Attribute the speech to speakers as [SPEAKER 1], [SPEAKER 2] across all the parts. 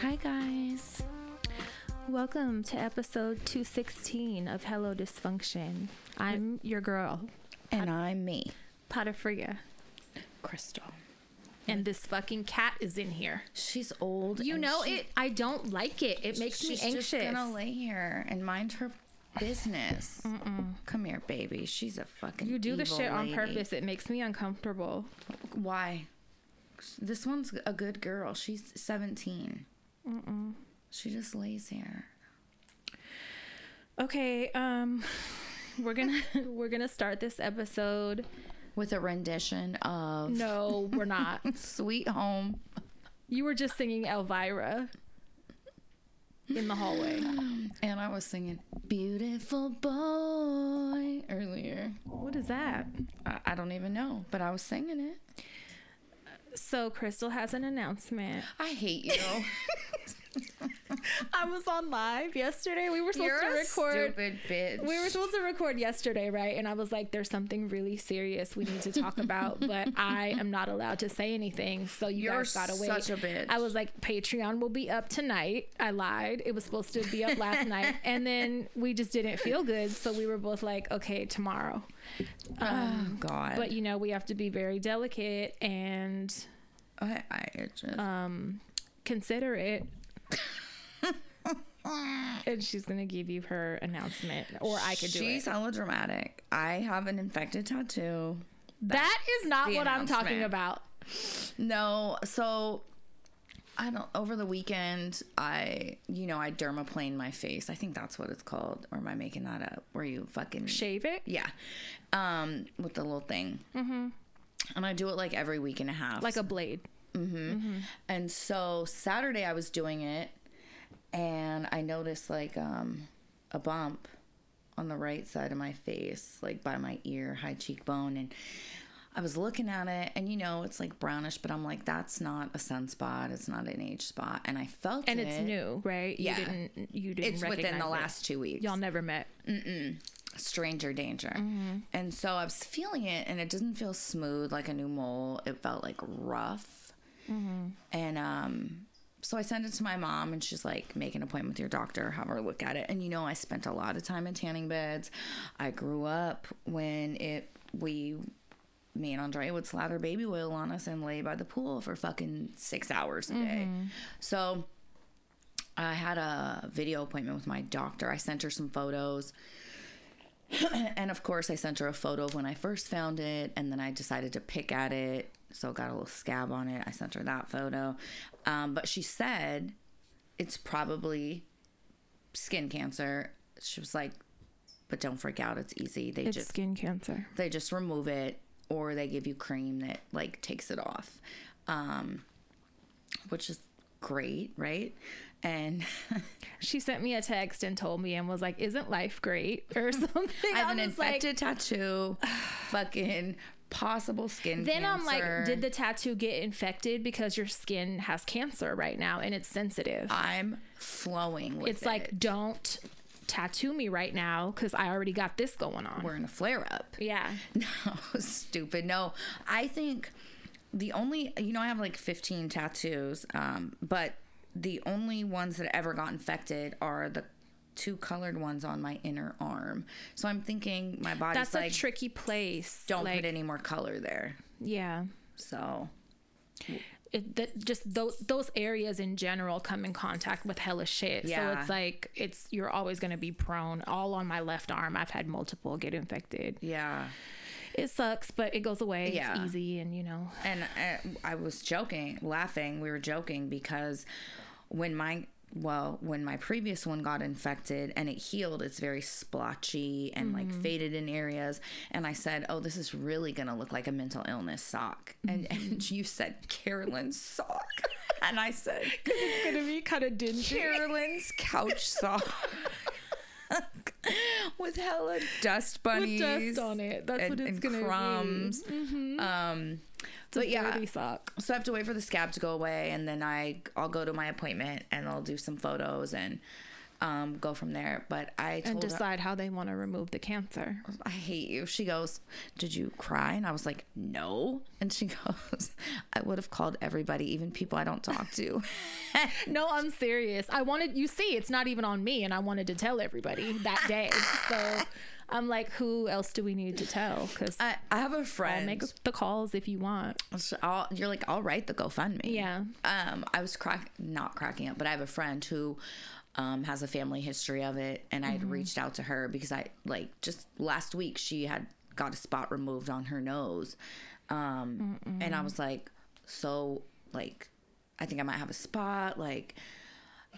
[SPEAKER 1] Hi, guys. Welcome to episode 216 of Hello Dysfunction. I'm your girl,
[SPEAKER 2] And I'm me,
[SPEAKER 1] Potafria,
[SPEAKER 2] Crystal.
[SPEAKER 1] and this fucking cat is in here.
[SPEAKER 2] She's old.
[SPEAKER 1] You
[SPEAKER 2] and
[SPEAKER 1] know
[SPEAKER 2] she-
[SPEAKER 1] it. I don't like it. It makes me
[SPEAKER 2] she's
[SPEAKER 1] anxious.
[SPEAKER 2] just gonna lay here and mind her business. Come here, baby. She's a fucking.
[SPEAKER 1] you do the
[SPEAKER 2] evil
[SPEAKER 1] shit on
[SPEAKER 2] lady.
[SPEAKER 1] purpose. It makes me uncomfortable.
[SPEAKER 2] Why? This one's a good girl. She's 17. She just lays here.
[SPEAKER 1] Okay, um we're going to we're going to start this episode.
[SPEAKER 2] With a rendition of
[SPEAKER 1] No, we're not.
[SPEAKER 2] Sweet Home.
[SPEAKER 1] you were just singing Elvira in the hallway.
[SPEAKER 2] And I was singing Beautiful Boy earlier.
[SPEAKER 1] What is that?
[SPEAKER 2] I, I don't even know, but I was singing it.
[SPEAKER 1] So Crystal has an announcement.
[SPEAKER 2] I hate you.
[SPEAKER 1] I was on live yesterday. We were supposed to record.
[SPEAKER 2] stupid bitch.
[SPEAKER 1] We were supposed to record yesterday, right? And I was like, there's something really serious we need to talk about, but I am not allowed to say anything. So you
[SPEAKER 2] You're
[SPEAKER 1] guys gotta wait.
[SPEAKER 2] such a bitch.
[SPEAKER 1] I was like, Patreon will be up tonight. I lied. It was supposed to be up last night. And then we just didn't feel good. So we were both like, okay, tomorrow.
[SPEAKER 2] oh God.
[SPEAKER 1] But you know, we have to be very delicate and
[SPEAKER 2] I, I it just.
[SPEAKER 1] Uh, um, considerate. and she's gonna give you her announcement, or I could do it.
[SPEAKER 2] She's allodramatic. I have an infected tattoo.
[SPEAKER 1] That is not
[SPEAKER 2] the
[SPEAKER 1] what I'm talking
[SPEAKER 2] announcement.
[SPEAKER 1] about.
[SPEAKER 2] No, so I don't. Over the weekend, I you know I dermaplane my face. I think that's what it's called. Or am I making that up? Where you fucking
[SPEAKER 1] Shave it.
[SPEAKER 2] Yeah, um, with the little thing. Mm-hmm. And I do it like every week and a half.
[SPEAKER 1] like a blade.
[SPEAKER 2] And so Saturday I was doing it and I noticed like um a bump on the right side of my face, like by my ear, high cheekbone and I was looking at it and you know it's like brownish, but I'm like that's not a sunspot, it's not an age spot and I felt
[SPEAKER 1] And
[SPEAKER 2] it.
[SPEAKER 1] it's new, right?
[SPEAKER 2] Yeah.
[SPEAKER 1] You didn't you didn't
[SPEAKER 2] It's within
[SPEAKER 1] recognize
[SPEAKER 2] the
[SPEAKER 1] it.
[SPEAKER 2] last 2 weeks.
[SPEAKER 1] Y'all never met.
[SPEAKER 2] stranger danger. And so I was feeling it, and it didn't feel smooth like a new mole. It felt like rough. And um, so I sent it to my mom, and she's like, make an appointment with your doctor, have her look at it. And you know, I spent a lot of time in tanning beds. I grew up when it, we, me and Andre would slather baby oil on us and lay by the pool for fucking six hours a day. So I had a video appointment with my doctor. I sent her some photos. and of course, I sent her a photo of when I first found it, and then I decided to pick at it. So it got a little scab on it. I sent her that photo. Um, but she said it's probably skin cancer. She was like, but don't freak out. It's easy. They just
[SPEAKER 1] skin cancer.
[SPEAKER 2] they just remove it or they give you cream that like takes it off um which is great right and
[SPEAKER 1] She sent me a text and told me and was like, "Isn't life great?" or something.
[SPEAKER 2] i have
[SPEAKER 1] I
[SPEAKER 2] an
[SPEAKER 1] was like-
[SPEAKER 2] infected tattoo fucking possible skin
[SPEAKER 1] Then I'm
[SPEAKER 2] cancer.
[SPEAKER 1] like, did the tattoo get infected because your skin has cancer right now and it's sensitive?
[SPEAKER 2] i'm flowing with
[SPEAKER 1] it's like,
[SPEAKER 2] it.
[SPEAKER 1] don't tattoo me right now because I already got this going on.
[SPEAKER 2] we're in a flare up
[SPEAKER 1] yeah.
[SPEAKER 2] No, stupid. No, I think the only you know I have like 15 tattoos, um, but the only ones that ever got infected are the two colored ones on my inner arm. So I'm thinking my body's
[SPEAKER 1] That's
[SPEAKER 2] like,
[SPEAKER 1] a tricky place.
[SPEAKER 2] don't
[SPEAKER 1] like,
[SPEAKER 2] put any more color there.
[SPEAKER 1] Yeah.
[SPEAKER 2] So
[SPEAKER 1] It, that just those those areas in general come in contact with hella shit. So
[SPEAKER 2] Yeah.
[SPEAKER 1] it's like it's you're always gonna be prone. All on my left arm, I've had multiple get infected.
[SPEAKER 2] yeah.
[SPEAKER 1] It sucks, but it goes away. It's
[SPEAKER 2] Yeah.
[SPEAKER 1] easy, and you know,
[SPEAKER 2] And I, I was joking, laughing. We were joking because when my well, when my previous one got infected and it healed, it's very splotchy and
[SPEAKER 1] Mm-hmm.
[SPEAKER 2] like faded in areas. And I said, "Oh, this is really gonna look like a mental illness sock." And,
[SPEAKER 1] Mm-hmm.
[SPEAKER 2] and you said, "Carolyn's sock," and I said,
[SPEAKER 1] it's gonna be kind of dingy.
[SPEAKER 2] "Carolyn's couch sock." With hella dust bunnies
[SPEAKER 1] dust on it. That's
[SPEAKER 2] and,
[SPEAKER 1] what it's
[SPEAKER 2] and
[SPEAKER 1] gonna be.
[SPEAKER 2] crumbs. Um,
[SPEAKER 1] It's a
[SPEAKER 2] But yeah.
[SPEAKER 1] dirty sock.
[SPEAKER 2] so I have to wait for the scab to go away, and then I I'll go to my appointment and I'll do some photos and um, go from there. But I told
[SPEAKER 1] And
[SPEAKER 2] her,
[SPEAKER 1] decide how they want to remove the cancer.
[SPEAKER 2] I hate you. She goes, Did you cry? And I was like, No. And she goes, I would have called everybody, even people I don't talk to.
[SPEAKER 1] No, I'm serious. I wanted you see, it's not even on me, and I wanted to tell everybody that day. so I'm like, who else do we need to tell? Because
[SPEAKER 2] I, I have a
[SPEAKER 1] I'll
[SPEAKER 2] friend.
[SPEAKER 1] make the calls if you want.
[SPEAKER 2] So I'll, you're like, I'll write the GoFundMe.
[SPEAKER 1] Yeah.
[SPEAKER 2] Um, I was crack, not cracking up, but I have a friend who um, has a family history of it, and I had reached out to her because I like just last week she had got a spot removed on her nose, um, and I was like, so like, I think I might have a spot. Like,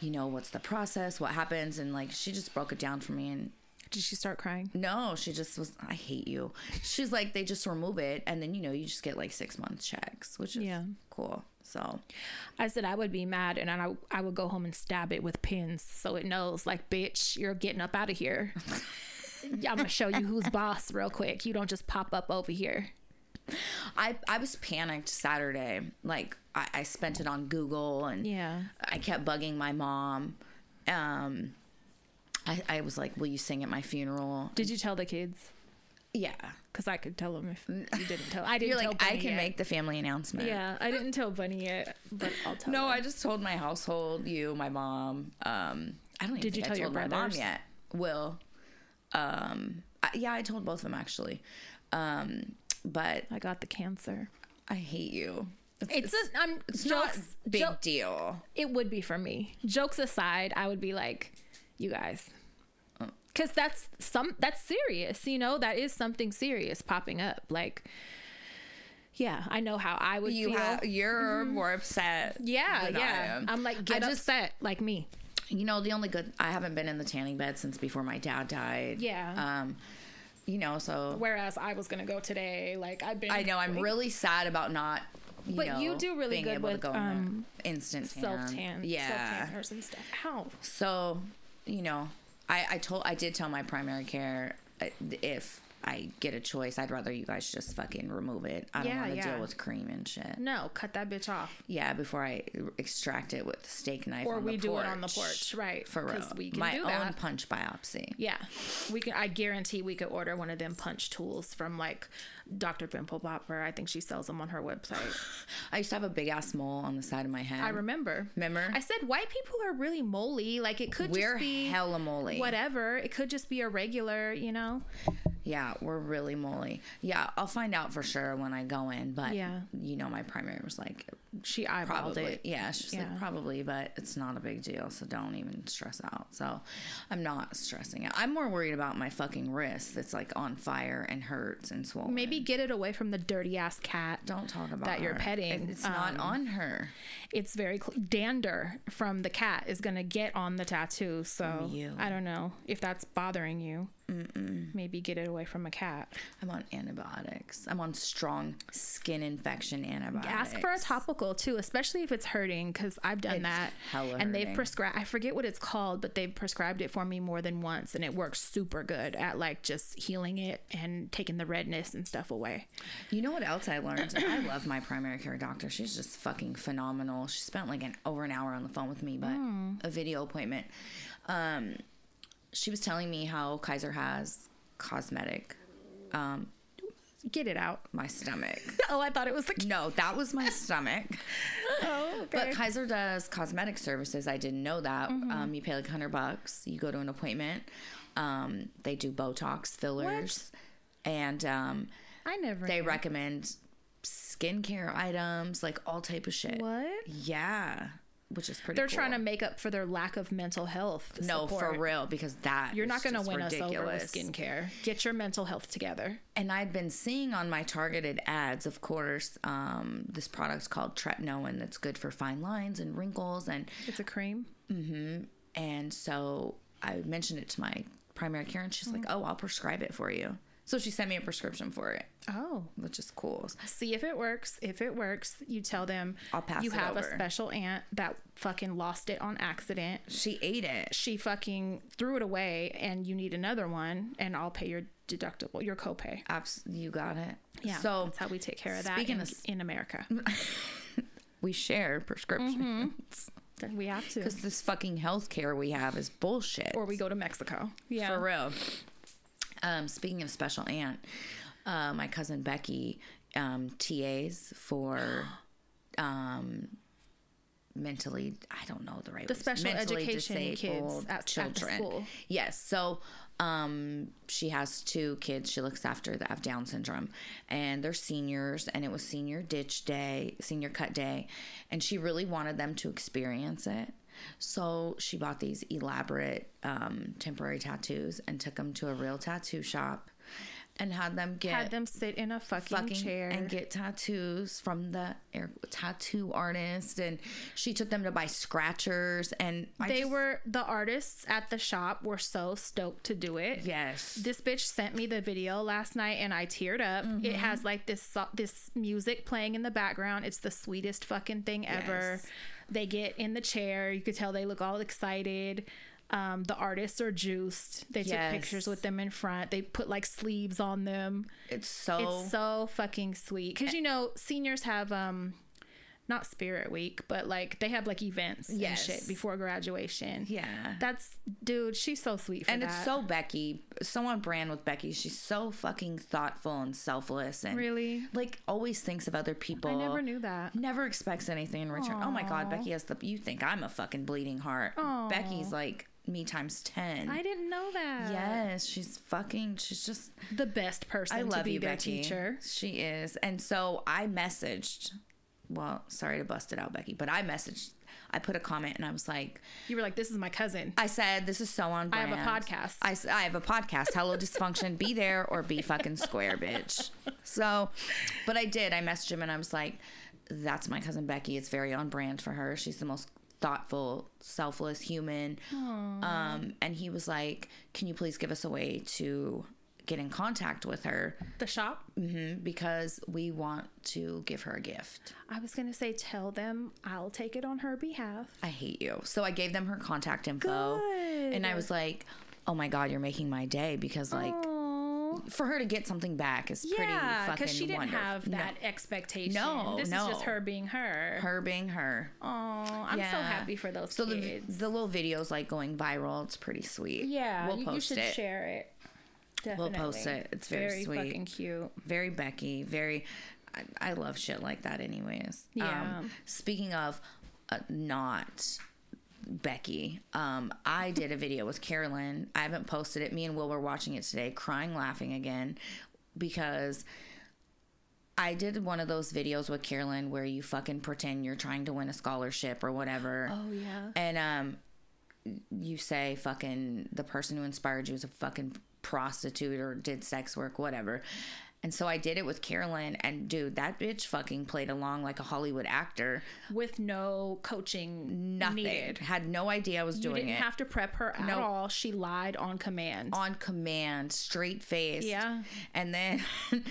[SPEAKER 2] you know, what's the process? What happens? And like, she just broke it down for me, and
[SPEAKER 1] Did she start crying?
[SPEAKER 2] no, she just was. I hate you. She's like, they just remove it, and then you know, you just get like six month checks, which is
[SPEAKER 1] Yeah.
[SPEAKER 2] cool. So
[SPEAKER 1] I said I would be mad, and I I would go home and stab it with pins so it knows, like, bitch, you're getting up out of here. I'm gonna show you who's boss real quick. You don't just pop up over here.
[SPEAKER 2] I I was panicked Saturday. Like I, I spent it on Google, and
[SPEAKER 1] Yeah.
[SPEAKER 2] I kept bugging my mom. Um, I I was like, will you sing at my funeral?
[SPEAKER 1] Did you tell the kids?
[SPEAKER 2] Yeah,
[SPEAKER 1] Because I could tell them if you didn't tell. I didn't.
[SPEAKER 2] you're
[SPEAKER 1] tell
[SPEAKER 2] like, I
[SPEAKER 1] Bunny
[SPEAKER 2] can
[SPEAKER 1] yet.
[SPEAKER 2] make the family announcement.
[SPEAKER 1] Yeah, I didn't tell Bunny yet, but I'll tell.
[SPEAKER 2] No,
[SPEAKER 1] her.
[SPEAKER 2] I just told my household, you, my mom. Um, I don't even
[SPEAKER 1] Did you
[SPEAKER 2] think
[SPEAKER 1] tell
[SPEAKER 2] I
[SPEAKER 1] your
[SPEAKER 2] told my mom
[SPEAKER 1] brothers?
[SPEAKER 2] yet. Will. Um, I, yeah, I told both of them actually. Um, but
[SPEAKER 1] I got the cancer.
[SPEAKER 2] I hate you.
[SPEAKER 1] It's, a I'm
[SPEAKER 2] It's not
[SPEAKER 1] jokes.
[SPEAKER 2] big
[SPEAKER 1] jo-
[SPEAKER 2] deal.
[SPEAKER 1] it would be for me. Jokes aside, I would be like, you guys,
[SPEAKER 2] Uh.
[SPEAKER 1] because that's some that's serious. You know, that is something serious popping up. Like, yeah, I know how I would
[SPEAKER 2] You
[SPEAKER 1] feel. Mm-hmm.
[SPEAKER 2] ha- you're more upset.
[SPEAKER 1] yeah,
[SPEAKER 2] than I
[SPEAKER 1] yeah.
[SPEAKER 2] am.
[SPEAKER 1] I'm like, get
[SPEAKER 2] I just-
[SPEAKER 1] upset like me.
[SPEAKER 2] You know, the only good I haven't been in the tanning bed since before my dad died.
[SPEAKER 1] Yeah.
[SPEAKER 2] Um, you know, so
[SPEAKER 1] Whereas I was gonna go today. Like I've been.
[SPEAKER 2] I know I'm really sad about not. You
[SPEAKER 1] But
[SPEAKER 2] know,
[SPEAKER 1] you do really
[SPEAKER 2] being
[SPEAKER 1] good
[SPEAKER 2] able
[SPEAKER 1] with,
[SPEAKER 2] to go in the
[SPEAKER 1] um,
[SPEAKER 2] instant tan.
[SPEAKER 1] self tan.
[SPEAKER 2] Yeah.
[SPEAKER 1] Self tanners and stuff. How?
[SPEAKER 2] So, you know, I, I told I did tell my primary care uh, if I get a choice, I'd rather you guys just fucking remove it. I don't
[SPEAKER 1] Yeah,
[SPEAKER 2] want to
[SPEAKER 1] yeah.
[SPEAKER 2] deal with cream and shit.
[SPEAKER 1] No, cut that bitch off.
[SPEAKER 2] Yeah, before I extract it with the steak knife,
[SPEAKER 1] or
[SPEAKER 2] on
[SPEAKER 1] we
[SPEAKER 2] the
[SPEAKER 1] do
[SPEAKER 2] porch.
[SPEAKER 1] it on the porch, right?
[SPEAKER 2] for real.
[SPEAKER 1] we can
[SPEAKER 2] my
[SPEAKER 1] do
[SPEAKER 2] own
[SPEAKER 1] that.
[SPEAKER 2] punch biopsy.
[SPEAKER 1] yeah, we can. I guarantee we could order one of them punch tools from like Dr. Pimple Popper. I think she sells them on her website.
[SPEAKER 2] I used to have a big ass mole on the side of my head.
[SPEAKER 1] I remember.
[SPEAKER 2] Um, Remember?
[SPEAKER 1] I said white people are really moly. Like it could
[SPEAKER 2] We're
[SPEAKER 1] just be
[SPEAKER 2] hella moly.
[SPEAKER 1] whatever. It could just be a regular, you know.
[SPEAKER 2] Yeah, we're really moly. Yeah, I'll find out for sure when I go in. But
[SPEAKER 1] Yeah.
[SPEAKER 2] you know, my primary was like,
[SPEAKER 1] She eyeballed
[SPEAKER 2] probably.
[SPEAKER 1] it.
[SPEAKER 2] Yeah, she's
[SPEAKER 1] Yeah.
[SPEAKER 2] like probably, but it's not a big deal, so don't even stress out. So I'm not stressing out. I'm more worried about my fucking wrist that's like on fire and hurts and swollen.
[SPEAKER 1] Maybe get it away from the dirty ass cat.
[SPEAKER 2] don't talk about
[SPEAKER 1] that you're
[SPEAKER 2] her.
[SPEAKER 1] petting, um,
[SPEAKER 2] It- It's not on her.
[SPEAKER 1] It's very cl- dander from the cat is gonna get on the tattoo. So
[SPEAKER 2] You.
[SPEAKER 1] I don't know if that's bothering you. Mm-mm. Maybe get it away from a cat.
[SPEAKER 2] I'm on antibiotics. I'm on strong skin infection antibiotics.
[SPEAKER 1] ask for a topical too, especially if it's hurting, because I've done
[SPEAKER 2] It's
[SPEAKER 1] that.
[SPEAKER 2] hella
[SPEAKER 1] and they've
[SPEAKER 2] hurting.
[SPEAKER 1] prescribed, I forget what it's called, but they've prescribed it for me more than once, and it works super good at like just healing it and taking the redness and stuff away.
[SPEAKER 2] You know what else I learned? I love my primary care doctor. She's just fucking phenomenal. She spent like an over an hour on the phone with me, but
[SPEAKER 1] Hmm.
[SPEAKER 2] a video appointment. Um, she was telling me how Kaiser has cosmetic. Um,
[SPEAKER 1] Get it out.
[SPEAKER 2] my stomach.
[SPEAKER 1] Oh, I thought it was the
[SPEAKER 2] No, that was my stomach.
[SPEAKER 1] oh,
[SPEAKER 2] But Kaiser does cosmetic services. I didn't know that.
[SPEAKER 1] Mm-hmm.
[SPEAKER 2] Um, you pay like hundred bucks. You go to an appointment. Um, they do Botox fillers, and um,
[SPEAKER 1] I never.
[SPEAKER 2] they
[SPEAKER 1] knew.
[SPEAKER 2] recommend skincare items, like all type of shit.
[SPEAKER 1] what?
[SPEAKER 2] Yeah, which is pretty.
[SPEAKER 1] They're
[SPEAKER 2] cool.
[SPEAKER 1] trying to make up for their lack of mental health.
[SPEAKER 2] no
[SPEAKER 1] support.
[SPEAKER 2] for real because that
[SPEAKER 1] You're not
[SPEAKER 2] going to
[SPEAKER 1] win
[SPEAKER 2] ridiculous.
[SPEAKER 1] us over with skincare. Get your mental health together.
[SPEAKER 2] And I'd been seeing on my targeted ads, of course, um, this product's called Tretinoin that's good for fine lines and wrinkles, and
[SPEAKER 1] It's a cream.
[SPEAKER 2] and so I mentioned it to my primary care, and she's like,
[SPEAKER 1] Mm-hmm.
[SPEAKER 2] "Oh, I'll prescribe it for you." So she sent me a prescription for it,
[SPEAKER 1] Oh.
[SPEAKER 2] which is cool.
[SPEAKER 1] see if it works. If it works, you tell them
[SPEAKER 2] I'll pass
[SPEAKER 1] you
[SPEAKER 2] it
[SPEAKER 1] have
[SPEAKER 2] over.
[SPEAKER 1] a special aunt that fucking lost it on accident.
[SPEAKER 2] She ate it.
[SPEAKER 1] She fucking threw it away and you need another one and I'll pay your deductible, your copay.
[SPEAKER 2] Abs- you got it.
[SPEAKER 1] Yeah. So
[SPEAKER 2] So
[SPEAKER 1] that's how we take care of that
[SPEAKER 2] speaking
[SPEAKER 1] in,
[SPEAKER 2] of s-
[SPEAKER 1] in America.
[SPEAKER 2] we share
[SPEAKER 1] Mm-hmm.
[SPEAKER 2] prescriptions
[SPEAKER 1] That we have to.
[SPEAKER 2] because this fucking healthcare we have is bullshit.
[SPEAKER 1] Or we go to Mexico. Yeah.
[SPEAKER 2] For real. Um, speaking of special aunt, uh, my cousin Becky um, TAs for um, mentally, I don't know the right
[SPEAKER 1] The
[SPEAKER 2] words,
[SPEAKER 1] special
[SPEAKER 2] mentally
[SPEAKER 1] education kids
[SPEAKER 2] disabled
[SPEAKER 1] at- at the school.
[SPEAKER 2] Yes. So um, she has two kids she looks after that have Down syndrome, and they're seniors, and it was senior ditch day, senior cut day, and she really wanted them to experience it. So she bought these elaborate um, temporary tattoos and took them to a real tattoo shop and had them get
[SPEAKER 1] Had them sit in a fucking, chair.
[SPEAKER 2] and get tattoos from the air, tattoo artist and she took them to buy scratchers and I
[SPEAKER 1] they
[SPEAKER 2] just-
[SPEAKER 1] were the artists at the shop were so stoked to do it.
[SPEAKER 2] yes
[SPEAKER 1] This bitch sent me the video last night and I teared up.
[SPEAKER 2] Mm-hmm.
[SPEAKER 1] It has like this so- this music playing in the background. It's the sweetest fucking thing ever.
[SPEAKER 2] Yes.
[SPEAKER 1] They get in the chair. You could tell they look all excited. Um, the artists are juiced. They
[SPEAKER 2] Yes.
[SPEAKER 1] took pictures with them in front. They put like sleeves on them.
[SPEAKER 2] it's so
[SPEAKER 1] It's so fucking sweet because you know seniors have um, not Spirit Week, but like they have like events
[SPEAKER 2] Yes.
[SPEAKER 1] and shit before graduation.
[SPEAKER 2] yeah
[SPEAKER 1] that's dude. She's so sweet for
[SPEAKER 2] and
[SPEAKER 1] that.
[SPEAKER 2] it's so Becky, so on brand with Becky. She's so fucking thoughtful and selfless, and
[SPEAKER 1] Really?
[SPEAKER 2] like always thinks of other people.
[SPEAKER 1] I never knew that.
[SPEAKER 2] Never expects anything in return. Oh my god, Becky has the. You think I'm a fucking bleeding heart? Becky's like me times ten.
[SPEAKER 1] I didn't know that.
[SPEAKER 2] yes, she's fucking. She's just.
[SPEAKER 1] the best person
[SPEAKER 2] I
[SPEAKER 1] to
[SPEAKER 2] love
[SPEAKER 1] be
[SPEAKER 2] you,
[SPEAKER 1] their
[SPEAKER 2] Becky.
[SPEAKER 1] teacher.
[SPEAKER 2] She is, and so I messaged. Well, sorry to bust it out, Becky, but I messaged. I put a comment and I was like,
[SPEAKER 1] You were like, "This is my cousin."
[SPEAKER 2] I said, this is so on
[SPEAKER 1] I have
[SPEAKER 2] brand.
[SPEAKER 1] a podcast.
[SPEAKER 2] I, s- I have a podcast. Hello, dysfunction. Be there or be fucking square, bitch. So, but I did. I messaged him and I was like, that's my cousin Becky. It's very on brand for her. She's the most thoughtful, selfless human. Um, and he was like, can you please give us a way to get in contact with her
[SPEAKER 1] the shop.
[SPEAKER 2] Mhm, because we want to give her a gift.
[SPEAKER 1] I was gonna say, tell them I'll take it on her behalf.
[SPEAKER 2] I hate you. So I gave them her contact info. And I
[SPEAKER 1] Good.
[SPEAKER 2] was like, oh my God, you're making my day because, like,
[SPEAKER 1] Aww.
[SPEAKER 2] for her to get something back is pretty
[SPEAKER 1] Yeah,
[SPEAKER 2] fucking
[SPEAKER 1] because she didn't
[SPEAKER 2] wonderful.
[SPEAKER 1] have
[SPEAKER 2] No.
[SPEAKER 1] that expectation.
[SPEAKER 2] No,
[SPEAKER 1] this is just
[SPEAKER 2] no.
[SPEAKER 1] her being her.
[SPEAKER 2] Her being her.
[SPEAKER 1] Oh, I'm so
[SPEAKER 2] Yeah.
[SPEAKER 1] happy for those
[SPEAKER 2] So the,
[SPEAKER 1] kids.
[SPEAKER 2] the little video's like going viral. It's pretty sweet.
[SPEAKER 1] yeah,
[SPEAKER 2] We'll
[SPEAKER 1] you,
[SPEAKER 2] post
[SPEAKER 1] you should
[SPEAKER 2] it.
[SPEAKER 1] share it.
[SPEAKER 2] We'll
[SPEAKER 1] Definitely.
[SPEAKER 2] post it. It's very sweet.
[SPEAKER 1] fucking cute.
[SPEAKER 2] Very Becky. Very. I, I love shit like that, anyways.
[SPEAKER 1] Yeah.
[SPEAKER 2] Um, speaking of uh, not Becky, um, I did a video with Carolyn. I haven't posted it. Me and Will were watching it today, crying, laughing again, because I did one of those videos with Carolyn where you fucking pretend you're trying to win a scholarship or whatever.
[SPEAKER 1] Oh yeah.
[SPEAKER 2] And um, you say fucking the person who inspired you is a fucking prostitute or did sex work, whatever. And so I did it with Carolyn, and dude, that bitch fucking played along like a Hollywood actor.
[SPEAKER 1] With no coaching
[SPEAKER 2] Nothing.
[SPEAKER 1] needed.
[SPEAKER 2] Had no idea I was
[SPEAKER 1] You
[SPEAKER 2] doing
[SPEAKER 1] didn't
[SPEAKER 2] it.
[SPEAKER 1] have to prep her at
[SPEAKER 2] No.
[SPEAKER 1] all. She lied on command.
[SPEAKER 2] on command, straight face.
[SPEAKER 1] Yeah.
[SPEAKER 2] And then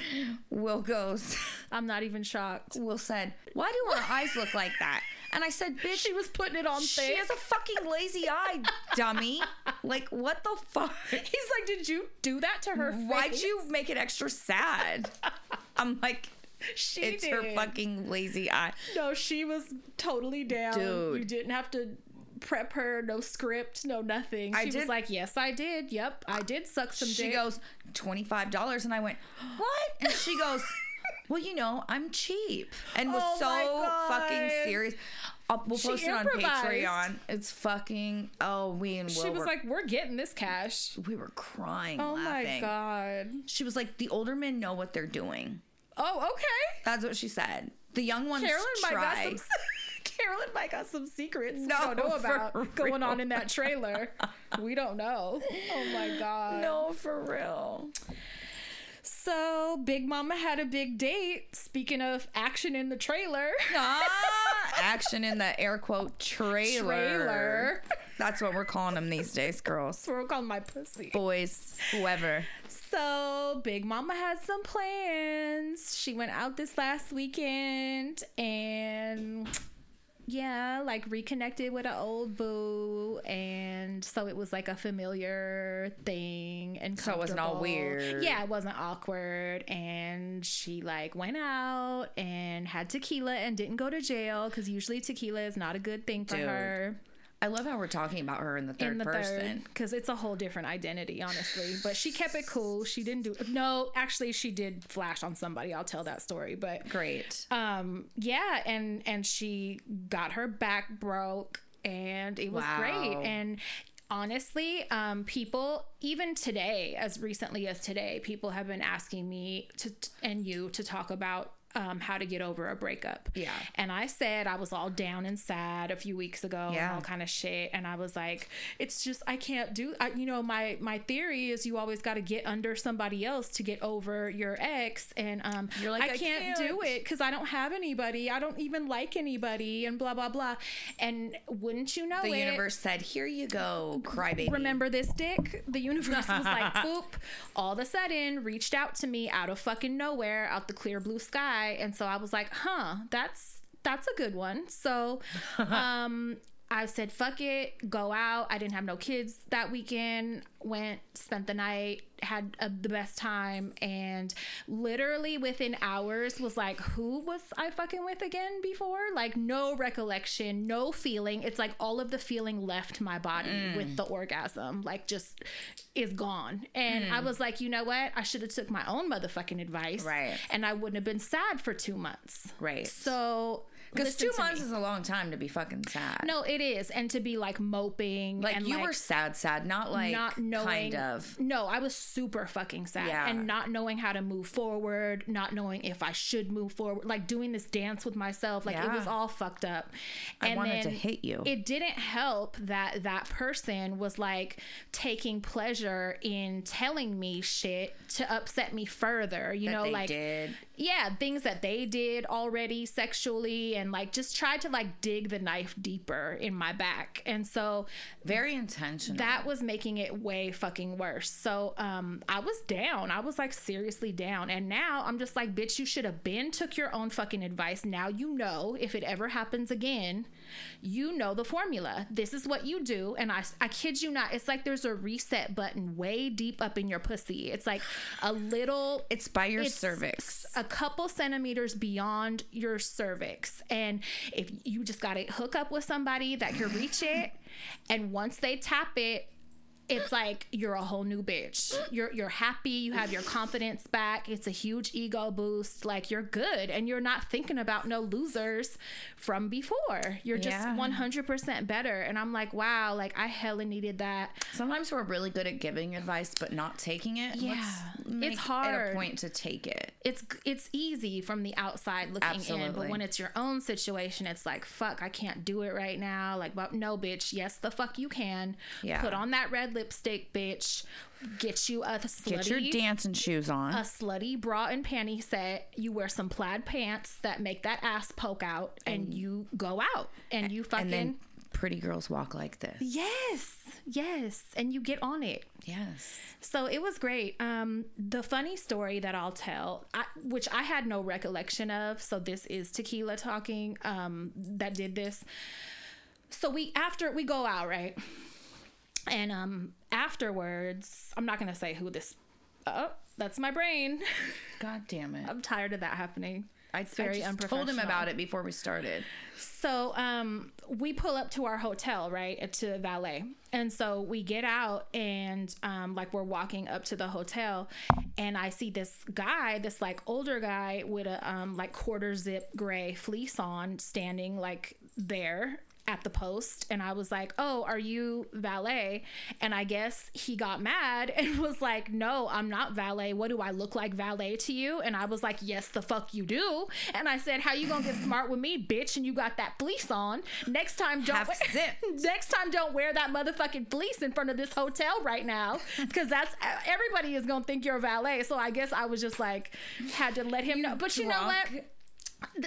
[SPEAKER 2] Will goes,
[SPEAKER 1] I'm not even shocked.
[SPEAKER 2] Will said, Why do her eyes look like that? And I said, Bitch,
[SPEAKER 1] She was putting it on
[SPEAKER 2] she
[SPEAKER 1] thick.
[SPEAKER 2] has a fucking lazy eye, dummy. Like, what the fuck?
[SPEAKER 1] He's like, did you do that to her?
[SPEAKER 2] Why'd
[SPEAKER 1] face?"
[SPEAKER 2] you make it extra sad? I'm like,
[SPEAKER 1] She
[SPEAKER 2] it's
[SPEAKER 1] did.
[SPEAKER 2] her fucking lazy eye.
[SPEAKER 1] No, she was totally down. You
[SPEAKER 2] Dude.
[SPEAKER 1] didn't have to prep her, no script, no nothing. She
[SPEAKER 2] I
[SPEAKER 1] was
[SPEAKER 2] did-
[SPEAKER 1] like, "Yes, I did. Yep, I did suck some
[SPEAKER 2] She
[SPEAKER 1] dick."
[SPEAKER 2] goes, $25. And I went, what? And she goes, well, you know, I'm cheap. And was
[SPEAKER 1] Oh my God.
[SPEAKER 2] so fucking serious. I'll, we'll
[SPEAKER 1] She
[SPEAKER 2] post it on
[SPEAKER 1] improvised.
[SPEAKER 2] Patreon. It's fucking, oh, we and Will
[SPEAKER 1] she was
[SPEAKER 2] were,
[SPEAKER 1] like, "We're getting this cash."
[SPEAKER 2] we were crying
[SPEAKER 1] Oh my
[SPEAKER 2] laughing.
[SPEAKER 1] god.
[SPEAKER 2] She was like, the older men know what they're doing.
[SPEAKER 1] Oh, okay.
[SPEAKER 2] That's what she said. The young ones
[SPEAKER 1] Carolyn might got
[SPEAKER 2] try.
[SPEAKER 1] some. Carolyn might got some secrets
[SPEAKER 2] No,
[SPEAKER 1] we don't know
[SPEAKER 2] for
[SPEAKER 1] about going on
[SPEAKER 2] real.
[SPEAKER 1] in that trailer. we don't know. Oh my god.
[SPEAKER 2] No, for real.
[SPEAKER 1] So Big Mama had a big date. Speaking of action in the trailer.
[SPEAKER 2] Ah, action in the air quote trailer.
[SPEAKER 1] Trailer.
[SPEAKER 2] That's what we're calling them these days, girls,
[SPEAKER 1] We're calling my pussy.
[SPEAKER 2] boys, whoever.
[SPEAKER 1] So, Big Mama had some plans. She went out this last weekend and yeah, like reconnected with an old boo, and so it was like a familiar thing, and
[SPEAKER 2] So it wasn't all
[SPEAKER 1] comfortable.
[SPEAKER 2] weird.
[SPEAKER 1] Yeah, it wasn't awkward, and she like went out and had tequila and didn't go to jail because usually tequila is not a good thing for
[SPEAKER 2] Dude,
[SPEAKER 1] her
[SPEAKER 2] I love how we're talking about her in the third
[SPEAKER 1] in the
[SPEAKER 2] person.
[SPEAKER 1] third because it's a whole different identity, honestly. But she kept it cool. She didn't do no. Actually, she did flash on somebody. I'll tell that story, but
[SPEAKER 2] Great.
[SPEAKER 1] um yeah and and she got her back broke and it was
[SPEAKER 2] Wow.
[SPEAKER 1] great and honestly um people even today as recently as today people have been asking me to and you to talk about um, how to get over a breakup.
[SPEAKER 2] Yeah.
[SPEAKER 1] And I said I was all down and sad a few weeks ago and
[SPEAKER 2] Yeah.
[SPEAKER 1] all kind of shit. And I was like, it's just I can't do. I, you know, my my theory is you always got to get under somebody else to get over your ex. And um,
[SPEAKER 2] You're like,
[SPEAKER 1] I
[SPEAKER 2] "I
[SPEAKER 1] can't
[SPEAKER 2] can't."
[SPEAKER 1] do it because I don't have anybody. I don't even like anybody, and blah blah blah. And wouldn't you know
[SPEAKER 2] the
[SPEAKER 1] it?
[SPEAKER 2] universe said, "Here you go, crybaby."
[SPEAKER 1] Remember this dick? The universe was like, poop. All of a sudden, reached out to me out of fucking nowhere, out the clear blue sky, and so I was like, huh, that's that's a good one. So, um, I said, fuck it, go out. I didn't have no kids that weekend. Went, spent the night, had uh the best time, and literally within hours was like, who was I fucking with again before? Like, no recollection, no feeling. It's like all of the feeling left my body with the orgasm, like just is gone. And I was like, you know what? I should have took my own motherfucking advice,
[SPEAKER 2] Right.
[SPEAKER 1] And I wouldn't have been sad for two months,
[SPEAKER 2] Right.
[SPEAKER 1] So.
[SPEAKER 2] Because
[SPEAKER 1] listen
[SPEAKER 2] two
[SPEAKER 1] to me.
[SPEAKER 2] months is a long time to be fucking sad.
[SPEAKER 1] No, it is, and to be like moping,
[SPEAKER 2] like
[SPEAKER 1] and,
[SPEAKER 2] you were sad, sad, not like
[SPEAKER 1] not knowing.
[SPEAKER 2] kind of.
[SPEAKER 1] No, I was super fucking sad,
[SPEAKER 2] Yeah.
[SPEAKER 1] and not knowing how to move forward, not knowing if I should move forward, like doing this dance with myself, like it
[SPEAKER 2] Yeah.
[SPEAKER 1] was all fucked up.
[SPEAKER 2] I wanted to hit you.
[SPEAKER 1] It didn't help that that person was like taking pleasure in telling me shit to upset me further. You
[SPEAKER 2] that
[SPEAKER 1] know,
[SPEAKER 2] they
[SPEAKER 1] like
[SPEAKER 2] did.
[SPEAKER 1] yeah things that they did already sexually and like just tried to like dig the knife deeper in my back and so
[SPEAKER 2] Very intentional.
[SPEAKER 1] that was making it way fucking worse so um i was down i was like seriously down and now i'm just like bitch you should have been took your own fucking advice now you know if it ever happens again you know the formula this is what you do and i i kid you not it's like there's a reset button way deep up in your pussy it's like a little
[SPEAKER 2] it's by your
[SPEAKER 1] it's
[SPEAKER 2] cervix.
[SPEAKER 1] a couple centimeters beyond your cervix. And if you just got to hook up with somebody that can reach it, and once they tap it, it's like you're a whole new bitch. You're you're happy, you have your confidence back. It's a huge ego boost. Like you're good and you're not thinking about no losers from before. You're just
[SPEAKER 2] Yeah.
[SPEAKER 1] 100% better and I'm like, "Wow, like I hella needed that."
[SPEAKER 2] Sometimes we're really good at giving advice, but not taking it. Let's
[SPEAKER 1] Yeah. It's
[SPEAKER 2] make It
[SPEAKER 1] hard.
[SPEAKER 2] a point to take it.
[SPEAKER 1] it's it's easy from the outside looking in, but
[SPEAKER 2] Absolutely.
[SPEAKER 1] when it's your own situation, it's like fuck, I can't do it right now. Like, but no, bitch, yes, the fuck you can.
[SPEAKER 2] Yeah.
[SPEAKER 1] Put on that red lipstick, bitch. Get you a slutty,
[SPEAKER 2] Get your dancing shoes on.
[SPEAKER 1] a slutty bra and panty set. You wear some plaid pants that make that ass poke out, and, you go out and you fucking
[SPEAKER 2] and then pretty girls walk like this.
[SPEAKER 1] yes, yes, and you get on it.
[SPEAKER 2] Yes.
[SPEAKER 1] So it was great. Um, the funny story that I'll tell, I, which I had no recollection of, so this is Tequila talking um, that did this. So we after we go out right, and um, afterwards, I'm not gonna say who this. Oh, that's my brain.
[SPEAKER 2] God damn it.
[SPEAKER 1] I'm tired of that happening.
[SPEAKER 2] I, I
[SPEAKER 1] very
[SPEAKER 2] just told him
[SPEAKER 1] unprofessional.
[SPEAKER 2] about it before we started.
[SPEAKER 1] So um, we pull up to our hotel, right, to valet, and so we get out and um, like we're walking up to the hotel, and I see this guy, this like older guy with a um, like quarter zip gray fleece on, standing like there at the post and I was like, "Oh, are you valet?" And I guess he got mad and was like, "No, I'm not valet. What do I look like valet to you?" And I was like, "Yes, the fuck you do." And I said, "How you going to get smart with me, bitch, and you got that fleece on? Next time don't
[SPEAKER 2] Half zipped.
[SPEAKER 1] Next time don't wear that motherfucking fleece in front of this hotel right now because that's e, everybody is going to think you're a valet." So I guess I was just like had to let him know. But you know what?
[SPEAKER 2] Drunk.
[SPEAKER 1] Th-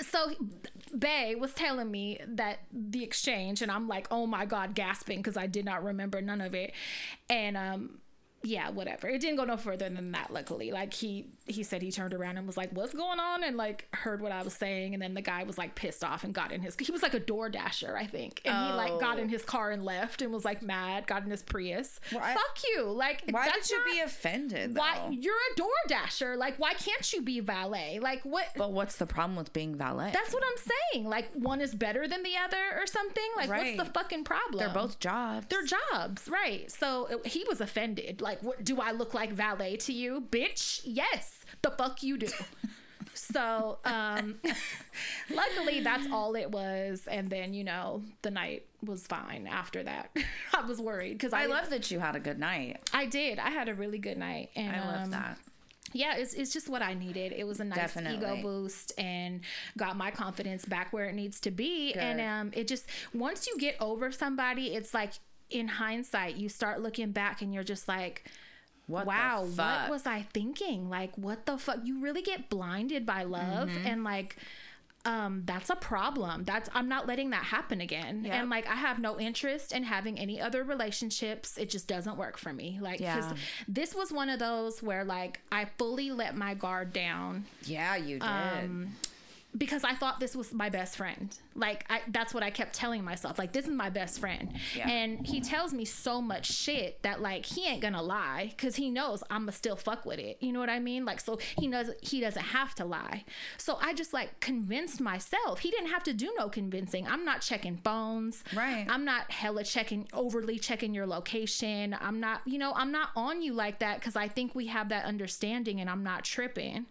[SPEAKER 1] so Bay was telling me that the exchange, and I'm like, oh my god, gasping because I did not remember none of it. And um, yeah, whatever. It didn't go no further than that, luckily. Like he he said he turned around and was like, What's going on? and like heard what I was saying and then the guy was like pissed off and got in his he was like a door dasher, I think. And he like
[SPEAKER 2] Oh.
[SPEAKER 1] got in his car and left and was like mad, got in his Prius.
[SPEAKER 2] Why-
[SPEAKER 1] Fuck you. Like
[SPEAKER 2] Why
[SPEAKER 1] that's
[SPEAKER 2] did you
[SPEAKER 1] not-
[SPEAKER 2] be offended? Though?
[SPEAKER 1] why you're a door dasher. Like why can't you be valet? Like what
[SPEAKER 2] But what's the problem with being valet?
[SPEAKER 1] that's what I'm saying. Like one is better than the other or something. Like
[SPEAKER 2] Right.
[SPEAKER 1] what's the fucking problem?
[SPEAKER 2] They're both jobs.
[SPEAKER 1] their jobs, right? So it- he was offended. Like, what do I look like valet to you, bitch? Yes, the fuck you do. so, um, luckily, that's all it was. And then you know, the night was fine after that. I was worried because I,
[SPEAKER 2] I love that you had a good night.
[SPEAKER 1] I did. I had a really good night. And
[SPEAKER 2] I love
[SPEAKER 1] um,
[SPEAKER 2] that.
[SPEAKER 1] yeah, it's, it's just what I needed. It was a nice ego
[SPEAKER 2] Definitely.
[SPEAKER 1] boost and got my confidence back where it needs to be. And
[SPEAKER 2] Good.
[SPEAKER 1] um, it just, once you get over somebody, it's like in hindsight, you start looking back and you're just like,
[SPEAKER 2] What
[SPEAKER 1] wow,
[SPEAKER 2] the fuck?
[SPEAKER 1] what was I thinking? Like, what the fuck? You really get blinded by love
[SPEAKER 2] Mm-hmm.
[SPEAKER 1] and like, um, that's a problem. That's I'm not letting that happen again.
[SPEAKER 2] Yep.
[SPEAKER 1] And like I have no interest in having any other relationships. It just doesn't work for me. Like 'cause
[SPEAKER 2] Yeah.
[SPEAKER 1] this was one of those where like I fully let my guard down
[SPEAKER 2] yeah, you did.
[SPEAKER 1] um, because I thought this was my best friend. Like I, that's what I kept telling myself. Like this is my best friend,
[SPEAKER 2] Yeah.
[SPEAKER 1] and he tells me so much shit that like he ain't gonna lie because he knows I'ma still fuck with it. You know what I mean? Like so he knows he doesn't have to lie. So I just like convinced myself he didn't have to do no convincing. I'm not checking phones.
[SPEAKER 2] Right.
[SPEAKER 1] I'm not hella checking overly checking your location. I'm not you know I'm not on you like that because I think we have that understanding and I'm not tripping.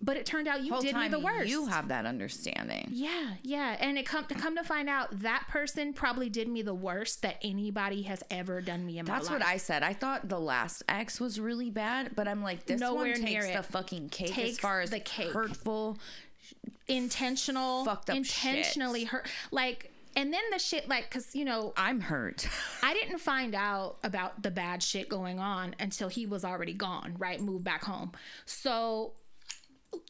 [SPEAKER 1] But it turned out you
[SPEAKER 2] Whole
[SPEAKER 1] did me
[SPEAKER 2] time
[SPEAKER 1] the worst.
[SPEAKER 2] You have that understanding.
[SPEAKER 1] Yeah, yeah, and it come to come to find out that person probably did me the worst that anybody has ever done me in my
[SPEAKER 2] That's
[SPEAKER 1] life.
[SPEAKER 2] what I said. I thought the last ex was really bad, but I'm like, this
[SPEAKER 1] Nowhere
[SPEAKER 2] one
[SPEAKER 1] near
[SPEAKER 2] takes the
[SPEAKER 1] it.
[SPEAKER 2] fucking cake as
[SPEAKER 1] Takes
[SPEAKER 2] far as
[SPEAKER 1] the cake.
[SPEAKER 2] hurtful.
[SPEAKER 1] intentional,
[SPEAKER 2] Fucked up
[SPEAKER 1] intentionally
[SPEAKER 2] shit.
[SPEAKER 1] hurt. Like, and then the shit, like, cause you know,
[SPEAKER 2] I'm hurt.
[SPEAKER 1] I didn't find out about the bad shit going on until he was already gone, right? Moved back home. So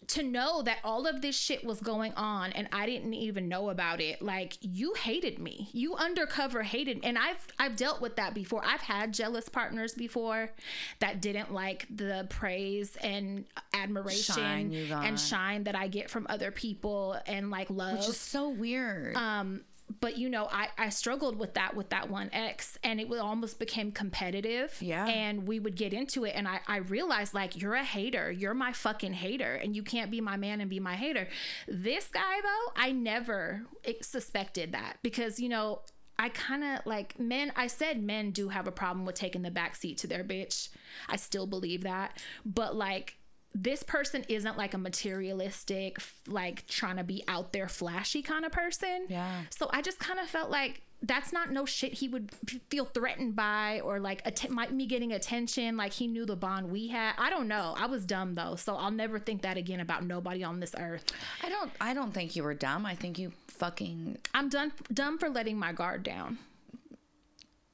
[SPEAKER 1] to know that all of this shit was going on and I didn't even know about it, like you hated me. You undercover hated and I've I've dealt with that before. I've had jealous partners before that didn't like the praise and admiration
[SPEAKER 2] Shine you got.
[SPEAKER 1] and shine that I get from other people and like love
[SPEAKER 2] Which is so weird.
[SPEAKER 1] Uh, but you know I, I struggled with that with that one ex and it would almost became competitive
[SPEAKER 2] Yeah.
[SPEAKER 1] and we would get into it and I, I realized like you're a hater you're my fucking hater and you can't be my man and be my hater this guy though i never ex- suspected that because you know i kind of like men i said men do have a problem with taking the back seat to their bitch i still believe that but like this person isn't like a materialistic f- like trying to be out there flashy kind of person
[SPEAKER 2] Yeah.
[SPEAKER 1] so I just kind of felt like that's not no shit he would f- feel threatened by or like att- my, me getting attention. Like he knew the bond we had. I don't know. I was dumb though, so I'll never think that again about nobody on this earth.
[SPEAKER 2] I don't. I don't think you were dumb. I think you fucking.
[SPEAKER 1] I'm done dumb for letting my guard down.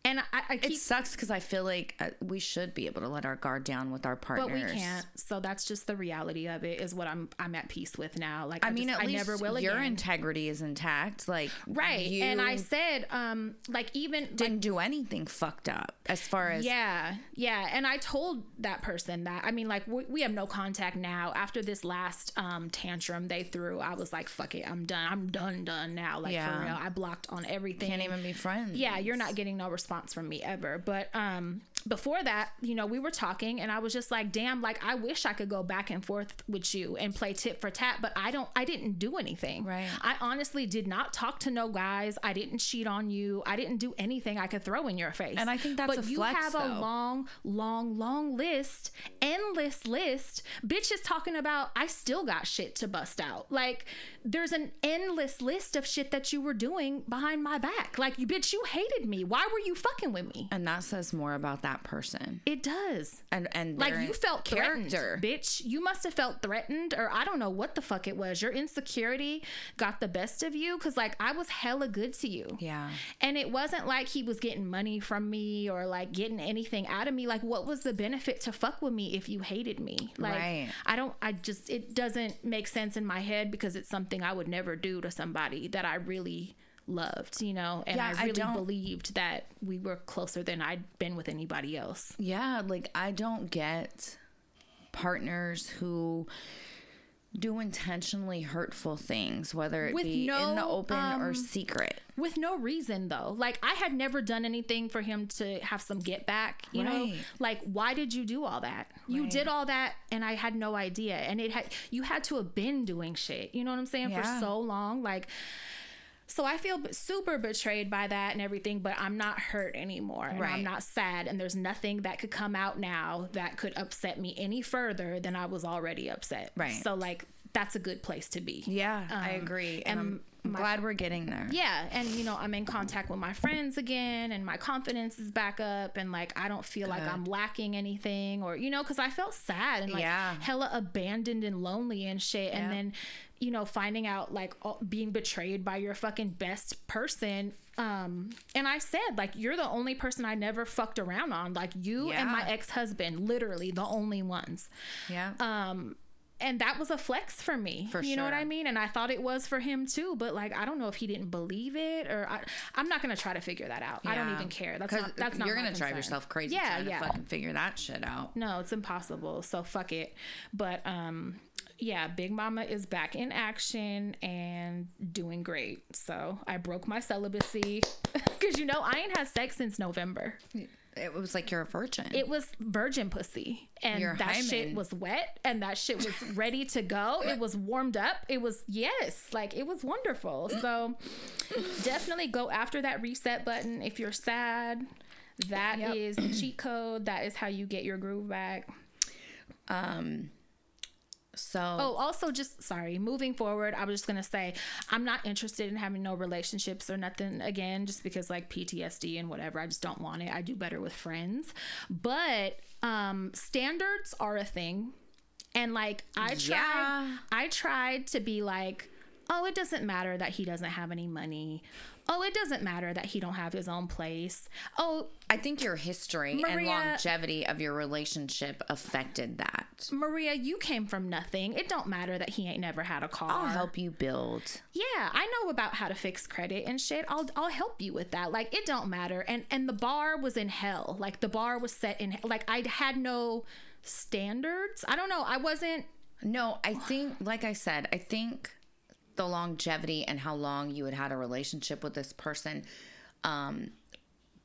[SPEAKER 1] And I, I
[SPEAKER 2] It
[SPEAKER 1] keep,
[SPEAKER 2] sucks because I feel like uh, we should be able to let our guard down with our partners.
[SPEAKER 1] but we can't. So that's just the reality of it. Is what I'm I'm at peace with now. Like I,
[SPEAKER 2] I mean,
[SPEAKER 1] just,
[SPEAKER 2] at
[SPEAKER 1] I
[SPEAKER 2] least
[SPEAKER 1] never will
[SPEAKER 2] your
[SPEAKER 1] again.
[SPEAKER 2] integrity is intact. Like,
[SPEAKER 1] right.
[SPEAKER 2] you
[SPEAKER 1] And I said, um, like even like,
[SPEAKER 2] didn't do anything fucked up as far as
[SPEAKER 1] Yeah, yeah. And I told that person that. I mean, like, we, we have no contact now. After this last um, tantrum they threw, I was like, fuck it, I'm done. I'm done, done now. Like,
[SPEAKER 2] Yeah.
[SPEAKER 1] for real. I blocked on everything.
[SPEAKER 2] can't even be friends.
[SPEAKER 1] yeah, you're not getting no response from me ever. But um, before that, you know, we were talking, and I was just like, "Damn, like I wish I could go back and forth with you and play tit for tat." But I don't. I didn't do anything.
[SPEAKER 2] Right.
[SPEAKER 1] I honestly did not talk to no guys. I didn't cheat on you. I didn't do anything I could throw in your face.
[SPEAKER 2] And I think that's
[SPEAKER 1] but
[SPEAKER 2] a
[SPEAKER 1] you
[SPEAKER 2] flex,
[SPEAKER 1] have a
[SPEAKER 2] though.
[SPEAKER 1] long, long, long list, endless list. Bitch is talking about I still got shit to bust out. Like there's an endless list of shit that you were doing behind my back. Like you bitch, you hated me. Why were you fucking with me?
[SPEAKER 2] And that says more about that person.
[SPEAKER 1] It does.
[SPEAKER 2] And and
[SPEAKER 1] Like
[SPEAKER 2] their
[SPEAKER 1] you felt threatened, bitch. You must have felt threatened, or I don't know what the fuck it was. Your insecurity got the best of you, cause like I was hella good to you.
[SPEAKER 2] Yeah.
[SPEAKER 1] And it wasn't like he was getting money from me or like getting anything out of me. Like, what was the benefit to fuck with me if you hated me? Like,
[SPEAKER 2] Right.
[SPEAKER 1] I don't, I just, it doesn't make sense in my head because it's something I would never do to somebody that I really loved, you know, and
[SPEAKER 2] Yeah, I
[SPEAKER 1] I really
[SPEAKER 2] don't-
[SPEAKER 1] believed that we were closer than I'd been with anybody else.
[SPEAKER 2] Yeah, like I don't get partners who do intentionally hurtful things, whether it
[SPEAKER 1] With
[SPEAKER 2] be in the
[SPEAKER 1] no,
[SPEAKER 2] open or
[SPEAKER 1] um,
[SPEAKER 2] secret.
[SPEAKER 1] With no reason though. Like I had never done anything for him to have some get back, you know?
[SPEAKER 2] Right.
[SPEAKER 1] Like why did you do all that? You
[SPEAKER 2] Right.
[SPEAKER 1] did all that and I had no idea. And it had you had to have been doing shit, you know what I'm saying,
[SPEAKER 2] Yeah.
[SPEAKER 1] for so long like so I feel b- super betrayed by that and everything, but I'm not hurt anymore. And
[SPEAKER 2] Right.
[SPEAKER 1] I'm not sad. And there's nothing that could come out now that could upset me any further than I was already upset.
[SPEAKER 2] Right.
[SPEAKER 1] So, like, that's a good place to be.
[SPEAKER 2] Yeah, I
[SPEAKER 1] Um,
[SPEAKER 2] agree.
[SPEAKER 1] and
[SPEAKER 2] And, I'm
[SPEAKER 1] my-
[SPEAKER 2] glad we're getting there.
[SPEAKER 1] Yeah. And, you know, I'm in contact with my friends again and my confidence is back up. And, like, I don't feel like I'm lacking anything or, you know, because I felt sad and, like,
[SPEAKER 2] Yeah.
[SPEAKER 1] hella abandoned and lonely and shit.
[SPEAKER 2] Yeah.
[SPEAKER 1] And then, you know, finding out, like, all, being betrayed by your fucking best person. Um, and I said, like, you're the only person I never fucked around on. Like, you and my
[SPEAKER 2] Yeah.
[SPEAKER 1] ex husband, literally the only ones
[SPEAKER 2] Yeah.
[SPEAKER 1] um and that was a flex for me
[SPEAKER 2] For
[SPEAKER 1] you know what
[SPEAKER 2] sure.
[SPEAKER 1] i mean and i thought it was for him too but like i don't know if he didn't believe it or I, i'm not gonna try to figure that out i don't
[SPEAKER 2] Yeah.
[SPEAKER 1] even care that's
[SPEAKER 2] 'Cause
[SPEAKER 1] not that's not
[SPEAKER 2] you're
[SPEAKER 1] my
[SPEAKER 2] gonna drive
[SPEAKER 1] concern.
[SPEAKER 2] yourself crazy
[SPEAKER 1] yeah
[SPEAKER 2] trying
[SPEAKER 1] yeah
[SPEAKER 2] to fucking figure that shit out.
[SPEAKER 1] no it's impossible so fuck it but um yeah big mama is back in action and doing great so i broke my celibacy because you know i ain't had sex since november
[SPEAKER 2] It was like you're a virgin.
[SPEAKER 1] it was virgin pussy and
[SPEAKER 2] Your
[SPEAKER 1] that
[SPEAKER 2] hymen.
[SPEAKER 1] shit was wet and that shit was ready to go it was warmed up it was yes like it was wonderful so definitely go after that reset button if you're sad That
[SPEAKER 2] Yep.
[SPEAKER 1] is the cheat code that is how you get your groove back
[SPEAKER 2] um so
[SPEAKER 1] Oh, also just sorry, moving forward, I was just gonna say I'm not interested in having no relationships or nothing again, just because like PTSD and whatever. I just don't want it. I do better with friends. But um standards are a thing. And like I tried
[SPEAKER 2] Yeah.
[SPEAKER 1] I tried to be like, oh, it doesn't matter that he doesn't have any money. Oh, it doesn't matter that he don't have his own place. Oh,
[SPEAKER 2] I think your history and
[SPEAKER 1] Maria-
[SPEAKER 2] longevity of your relationship affected that.
[SPEAKER 1] Maria, you came from nothing. It don't matter that he ain't never had a car.
[SPEAKER 2] I'll help you build.
[SPEAKER 1] yeah i know about how to fix credit and shit i'll i'll help you with that like it don't matter and and the bar was in hell like the bar was set in like i had no standards i don't know i wasn't
[SPEAKER 2] No, I think, like I said, I think the longevity and how long you had had a relationship with this person um,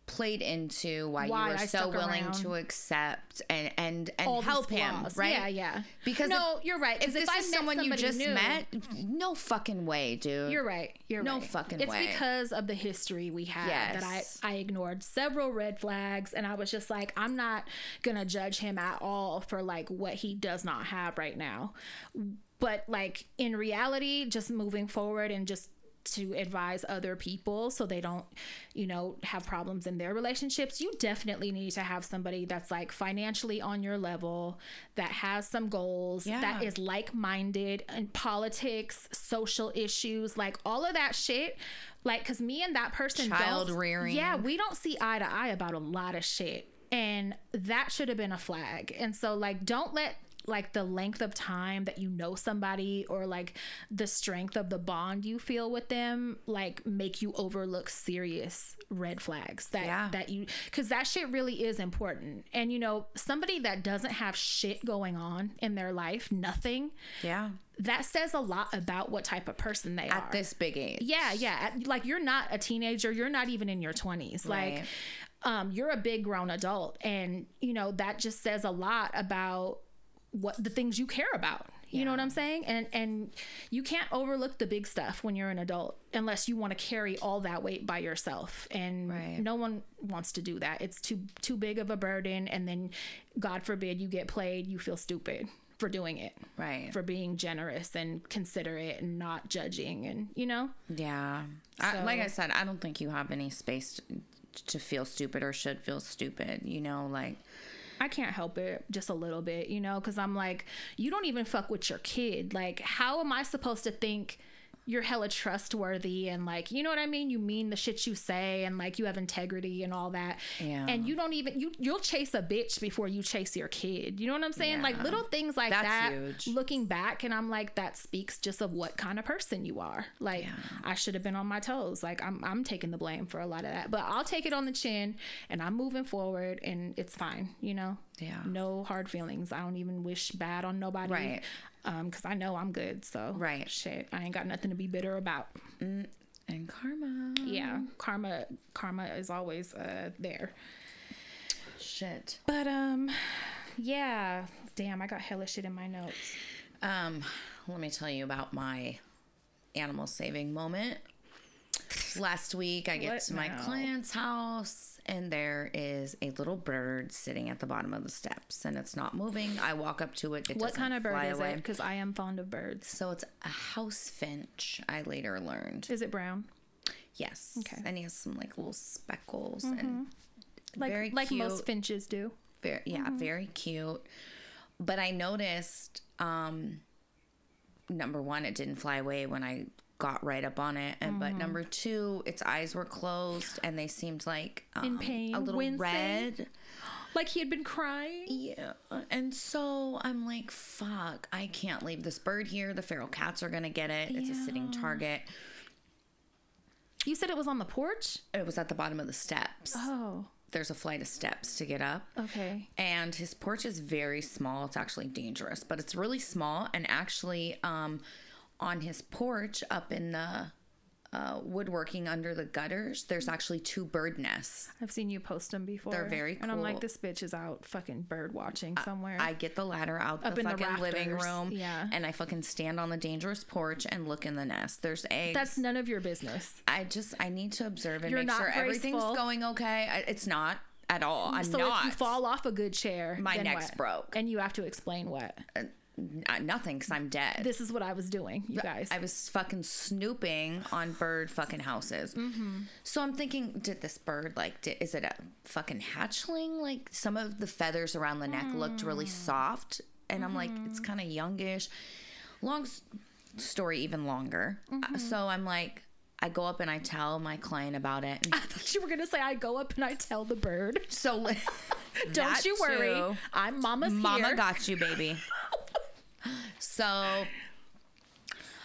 [SPEAKER 2] played into why,
[SPEAKER 1] Why
[SPEAKER 2] you were
[SPEAKER 1] I
[SPEAKER 2] so
[SPEAKER 1] stuck
[SPEAKER 2] willing
[SPEAKER 1] around.
[SPEAKER 2] to accept and and and
[SPEAKER 1] all these
[SPEAKER 2] help him,
[SPEAKER 1] flaws.
[SPEAKER 2] right?
[SPEAKER 1] yeah yeah
[SPEAKER 2] Because
[SPEAKER 1] no
[SPEAKER 2] if-
[SPEAKER 1] you're right because
[SPEAKER 2] If this
[SPEAKER 1] if, i
[SPEAKER 2] is
[SPEAKER 1] met
[SPEAKER 2] someone you
[SPEAKER 1] somebody
[SPEAKER 2] just
[SPEAKER 1] new-
[SPEAKER 2] met, no fucking way, dude.
[SPEAKER 1] You're right. You're
[SPEAKER 2] No
[SPEAKER 1] right.
[SPEAKER 2] fucking
[SPEAKER 1] it's
[SPEAKER 2] way.
[SPEAKER 1] because of the history we had that I
[SPEAKER 2] Yes.
[SPEAKER 1] I ignored several red flags, and I was just like, I'm not gonna judge him at all for like what he does not have right now. But like in reality, just moving forward and just to advise other people so they don't, you know, have problems in their relationships, you definitely need to have somebody that's like financially on your level, that has some goals, that
[SPEAKER 2] Yeah.
[SPEAKER 1] is like minded and politics, social issues, like all of that shit. Like, cause me and that person,
[SPEAKER 2] Child
[SPEAKER 1] don't-
[SPEAKER 2] rearing.
[SPEAKER 1] yeah, we don't see eye to eye about a lot of shit, and that should have been a flag. And so, like, don't let like the length of time that you know somebody or like the strength of the bond you feel with them like make you overlook serious red flags that
[SPEAKER 2] Yeah.
[SPEAKER 1] that you because that shit really is important and you know somebody that doesn't have shit going on in their life nothing
[SPEAKER 2] yeah.
[SPEAKER 1] that says a lot about what type of person they
[SPEAKER 2] At
[SPEAKER 1] are
[SPEAKER 2] this big age,
[SPEAKER 1] yeah yeah At- like you're not a teenager you're not even in your 20s
[SPEAKER 2] Right.
[SPEAKER 1] like um you're a big grown adult and you know that just says a lot about what the things you care about you know what i'm saying and and you can't overlook the big stuff when you're an adult unless you want to carry all that weight by yourself and
[SPEAKER 2] Right.
[SPEAKER 1] no one wants to do that it's too too big of a burden and then god forbid you get played you feel stupid for doing it
[SPEAKER 2] right?
[SPEAKER 1] for being generous and considerate and not judging and you know
[SPEAKER 2] Yeah. I, like
[SPEAKER 1] So-
[SPEAKER 2] I said, I don't think you have any space to, to feel stupid or should feel stupid. You know, like,
[SPEAKER 1] I can't help it just a little bit, you know, because I'm like, you don't even fuck with your kid. Like, how am I supposed to think you're hella trustworthy and like you know what I mean. You mean the shit you say and like you have integrity and all that.
[SPEAKER 2] Yeah.
[SPEAKER 1] And you don't even you you'll chase a bitch before you chase your kid. You know what I'm saying? Like
[SPEAKER 2] Yeah.
[SPEAKER 1] little things like
[SPEAKER 2] That's
[SPEAKER 1] that.
[SPEAKER 2] huge.
[SPEAKER 1] Looking back, and I'm like that speaks just of what kind of person you are. Like I should have been on my toes. Like I'm I'm taking the blame for a lot of that, but I'll take it on the chin and I'm moving forward and it's fine. You know.
[SPEAKER 2] Yeah.
[SPEAKER 1] No hard feelings. I don't even wish bad on nobody.
[SPEAKER 2] Right.
[SPEAKER 1] Um, cause I know I'm good. So
[SPEAKER 2] Right. Mm-hmm.
[SPEAKER 1] Shit, I ain't got nothing to be bitter about.
[SPEAKER 2] And karma.
[SPEAKER 1] Yeah, karma, karma is always uh there.
[SPEAKER 2] Shit.
[SPEAKER 1] But um, yeah. Damn, I got hella shit in my notes.
[SPEAKER 2] Um, let me tell you about my animal saving moment. Last week, I get
[SPEAKER 1] What
[SPEAKER 2] to my
[SPEAKER 1] now?
[SPEAKER 2] client's house, and there is a little bird sitting at the bottom of the steps, and it's not moving. I walk up to it. it
[SPEAKER 1] What
[SPEAKER 2] doesn't
[SPEAKER 1] kind of bird
[SPEAKER 2] fly
[SPEAKER 1] is
[SPEAKER 2] away.
[SPEAKER 1] it? Because I am fond of birds.
[SPEAKER 2] So it's a house finch. I later learned.
[SPEAKER 1] Is it brown?
[SPEAKER 2] Yes.
[SPEAKER 1] Okay. Mm-hmm.
[SPEAKER 2] And he has some like little speckles and
[SPEAKER 1] Like
[SPEAKER 2] very
[SPEAKER 1] like
[SPEAKER 2] cute.
[SPEAKER 1] most finches do.
[SPEAKER 2] Very, yeah,
[SPEAKER 1] Mm-hmm.
[SPEAKER 2] very cute. But I noticed, um, number one, it didn't fly away when I got right up on it, and
[SPEAKER 1] Mm-hmm.
[SPEAKER 2] but number two, its eyes were closed and they seemed like um,
[SPEAKER 1] pain,
[SPEAKER 2] a little
[SPEAKER 1] wincing.
[SPEAKER 2] red.
[SPEAKER 1] Like he had been crying.
[SPEAKER 2] Yeah, and so I'm like, fuck, I can't leave this bird here. The feral cats are gonna get it. It's a sitting target.
[SPEAKER 1] You said it was on the porch.
[SPEAKER 2] It was at the bottom of the steps.
[SPEAKER 1] Oh,
[SPEAKER 2] There's a flight of steps to get up.
[SPEAKER 1] okay.
[SPEAKER 2] and his porch is very small. It's actually dangerous, but it's really small. And actually, um, on his porch up in the uh, woodworking under the gutters, there's actually two bird nests.
[SPEAKER 1] I've seen you post them before.
[SPEAKER 2] very
[SPEAKER 1] And I'm like,
[SPEAKER 2] cool.
[SPEAKER 1] this bitch is out fucking bird watching somewhere.
[SPEAKER 2] I get the ladder out
[SPEAKER 1] Up
[SPEAKER 2] the
[SPEAKER 1] in the
[SPEAKER 2] fucking living
[SPEAKER 1] rafters,
[SPEAKER 2] room,
[SPEAKER 1] yeah.
[SPEAKER 2] and I fucking stand on the dangerous porch and look in the nest. There's eggs.
[SPEAKER 1] That's none of your business.
[SPEAKER 2] I just I need to observe and
[SPEAKER 1] You're
[SPEAKER 2] make
[SPEAKER 1] not
[SPEAKER 2] sure everything's
[SPEAKER 1] graceful. Mm,
[SPEAKER 2] going okay. I, it's not at all. I'm
[SPEAKER 1] so
[SPEAKER 2] not.
[SPEAKER 1] if you fall off a good chair,
[SPEAKER 2] My
[SPEAKER 1] then
[SPEAKER 2] neck's
[SPEAKER 1] what?
[SPEAKER 2] broke.
[SPEAKER 1] and you have to explain what
[SPEAKER 2] Uh, nothing, because I'm dead.
[SPEAKER 1] this is what I was doing, you guys.
[SPEAKER 2] I was fucking snooping on bird fucking houses. So I'm thinking, did this bird like, did, is it a fucking hatchling? Like some of the feathers around the neck looked really soft, and I'm like, it's kind of youngish. Long s- story, even longer. Uh, So I'm like, I go up and I tell my client about it. And
[SPEAKER 1] I thought you were gonna say I go up and I tell the bird.
[SPEAKER 2] so li-
[SPEAKER 1] Don't
[SPEAKER 2] that
[SPEAKER 1] you worry,
[SPEAKER 2] too.
[SPEAKER 1] I'm Mama's
[SPEAKER 2] Mama
[SPEAKER 1] here.
[SPEAKER 2] got you, baby. so,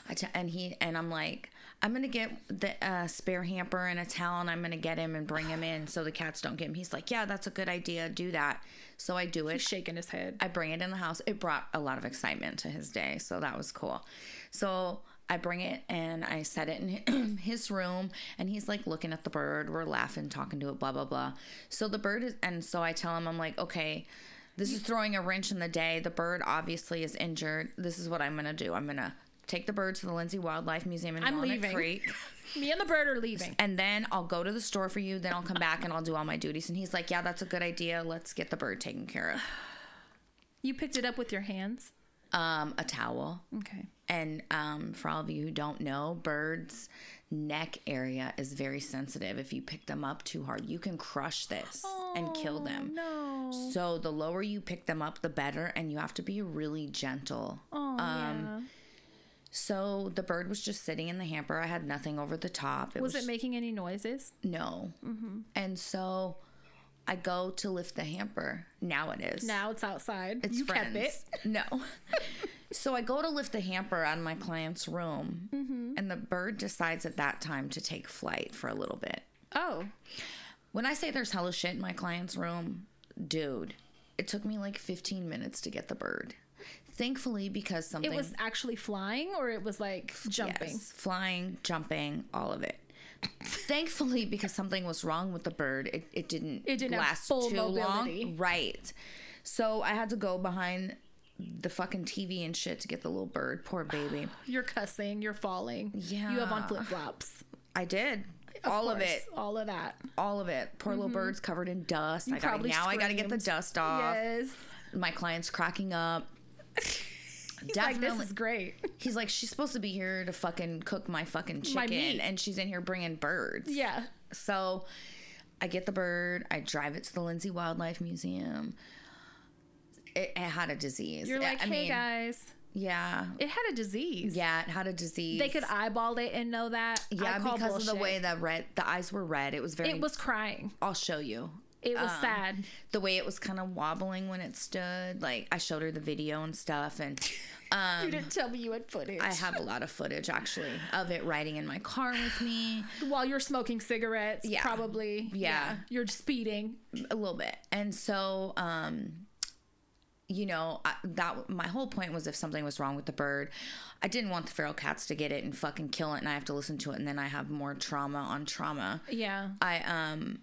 [SPEAKER 2] I t- and he and I'm like, I'm gonna get the uh, spare hamper and a towel, and I'm gonna get him and bring him in so the cats don't get him. He's like, yeah, that's a good idea. Do that. So I do it.
[SPEAKER 1] He's shaking his head.
[SPEAKER 2] I bring it in the house. It brought a lot of excitement to his day, so that was cool. So I bring it and I set it in his room, and he's like looking at the bird. We're laughing, talking to it, blah blah blah. So the bird is, and so I tell him, I'm like, okay, this is throwing a wrench in the day. The bird obviously is injured. This is what I'm gonna do. I'm gonna take the bird to the Lindsay Wildlife Museum in
[SPEAKER 1] I'm
[SPEAKER 2] Walnut
[SPEAKER 1] leaving.
[SPEAKER 2] Creek
[SPEAKER 1] Me and the bird are leaving.
[SPEAKER 2] and then I'll go to the store for you. Then I'll come back and I'll do all my duties. And he's like, yeah, that's a good idea. Let's get the bird taken care of.
[SPEAKER 1] You picked it up with your hands.
[SPEAKER 2] Um, a towel.
[SPEAKER 1] Okay.
[SPEAKER 2] And um, for all of you who don't know, birds' neck area is very sensitive. If you pick them up too hard, you can crush this and kill them.
[SPEAKER 1] Oh, No.
[SPEAKER 2] So the lower you pick them up, the better, and you have to be really gentle.
[SPEAKER 1] Oh
[SPEAKER 2] um, So the bird was just sitting in the hamper. I had nothing over the top. It
[SPEAKER 1] Was it Mm-hmm. making any noises?
[SPEAKER 2] no? And so I go to lift the hamper. Now it is.
[SPEAKER 1] Now it's outside.
[SPEAKER 2] It's
[SPEAKER 1] you
[SPEAKER 2] friends.
[SPEAKER 1] kept it.
[SPEAKER 2] No. so I go to lift the hamper out of my client's room,
[SPEAKER 1] Mm-hmm.
[SPEAKER 2] and the bird decides at that time to take flight for a little bit.
[SPEAKER 1] Oh,
[SPEAKER 2] When I say there's hella shit in my client's room, dude, it took me like 15 minutes to get the bird. Thankfully, because
[SPEAKER 1] it
[SPEAKER 2] something
[SPEAKER 1] was actually flying, or it was like jumping.
[SPEAKER 2] Yes, flying, jumping, all of it. Thankfully, because something was wrong with the bird, it, it didn't
[SPEAKER 1] It didn't have
[SPEAKER 2] last
[SPEAKER 1] full
[SPEAKER 2] too
[SPEAKER 1] mobility.
[SPEAKER 2] long. Right. So I had to go behind the fucking TV and shit to get the little bird. Poor baby.
[SPEAKER 1] You're cussing. You're falling. You have on
[SPEAKER 2] Yeah.
[SPEAKER 1] flip flops.
[SPEAKER 2] I did. all of it.
[SPEAKER 1] All of that.
[SPEAKER 2] All of it. Poor little bird's covered in dust. I gotta,
[SPEAKER 1] Mm-hmm. probably
[SPEAKER 2] now I gotta get the
[SPEAKER 1] screamed.
[SPEAKER 2] dust off.
[SPEAKER 1] Yes.
[SPEAKER 2] My client's cracking up.
[SPEAKER 1] Like
[SPEAKER 2] Definitely.
[SPEAKER 1] this is great.
[SPEAKER 2] He's like, she's supposed to be here to fucking cook my fucking chicken,
[SPEAKER 1] My meat.
[SPEAKER 2] and she's in here bringing birds.
[SPEAKER 1] Yeah.
[SPEAKER 2] So I get the bird, I drive it to the Lindsay Wildlife Museum. It, it had a disease.
[SPEAKER 1] You're
[SPEAKER 2] I-
[SPEAKER 1] like,
[SPEAKER 2] I
[SPEAKER 1] hey guys,
[SPEAKER 2] yeah,
[SPEAKER 1] It had a disease.
[SPEAKER 2] yeah, it had a disease.
[SPEAKER 1] They could eyeball it and know that. I
[SPEAKER 2] yeah,
[SPEAKER 1] call
[SPEAKER 2] because of the
[SPEAKER 1] bullshit.
[SPEAKER 2] way that red, the eyes were red. It was very.
[SPEAKER 1] it was crying.
[SPEAKER 2] I'll show you.
[SPEAKER 1] It
[SPEAKER 2] Um,
[SPEAKER 1] was sad.
[SPEAKER 2] the way it was kind of wobbling when it stood. Like I showed her the video and stuff, and um,
[SPEAKER 1] You didn't tell me you had footage.
[SPEAKER 2] I have a lot of footage actually of it riding in my car with me
[SPEAKER 1] While you're smoking cigarettes,
[SPEAKER 2] Yeah.
[SPEAKER 1] probably.
[SPEAKER 2] Yeah.
[SPEAKER 1] You're speeding.
[SPEAKER 2] a little bit, and so um, you know I, that my whole point was if something was wrong with the bird, I didn't want the feral cats to get it and fucking kill it, and I have to listen to it, and then I have more trauma on trauma.
[SPEAKER 1] Yeah.
[SPEAKER 2] I um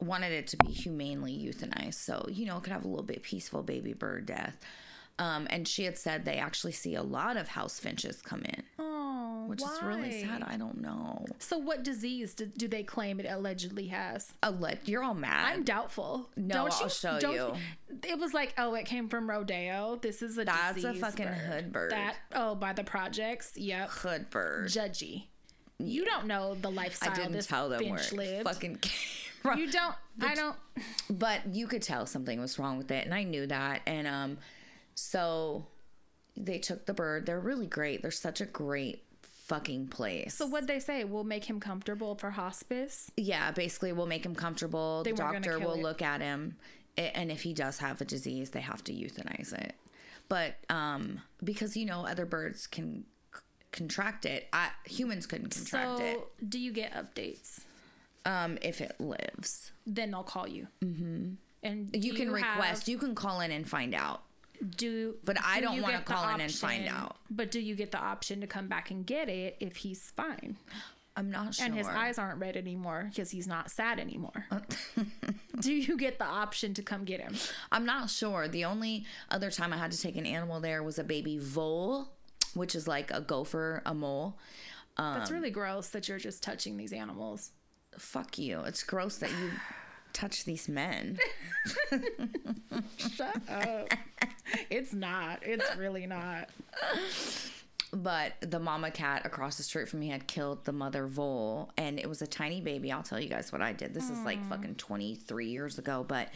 [SPEAKER 2] wanted it to be humanely euthanized, so you know it could have a little bit peaceful baby bird death. Um, and she had said they actually see a lot of house finches come in,
[SPEAKER 1] Oh,
[SPEAKER 2] which is really
[SPEAKER 1] why?
[SPEAKER 2] sad. I don't know.
[SPEAKER 1] So, what disease do, do they claim it allegedly has?
[SPEAKER 2] Ale- you're all mad.
[SPEAKER 1] I'm doubtful.
[SPEAKER 2] No, I'll show
[SPEAKER 1] It was like, oh, it came from rodeo. This is a
[SPEAKER 2] That's a
[SPEAKER 1] disease
[SPEAKER 2] fucking hood bird.
[SPEAKER 1] That oh, by the projects. Yep,
[SPEAKER 2] hood bird.
[SPEAKER 1] judgy. You don't know the lifestyle
[SPEAKER 2] I didn't
[SPEAKER 1] this
[SPEAKER 2] tell them where
[SPEAKER 1] bitch
[SPEAKER 2] it
[SPEAKER 1] lived.
[SPEAKER 2] fucking came from.
[SPEAKER 1] you don't. I don't.
[SPEAKER 2] but you could tell something was wrong with it and i knew that and um so they took the bird they're really great they're such a great fucking place
[SPEAKER 1] So what they say? We'll make him comfortable for hospice.
[SPEAKER 2] yeah basically we'll make him comfortable the
[SPEAKER 1] weren't gonna
[SPEAKER 2] doctor
[SPEAKER 1] kill
[SPEAKER 2] will
[SPEAKER 1] it.
[SPEAKER 2] look at him a- and if he does have a disease they have to euthanize it but um because you know other birds can c- contract it I, humans couldn't contract
[SPEAKER 1] so
[SPEAKER 2] it
[SPEAKER 1] do you get updates?
[SPEAKER 2] um if it lives
[SPEAKER 1] Then they'll call you. Mm-hmm. And do
[SPEAKER 2] you can
[SPEAKER 1] have-
[SPEAKER 2] request you can call in and find out
[SPEAKER 1] Do
[SPEAKER 2] But I
[SPEAKER 1] do
[SPEAKER 2] don't
[SPEAKER 1] you
[SPEAKER 2] wanna
[SPEAKER 1] get the
[SPEAKER 2] call in and find
[SPEAKER 1] option-
[SPEAKER 2] out.
[SPEAKER 1] But do you get the option to come back and get it if he's fine?
[SPEAKER 2] i'm not sure
[SPEAKER 1] and his eyes aren't red anymore because he's not sad anymore.
[SPEAKER 2] Uh,
[SPEAKER 1] Do you get the option to come get him?
[SPEAKER 2] I'm not sure. The only other time I had to take an animal there was a baby vole, which is like a gopher, a mole. Um,
[SPEAKER 1] That's really gross that you're just touching these animals.
[SPEAKER 2] Fuck you. It's gross that you touch these men.
[SPEAKER 1] Shut up. It's not. It's really not.
[SPEAKER 2] But the mama cat across the street from me had killed the mother vole, and it was a tiny baby. I'll tell you guys what I did. This is
[SPEAKER 1] Hmm.
[SPEAKER 2] like fucking 23 years ago, but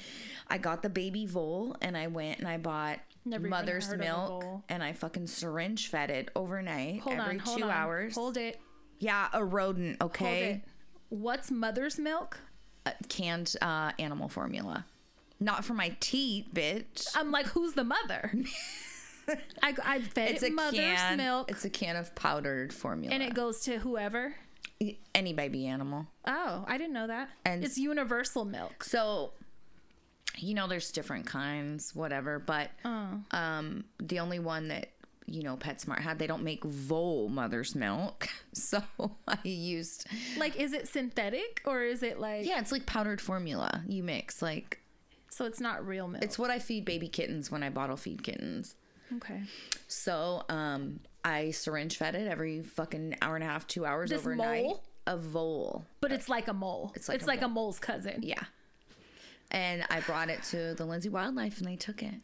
[SPEAKER 2] I got the baby vole and I went and I bought
[SPEAKER 1] Never even
[SPEAKER 2] mother's
[SPEAKER 1] heard of a
[SPEAKER 2] milk
[SPEAKER 1] vole.
[SPEAKER 2] and I fucking syringe fed it overnight
[SPEAKER 1] Hold
[SPEAKER 2] every
[SPEAKER 1] on. Hold
[SPEAKER 2] two
[SPEAKER 1] on.
[SPEAKER 2] hours.
[SPEAKER 1] Hold it.
[SPEAKER 2] yeah, a rodent,
[SPEAKER 1] Hold
[SPEAKER 2] okay?
[SPEAKER 1] it. What's mother's milk?
[SPEAKER 2] uh, canned uh, animal formula. Not for my teeth, bitch.
[SPEAKER 1] I'm like, who's the mother? I, I fed
[SPEAKER 2] It's
[SPEAKER 1] it
[SPEAKER 2] a
[SPEAKER 1] mother's
[SPEAKER 2] can.
[SPEAKER 1] milk,
[SPEAKER 2] It's a can of powdered formula.
[SPEAKER 1] and it goes to whoever.
[SPEAKER 2] any baby animal.
[SPEAKER 1] Oh, I didn't know that.
[SPEAKER 2] And-
[SPEAKER 1] it's universal milk.
[SPEAKER 2] So, you know, there's different kinds, whatever. But
[SPEAKER 1] Uh. Oh.
[SPEAKER 2] um, the only one that you know PetSmart had, they don't make vole mother's milk. So I used
[SPEAKER 1] Like, is it synthetic or is it like?
[SPEAKER 2] yeah, it's like powdered formula. You mix like
[SPEAKER 1] So it's not real milk.
[SPEAKER 2] it's what I feed baby kittens when I bottle feed kittens.
[SPEAKER 1] okay.
[SPEAKER 2] So, um, I syringe fed it every fucking hour and a half, two hours
[SPEAKER 1] This
[SPEAKER 2] overnight.
[SPEAKER 1] mole?
[SPEAKER 2] A vole,
[SPEAKER 1] But it's like a mole. It's
[SPEAKER 2] It's like
[SPEAKER 1] like,
[SPEAKER 2] a
[SPEAKER 1] a, mole's cousin.
[SPEAKER 2] yeah. And I brought it to the Lindsay Wildlife, and they took it.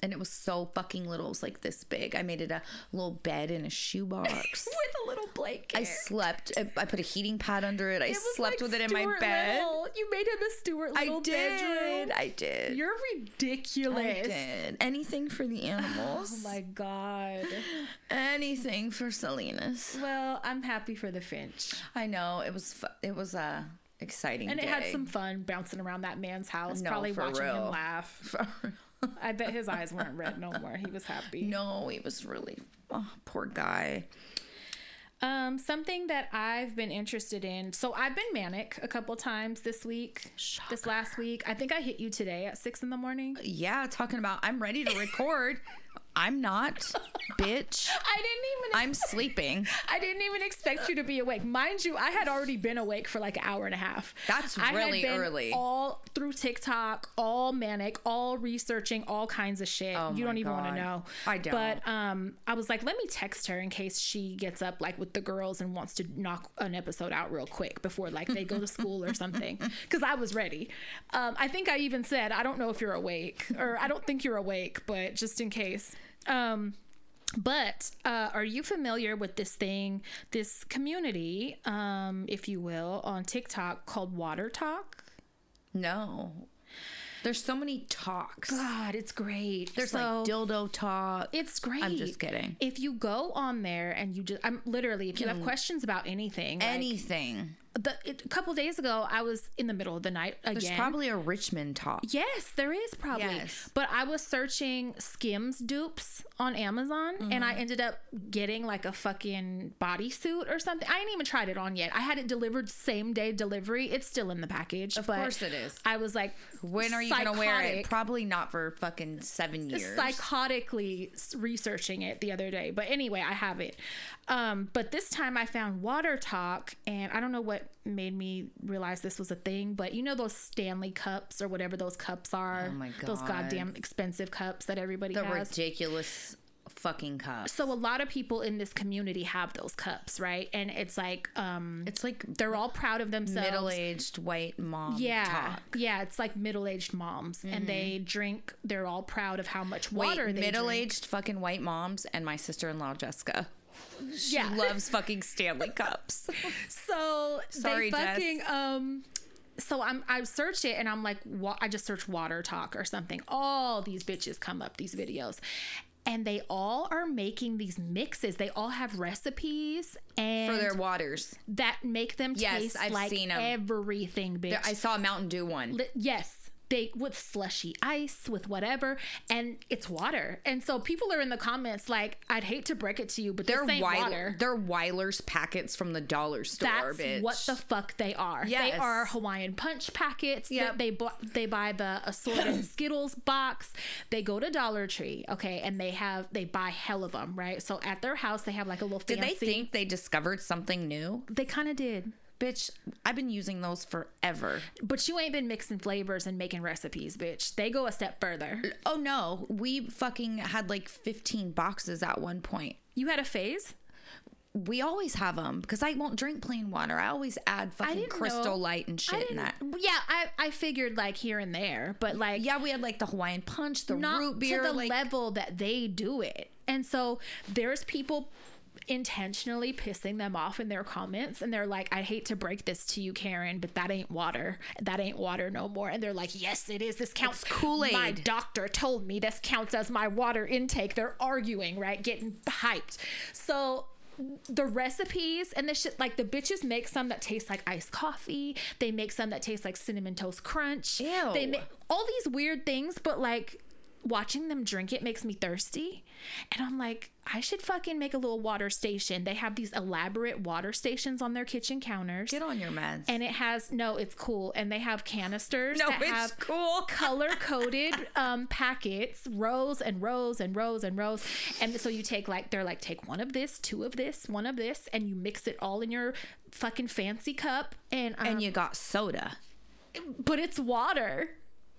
[SPEAKER 2] And it was so fucking little. It was like this big. I made it a little bed in a shoebox.
[SPEAKER 1] With a little blanket.
[SPEAKER 2] I slept. I I put a heating pad under it. I
[SPEAKER 1] It was like
[SPEAKER 2] slept with it in my
[SPEAKER 1] Stuart
[SPEAKER 2] bed.
[SPEAKER 1] Little. You made him a Stuart
[SPEAKER 2] I
[SPEAKER 1] Little
[SPEAKER 2] did.
[SPEAKER 1] bedroom.
[SPEAKER 2] I did.
[SPEAKER 1] You're
[SPEAKER 2] I
[SPEAKER 1] ridiculous.
[SPEAKER 2] did. Anything for the
[SPEAKER 1] Oh
[SPEAKER 2] animals.
[SPEAKER 1] my god.
[SPEAKER 2] Anything for Salinas.
[SPEAKER 1] Well, I'm happy for the Finch,
[SPEAKER 2] I know it was fu- it was uh, exciting
[SPEAKER 1] and it had
[SPEAKER 2] day.
[SPEAKER 1] some fun bouncing around that man's house,
[SPEAKER 2] No,
[SPEAKER 1] probably
[SPEAKER 2] for
[SPEAKER 1] watching
[SPEAKER 2] real.
[SPEAKER 1] him laugh. I bet his eyes weren't red no more. He was happy.
[SPEAKER 2] no, it was really oh, poor guy.
[SPEAKER 1] Um, something that I've been interested in. So I've been manic a couple times this week, this last week. I think I hit you today at six in the morning.
[SPEAKER 2] Yeah, talking about I'm ready to record. I'm not, bitch.
[SPEAKER 1] I didn't even.
[SPEAKER 2] I'm sleeping.
[SPEAKER 1] I didn't even expect you to be awake. Mind you, I had already been awake for like an hour and a half.
[SPEAKER 2] That's
[SPEAKER 1] I had
[SPEAKER 2] really
[SPEAKER 1] been
[SPEAKER 2] early.
[SPEAKER 1] All through TikTok, all manic, all researching all kinds of shit. you
[SPEAKER 2] Oh my
[SPEAKER 1] don't even want
[SPEAKER 2] God.
[SPEAKER 1] to know.
[SPEAKER 2] I don't.
[SPEAKER 1] But um, I was like, let me text her in case she gets up like with the girls and wants to knock an episode out real quick before like they go to school or something. Because I was ready. Um, I think I even said, I don't know if you're awake or I don't think you're awake, but just in case. Um, but uh, are you familiar with this thing, this community, um, if you will, on TikTok called Water Talk?
[SPEAKER 2] No, There's so many talks.
[SPEAKER 1] God, it's great.
[SPEAKER 2] There's
[SPEAKER 1] So-
[SPEAKER 2] like dildo talk.
[SPEAKER 1] It's great.
[SPEAKER 2] I'm just kidding. Mm.
[SPEAKER 1] If you go on there and you just, I'm literally, if you have questions about anything, like,
[SPEAKER 2] Anything.
[SPEAKER 1] the, it, a couple days ago, I was in the middle of the night again.
[SPEAKER 2] There's probably a Richmond talk.
[SPEAKER 1] Yes, there is probably.
[SPEAKER 2] Yes.
[SPEAKER 1] But I was searching Skims dupes on Amazon and
[SPEAKER 2] Mm-hmm.
[SPEAKER 1] I ended up getting like a fucking bodysuit or something. I ain't even tried it on yet. I had it delivered same day delivery. It's still in the package. Of
[SPEAKER 2] course it is.
[SPEAKER 1] I was like,
[SPEAKER 2] When are you going to wear it?
[SPEAKER 1] psychotic-
[SPEAKER 2] Probably not for fucking seven years.
[SPEAKER 1] psychotically s- researching it the other day. But anyway, I have it. Um, but this time I found Water Talk, and I don't know what made me realize this was a thing, but you know those Stanley cups or whatever those cups are?
[SPEAKER 2] Oh my
[SPEAKER 1] Those
[SPEAKER 2] God.
[SPEAKER 1] goddamn expensive cups that everybody
[SPEAKER 2] the
[SPEAKER 1] has.
[SPEAKER 2] ridiculous fucking cup.
[SPEAKER 1] so a lot of people in this community have those cups, right? And it's like um,
[SPEAKER 2] It's like
[SPEAKER 1] they're all proud of themselves.
[SPEAKER 2] middle aged white mom
[SPEAKER 1] yeah,
[SPEAKER 2] talk. Mm-hmm.
[SPEAKER 1] yeah, it's like middle-aged moms, and they drink. They're all proud of how much
[SPEAKER 2] Wait,
[SPEAKER 1] water they
[SPEAKER 2] middle
[SPEAKER 1] drink.
[SPEAKER 2] aged fucking white moms and my sister in law, Jessica. She
[SPEAKER 1] Yeah.
[SPEAKER 2] loves fucking Stanley cups.
[SPEAKER 1] So
[SPEAKER 2] Sorry,
[SPEAKER 1] they
[SPEAKER 2] Jess.
[SPEAKER 1] fucking um. So I'm I search it and I'm like wa- I just search water talk or something. All these bitches come up these videos, and they all are making these mixes. They all have recipes and
[SPEAKER 2] for their waters.
[SPEAKER 1] that make them
[SPEAKER 2] Yes,
[SPEAKER 1] taste
[SPEAKER 2] I've
[SPEAKER 1] like
[SPEAKER 2] seen 'em.
[SPEAKER 1] everything, bitch.
[SPEAKER 2] There- I saw a Mountain Dew one.
[SPEAKER 1] Li- yes they with slushy ice with whatever and it's water and so people are in the comments like i'd hate to break it to you but
[SPEAKER 2] They're
[SPEAKER 1] this ain't
[SPEAKER 2] Weil-
[SPEAKER 1] water
[SPEAKER 2] They're Weiler's packets from the dollar store,
[SPEAKER 1] That's
[SPEAKER 2] bitch.
[SPEAKER 1] what the fuck they are. They
[SPEAKER 2] Yes.
[SPEAKER 1] are Hawaiian punch packets.
[SPEAKER 2] Yep.
[SPEAKER 1] That they bu- they buy the assorted Skittles box. They go to Dollar Tree, okay, and they have they buy hell of them, right? So at their house they have like a little
[SPEAKER 2] Did
[SPEAKER 1] fancy.
[SPEAKER 2] they think they discovered something new?
[SPEAKER 1] they kind of did,
[SPEAKER 2] Bitch, I've been using those forever.
[SPEAKER 1] but you ain't been mixing flavors and making recipes, bitch. They go a step further.
[SPEAKER 2] Oh no, we fucking had like 15 boxes at one point.
[SPEAKER 1] You had a phase.
[SPEAKER 2] We always have them because I won't drink plain water. I always add fucking
[SPEAKER 1] didn't know.
[SPEAKER 2] crystal light and
[SPEAKER 1] I
[SPEAKER 2] shit in
[SPEAKER 1] didn't-
[SPEAKER 2] that.
[SPEAKER 1] Yeah, I I figured like here and there, but like
[SPEAKER 2] Yeah, we had like the Hawaiian punch, the
[SPEAKER 1] not
[SPEAKER 2] root beer,
[SPEAKER 1] to the
[SPEAKER 2] like
[SPEAKER 1] level that they do it. And so there's people intentionally pissing them off in their comments and they're like I hate to break this to you Karen but that ain't water that ain't water no more and they're like yes it is this counts
[SPEAKER 2] It's Kool-Aid.
[SPEAKER 1] my doctor told me this counts as my water intake they're arguing right getting hyped so the recipes and the shit like the bitches make some that taste like iced coffee they make some that taste like cinnamon toast crunch
[SPEAKER 2] Ew.
[SPEAKER 1] they make all these weird things, but like watching them drink it makes me thirsty. And I'm like, I should fucking make a little water station. They have these elaborate water stations on their kitchen counters.
[SPEAKER 2] get on your meds.
[SPEAKER 1] and it has no, it's cool. And they have canisters
[SPEAKER 2] no,
[SPEAKER 1] that
[SPEAKER 2] it's
[SPEAKER 1] have
[SPEAKER 2] cool.
[SPEAKER 1] color coded um, packets, rows and rows and rows and rows. And so you take like, they're like, take one of this, two of this, one of this, and you mix it all in your fucking fancy cup. And, um,
[SPEAKER 2] And you got soda.
[SPEAKER 1] but it's water.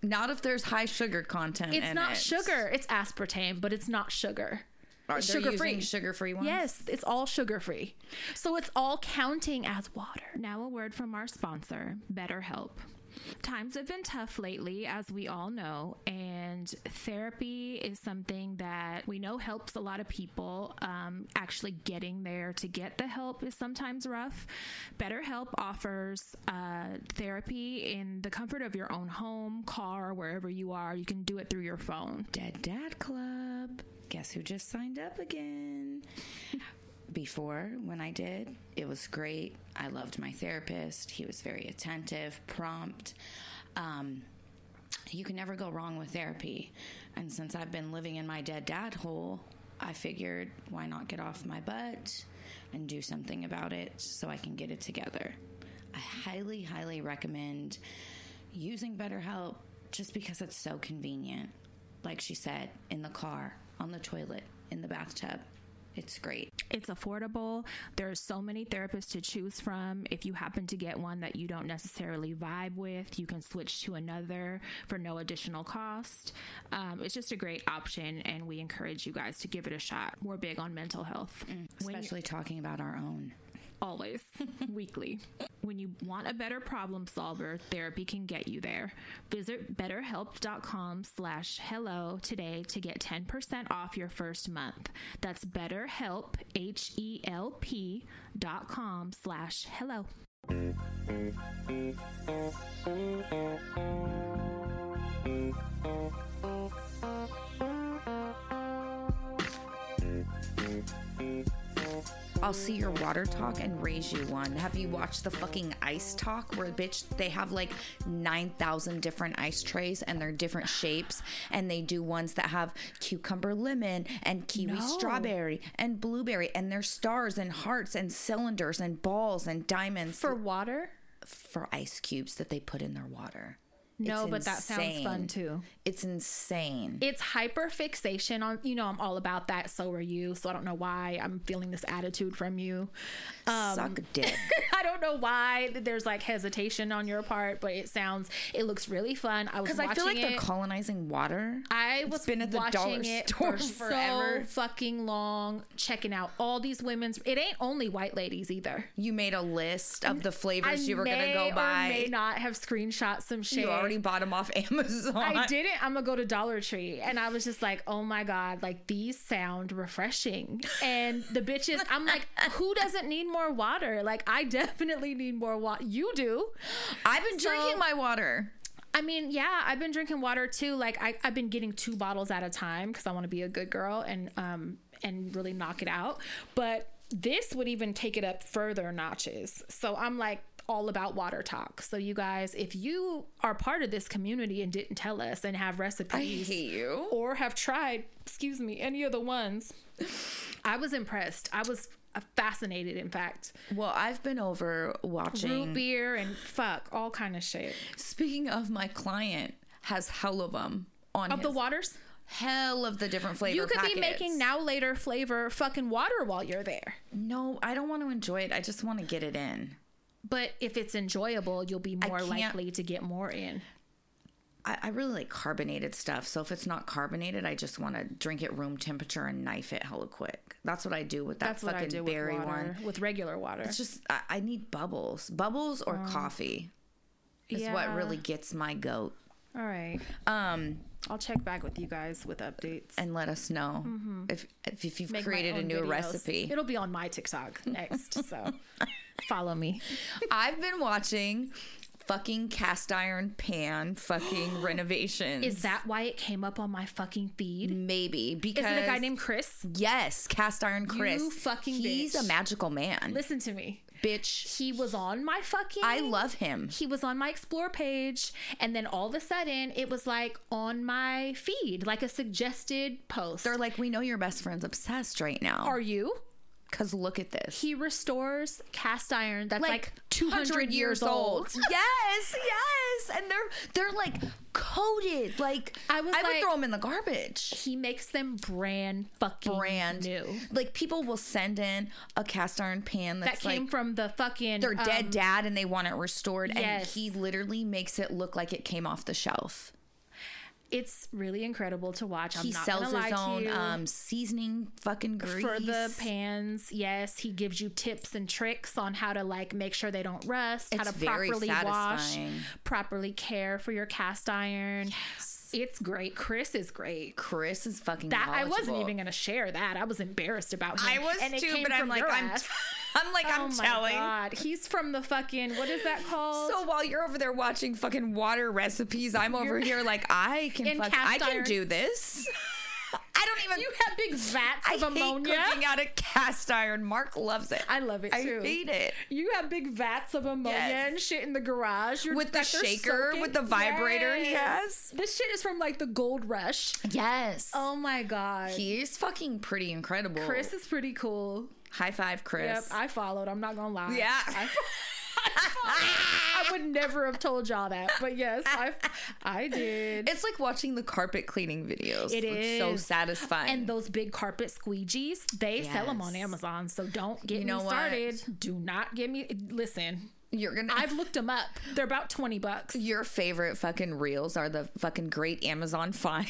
[SPEAKER 2] Not if there's high sugar content.
[SPEAKER 1] It's
[SPEAKER 2] in
[SPEAKER 1] not
[SPEAKER 2] it.
[SPEAKER 1] sugar. It's aspartame, but it's not sugar.
[SPEAKER 2] Are
[SPEAKER 1] It's
[SPEAKER 2] they
[SPEAKER 1] sugar free.
[SPEAKER 2] using Sugar-free ones.
[SPEAKER 1] Yes, it's all sugar free. So it's all counting as water. Now, a word from our sponsor, BetterHelp. Times have been tough lately, as we all know, and therapy is something that we know helps a lot of people. Um, actually, getting there to get the help is sometimes rough. BetterHelp offers uh, therapy in the comfort of your own home, car, wherever you are. You can do it through your phone.
[SPEAKER 2] Dead Dad Club. Guess who just signed up again? Before, when I did, it was great. I loved my therapist. He was very attentive, prompt. Um, you can never go wrong with therapy. And since I've been living in my dead dad hole, I figured why not get off my butt and do something about it so I can get it together. I highly, highly recommend using BetterHelp just because it's so convenient. Like she said, in the car, on the toilet, in the bathtub. It's great.
[SPEAKER 3] It's affordable. There are so many therapists to choose from. If you happen to get one that you don't necessarily vibe with, you can switch to another for no additional cost. Um, it's just a great option, and we encourage you guys to give it a shot. We're big on mental health. When you-
[SPEAKER 2] Especially talking about our own.
[SPEAKER 3] always weekly when you want a better problem solver therapy can get you there visit betterhelp.com slash hello today to get 10% off your first month that's betterhelp h-e-l-p dot com slash hello
[SPEAKER 2] I'll see your water talk and raise you one. Have you watched the fucking ice talk where bitch they have like 9,000 different ice trays and they're different shapes and they do ones that have cucumber lemon and kiwi strawberry and blueberry and they're stars and hearts and cylinders and balls and diamonds
[SPEAKER 1] For water?
[SPEAKER 2] for ice cubes that they put in their water.
[SPEAKER 1] No,
[SPEAKER 2] It's
[SPEAKER 1] but that sounds fun
[SPEAKER 2] insane.
[SPEAKER 1] too.
[SPEAKER 2] It's insane.
[SPEAKER 1] It's hyper fixation on, you know, I'm all about that. So are you. So I don't know why I'm feeling this attitude from you. Um,
[SPEAKER 2] Suck dick.
[SPEAKER 1] I don't know why that there's like hesitation on your part, but it sounds, it looks really fun. I was
[SPEAKER 2] Because
[SPEAKER 1] watching
[SPEAKER 2] I feel like
[SPEAKER 1] it.
[SPEAKER 2] they're colonizing water.
[SPEAKER 1] I
[SPEAKER 2] It's
[SPEAKER 1] was
[SPEAKER 2] been at the
[SPEAKER 1] watching
[SPEAKER 2] dollar
[SPEAKER 1] it
[SPEAKER 2] store
[SPEAKER 1] for
[SPEAKER 2] forever.
[SPEAKER 1] so fucking long, checking out all these women's. It ain't only white ladies either.
[SPEAKER 2] You made a list of the flavors you were gonna
[SPEAKER 1] may
[SPEAKER 2] go
[SPEAKER 1] or may
[SPEAKER 2] buy.
[SPEAKER 1] not have screenshot some shit.
[SPEAKER 2] You already bought them off Amazon.
[SPEAKER 1] I didn't. I'm gonna go to Dollar Tree, and I was just like, "Oh my god, like these sound refreshing." And the bitches, I'm like, "Who doesn't need more water? Like, I definitely need more water. You do.
[SPEAKER 2] I've been
[SPEAKER 1] So-
[SPEAKER 2] drinking my water.
[SPEAKER 1] I mean, yeah, I've been drinking water too. Like I, I've been getting two bottles at a time because I want to be a good girl and um and really knock it out. But this would even take it up further notches. So I'm like all about water talk. So you guys, if you are part of this community and didn't tell us and have
[SPEAKER 2] I
[SPEAKER 1] recipes
[SPEAKER 2] hate you.
[SPEAKER 1] or have tried, excuse me, any of the ones, I was impressed. I was uh, fascinated, in fact.
[SPEAKER 2] Well, I've been over watching.
[SPEAKER 1] Root beer and fuck, all kind of shit.
[SPEAKER 2] Speaking of, my client has hell of them on
[SPEAKER 1] Of the
[SPEAKER 2] his-
[SPEAKER 1] waters.
[SPEAKER 2] hell of the different flavor.
[SPEAKER 1] You could
[SPEAKER 2] packets.
[SPEAKER 1] be making now later flavor fucking water while you're there.
[SPEAKER 2] No, I don't want to enjoy it. I just want to get it in.
[SPEAKER 1] But if it's enjoyable, you'll be more
[SPEAKER 2] can't-
[SPEAKER 1] likely to get more in.
[SPEAKER 2] I, I really like carbonated stuff. So if it's not carbonated, I just want to drink it room temperature and knife it hella quick. That's what I do with that
[SPEAKER 1] That's what I
[SPEAKER 2] fucking
[SPEAKER 1] do with
[SPEAKER 2] berry
[SPEAKER 1] water,
[SPEAKER 2] one.
[SPEAKER 1] with regular water.
[SPEAKER 2] It's just I, I need bubbles, bubbles or coffee is what
[SPEAKER 1] Oh. yeah.
[SPEAKER 2] really gets my goat.
[SPEAKER 1] All right,
[SPEAKER 2] Um,
[SPEAKER 1] I'll check back with you guys with updates.
[SPEAKER 2] and let us know if, if if you've
[SPEAKER 1] Mm-hmm. Make my
[SPEAKER 2] created a
[SPEAKER 1] own
[SPEAKER 2] new
[SPEAKER 1] videos.
[SPEAKER 2] recipe.
[SPEAKER 1] It'll be on my TikTok next, so follow me.
[SPEAKER 2] I've been watching fucking cast iron pan fucking renovations.
[SPEAKER 1] Is that why it came up on my fucking feed?
[SPEAKER 2] maybe
[SPEAKER 1] Is
[SPEAKER 2] because
[SPEAKER 1] it a guy named Chris?
[SPEAKER 2] Yes, cast iron Chris.
[SPEAKER 1] fucking
[SPEAKER 2] He's
[SPEAKER 1] bitch.
[SPEAKER 2] a magical man.
[SPEAKER 1] Listen to me.
[SPEAKER 2] bitch.
[SPEAKER 1] He was on my fucking.
[SPEAKER 2] I love him.
[SPEAKER 1] he was on my explore page and then all of a sudden it was like on my feed like a suggested post
[SPEAKER 2] They're like, we know your best friend's obsessed right now.
[SPEAKER 1] are you
[SPEAKER 2] Because look at this.
[SPEAKER 1] he restores cast iron that's like, 200 years old
[SPEAKER 2] yes, yes. And they're they're like coated. Like
[SPEAKER 1] I was
[SPEAKER 2] I would
[SPEAKER 1] like-
[SPEAKER 2] throw them in the garbage.
[SPEAKER 1] he makes them brand fucking
[SPEAKER 2] Brand
[SPEAKER 1] new
[SPEAKER 2] Like people will send in a cast iron pan
[SPEAKER 1] that
[SPEAKER 2] that's
[SPEAKER 1] came
[SPEAKER 2] like
[SPEAKER 1] from the fucking
[SPEAKER 2] their dead
[SPEAKER 1] um,
[SPEAKER 2] dad and they want it restored. And
[SPEAKER 1] yes.
[SPEAKER 2] he literally makes it look like it came off the shelf.
[SPEAKER 1] it's really incredible to watch i'm
[SPEAKER 2] he
[SPEAKER 1] not
[SPEAKER 2] sells
[SPEAKER 1] gonna lie
[SPEAKER 2] his own
[SPEAKER 1] to you.
[SPEAKER 2] um, seasoning fucking grease.
[SPEAKER 1] for the pans yes he gives you tips and tricks on how to like make sure they don't rust how
[SPEAKER 2] It's
[SPEAKER 1] to
[SPEAKER 2] very
[SPEAKER 1] properly
[SPEAKER 2] satisfying.
[SPEAKER 1] wash properly care for your cast iron it's great chris is great
[SPEAKER 2] Chris is fucking
[SPEAKER 1] that I wasn't
[SPEAKER 2] knowledgeable.
[SPEAKER 1] even gonna share that. I was embarrassed about him.
[SPEAKER 2] I was
[SPEAKER 1] and it
[SPEAKER 2] too,
[SPEAKER 1] came
[SPEAKER 2] but I'm
[SPEAKER 1] from
[SPEAKER 2] like,
[SPEAKER 1] your
[SPEAKER 2] I'm,
[SPEAKER 1] ass.
[SPEAKER 2] I'm like,
[SPEAKER 1] oh
[SPEAKER 2] I'm
[SPEAKER 1] my
[SPEAKER 2] telling.
[SPEAKER 1] god, he's from the fucking what is that called?
[SPEAKER 2] So while you're over there watching fucking water recipes, I'm over here like, I can,
[SPEAKER 1] In
[SPEAKER 2] fuck,
[SPEAKER 1] cast
[SPEAKER 2] I can
[SPEAKER 1] iron.
[SPEAKER 2] do this. I don't even.
[SPEAKER 1] you have big vats
[SPEAKER 2] I
[SPEAKER 1] of
[SPEAKER 2] hate
[SPEAKER 1] ammonia.
[SPEAKER 2] cooking out of cast iron. Mark loves it.
[SPEAKER 1] I love it
[SPEAKER 2] I
[SPEAKER 1] too.
[SPEAKER 2] hate it.
[SPEAKER 1] You have big vats of ammonia
[SPEAKER 2] Yes.
[SPEAKER 1] and shit in the garage. You're,
[SPEAKER 2] With the
[SPEAKER 1] that they're
[SPEAKER 2] shaker, with the vibrator he has.
[SPEAKER 1] This shit is from like the gold rush.
[SPEAKER 2] Yes.
[SPEAKER 1] Oh my god.
[SPEAKER 2] He's fucking pretty incredible.
[SPEAKER 1] Chris is pretty cool.
[SPEAKER 2] high five, Chris.
[SPEAKER 1] Yep, I followed. I'm not gonna lie.
[SPEAKER 2] Yeah.
[SPEAKER 1] I, I would never have told y'all that, but yes, I I did.
[SPEAKER 2] it's like watching the carpet cleaning videos.
[SPEAKER 1] It
[SPEAKER 2] it's so
[SPEAKER 1] is.
[SPEAKER 2] satisfying.
[SPEAKER 1] And those big carpet squeegees, they sell them on
[SPEAKER 2] Yes.
[SPEAKER 1] Amazon. So don't get
[SPEAKER 2] You
[SPEAKER 1] me
[SPEAKER 2] know what?
[SPEAKER 1] started. Do not get me. Listen,
[SPEAKER 2] you're gonna.
[SPEAKER 1] I've looked them up. They're about twenty bucks.
[SPEAKER 2] your favorite fucking reels are the fucking great Amazon finds.